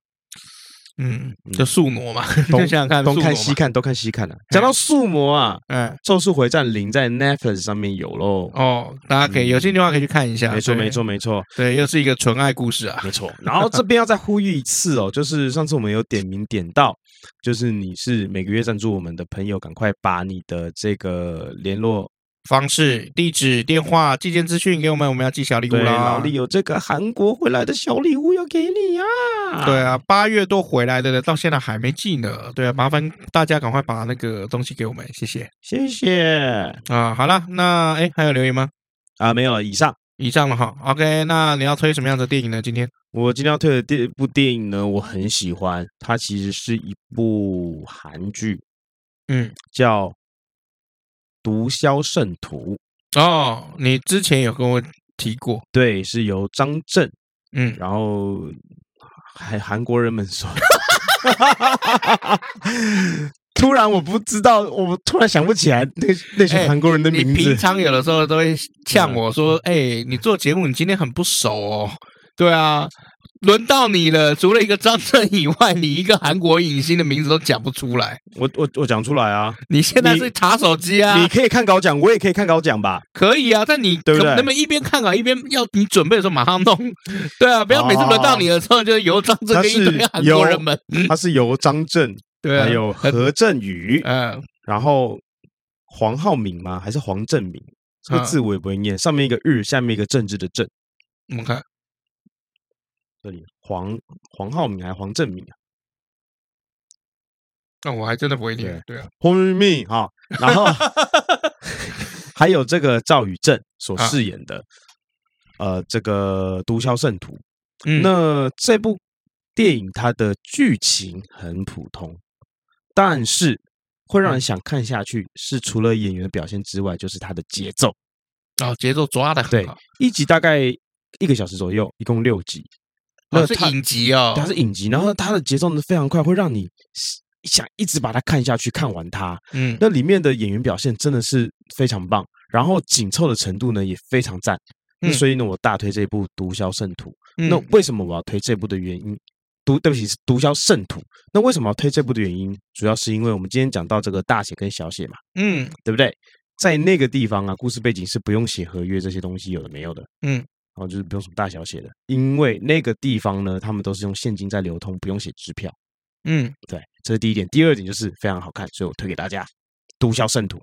Speaker 1: 嗯，就宿挪嘛， <laughs> 就
Speaker 2: 东
Speaker 1: 想想看，
Speaker 2: 东
Speaker 1: 宿
Speaker 2: 看
Speaker 1: 挪
Speaker 2: 西
Speaker 1: 嘛，哎
Speaker 2: 看，东看西看啊。讲到宿魔啊，
Speaker 1: 嗯，
Speaker 2: 《咒术回战零》在 Netflix 上面有喽。
Speaker 1: 哦，大家可以有兴趣的话可以去看一下。
Speaker 2: 嗯没错，
Speaker 1: 对
Speaker 2: 没错，，没错，
Speaker 1: 对，又是一个纯爱故事啊。
Speaker 2: 没错。然后这边要再呼吁一次哦，就是上次我们有点名点到，就是你是每个月赞助我们的朋友，赶快把你的这个联络
Speaker 1: 方式、地址、电话、寄件资讯给我们，我们要寄小礼物
Speaker 2: 对，老
Speaker 1: 啦。
Speaker 2: 李有这个韩国回来的小礼物要给你啊！
Speaker 1: 对啊，八月多回来的人到现在还没寄呢。对啊，麻烦大家赶快把那个东西给我们，谢谢
Speaker 2: 谢谢
Speaker 1: 啊。好了，那哎，还有留言吗？
Speaker 2: 啊，没有了。以上
Speaker 1: 以上了哈。OK，那你要推什么样的电影呢？今天
Speaker 2: 我今天要推的第一部电影呢，我很喜欢，它其实是一部韩剧，
Speaker 1: 嗯，
Speaker 2: 叫《毒枭圣徒》，
Speaker 1: 哦，你之前有跟我提过，
Speaker 2: 对，是由张震，
Speaker 1: 嗯，
Speaker 2: 然后韩韩国人们说。 <laughs> 突然我不知道，我突然想不起来那那些
Speaker 1: 哎
Speaker 2: 韩国人的
Speaker 1: 你
Speaker 2: 名字。嗯
Speaker 1: 平常有的时候都会呛我说：“哎、你做节目，你今天很不熟哦。”对啊，轮到你了。除了一个张震以外，你一个韩国影星的名字都讲不出来。
Speaker 2: 我我我讲出来啊，
Speaker 1: 你现在是查手机啊
Speaker 2: 你？可以看稿讲，我也可以看稿讲吧。
Speaker 1: 可以啊，但你
Speaker 2: 对不对
Speaker 1: 能能不能一边看稿一边要你准备的时候马上弄？对啊，不要每次轮到你的时候就由张震
Speaker 2: 他
Speaker 1: 跟一
Speaker 2: 是
Speaker 1: 堆韩国人们。
Speaker 2: 它是由张震、
Speaker 1: 嗯对
Speaker 2: 哦
Speaker 1: 啊，
Speaker 2: 还有何振宇，
Speaker 1: 呃
Speaker 2: 然后黄浩明吗？还是黄正明？这个
Speaker 1: 嗯
Speaker 2: 字我也不会念，上面一个日，下面一个政治的政，
Speaker 1: 我们看
Speaker 2: 这里黄黄浩明还是黄正明啊？
Speaker 1: 那我还真的不会
Speaker 2: 嗯
Speaker 1: 念。对啊，
Speaker 2: 黄明哈，然
Speaker 1: <laughs>
Speaker 2: 后还有这个赵宇正所
Speaker 1: 啊
Speaker 2: 饰演的，呃，这个毒枭圣徒。
Speaker 1: 嗯，
Speaker 2: 那这部电影它的剧情很普通，但是会
Speaker 1: 嗯
Speaker 2: 让人想看下去，是除了演员的表现之外，就是它的节奏。
Speaker 1: 哦，节奏抓的很
Speaker 2: 对
Speaker 1: 好，，
Speaker 2: 一集大概一个小时左右，一共六集。
Speaker 1: 哦
Speaker 2: 那
Speaker 1: 是
Speaker 2: 它
Speaker 1: 影集哦，
Speaker 2: 它是影集，然后它的节奏呢非常快，会让你想一直把它看下去，看完它。
Speaker 1: 嗯
Speaker 2: 那里面的演员表现真的是非常棒，然后紧凑的程度呢也非常赞。那
Speaker 1: 嗯
Speaker 2: 所以呢，我大推这部《毒枭圣徒》。
Speaker 1: 嗯
Speaker 2: 那为什么我要推这部的原因？毒对不起，是毒枭圣徒。那为什么要推这部的原因，主要是因为我们今天讲到这个大写跟小写嘛，
Speaker 1: 嗯
Speaker 2: 对不对？在那个地方啊，故事背景是不用写合约这些东西，有的没有的，
Speaker 1: 嗯
Speaker 2: 然后就是不用什么大小写的，因为那个地方呢，他们都是用现金在流通，不用写支票。
Speaker 1: 嗯，
Speaker 2: 对，这是第一点。第二点就是非常好看，所以我推给大家《毒枭圣徒》。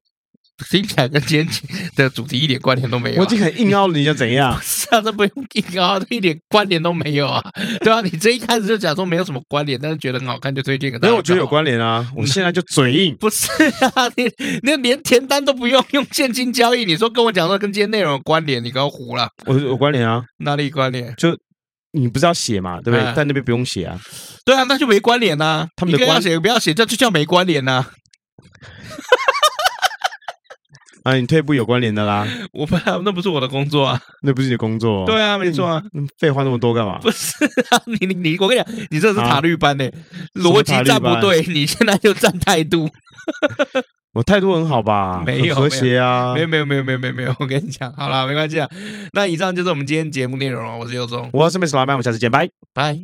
Speaker 1: 听起来跟今天的主题一点关联都没有、
Speaker 2: 我
Speaker 1: 啊？
Speaker 2: 已。经很硬要你想怎样
Speaker 1: <laughs> 是啊，这不用硬啊，这一点关联都没有啊，对啊，你这一开始就讲说没有什么关联，但是觉得很好看就推荐给
Speaker 2: 没
Speaker 1: 大家。。
Speaker 2: 有，我觉得有，关联啊！我现在就嘴硬
Speaker 1: 不是啊，你那连填单都不用，用现金交易，你说跟我讲说跟今天内容有关联，你给我胡了，
Speaker 2: 我有关联啊，
Speaker 1: 哪里关联？
Speaker 2: 你不是要写嘛，对不
Speaker 1: 哎
Speaker 2: 对？在那边不用写啊。
Speaker 1: 对啊，那就没关联呐、
Speaker 2: 他们的
Speaker 1: 你跟
Speaker 2: 关
Speaker 1: 要写不要写，这就叫没关联呐、
Speaker 2: 啊，你退步有关联的
Speaker 1: <laughs>
Speaker 2: 啦，
Speaker 1: 我不，那不是我的工作啊。
Speaker 2: 那不是你的工作、
Speaker 1: 对，啊，没错啊。
Speaker 2: 嗯，废话那么多干嘛？
Speaker 1: 不是啊，你你你，我跟你讲，你这是塔绿班呢、欸逻
Speaker 2: 啊么
Speaker 1: 辑
Speaker 2: 塔绿
Speaker 1: 站不
Speaker 2: 班
Speaker 1: 对，你现在就站态度。
Speaker 2: 我态度很好吧？
Speaker 1: 没
Speaker 2: 很
Speaker 1: 有
Speaker 2: 和谐啊
Speaker 1: 没。有没有没有没有没有没有，我跟你讲，好啦，没关系啊。那以上就是我们今天节目内容了，我是尤忠，
Speaker 2: 我是美食老板，我们下次见，拜。
Speaker 1: 拜。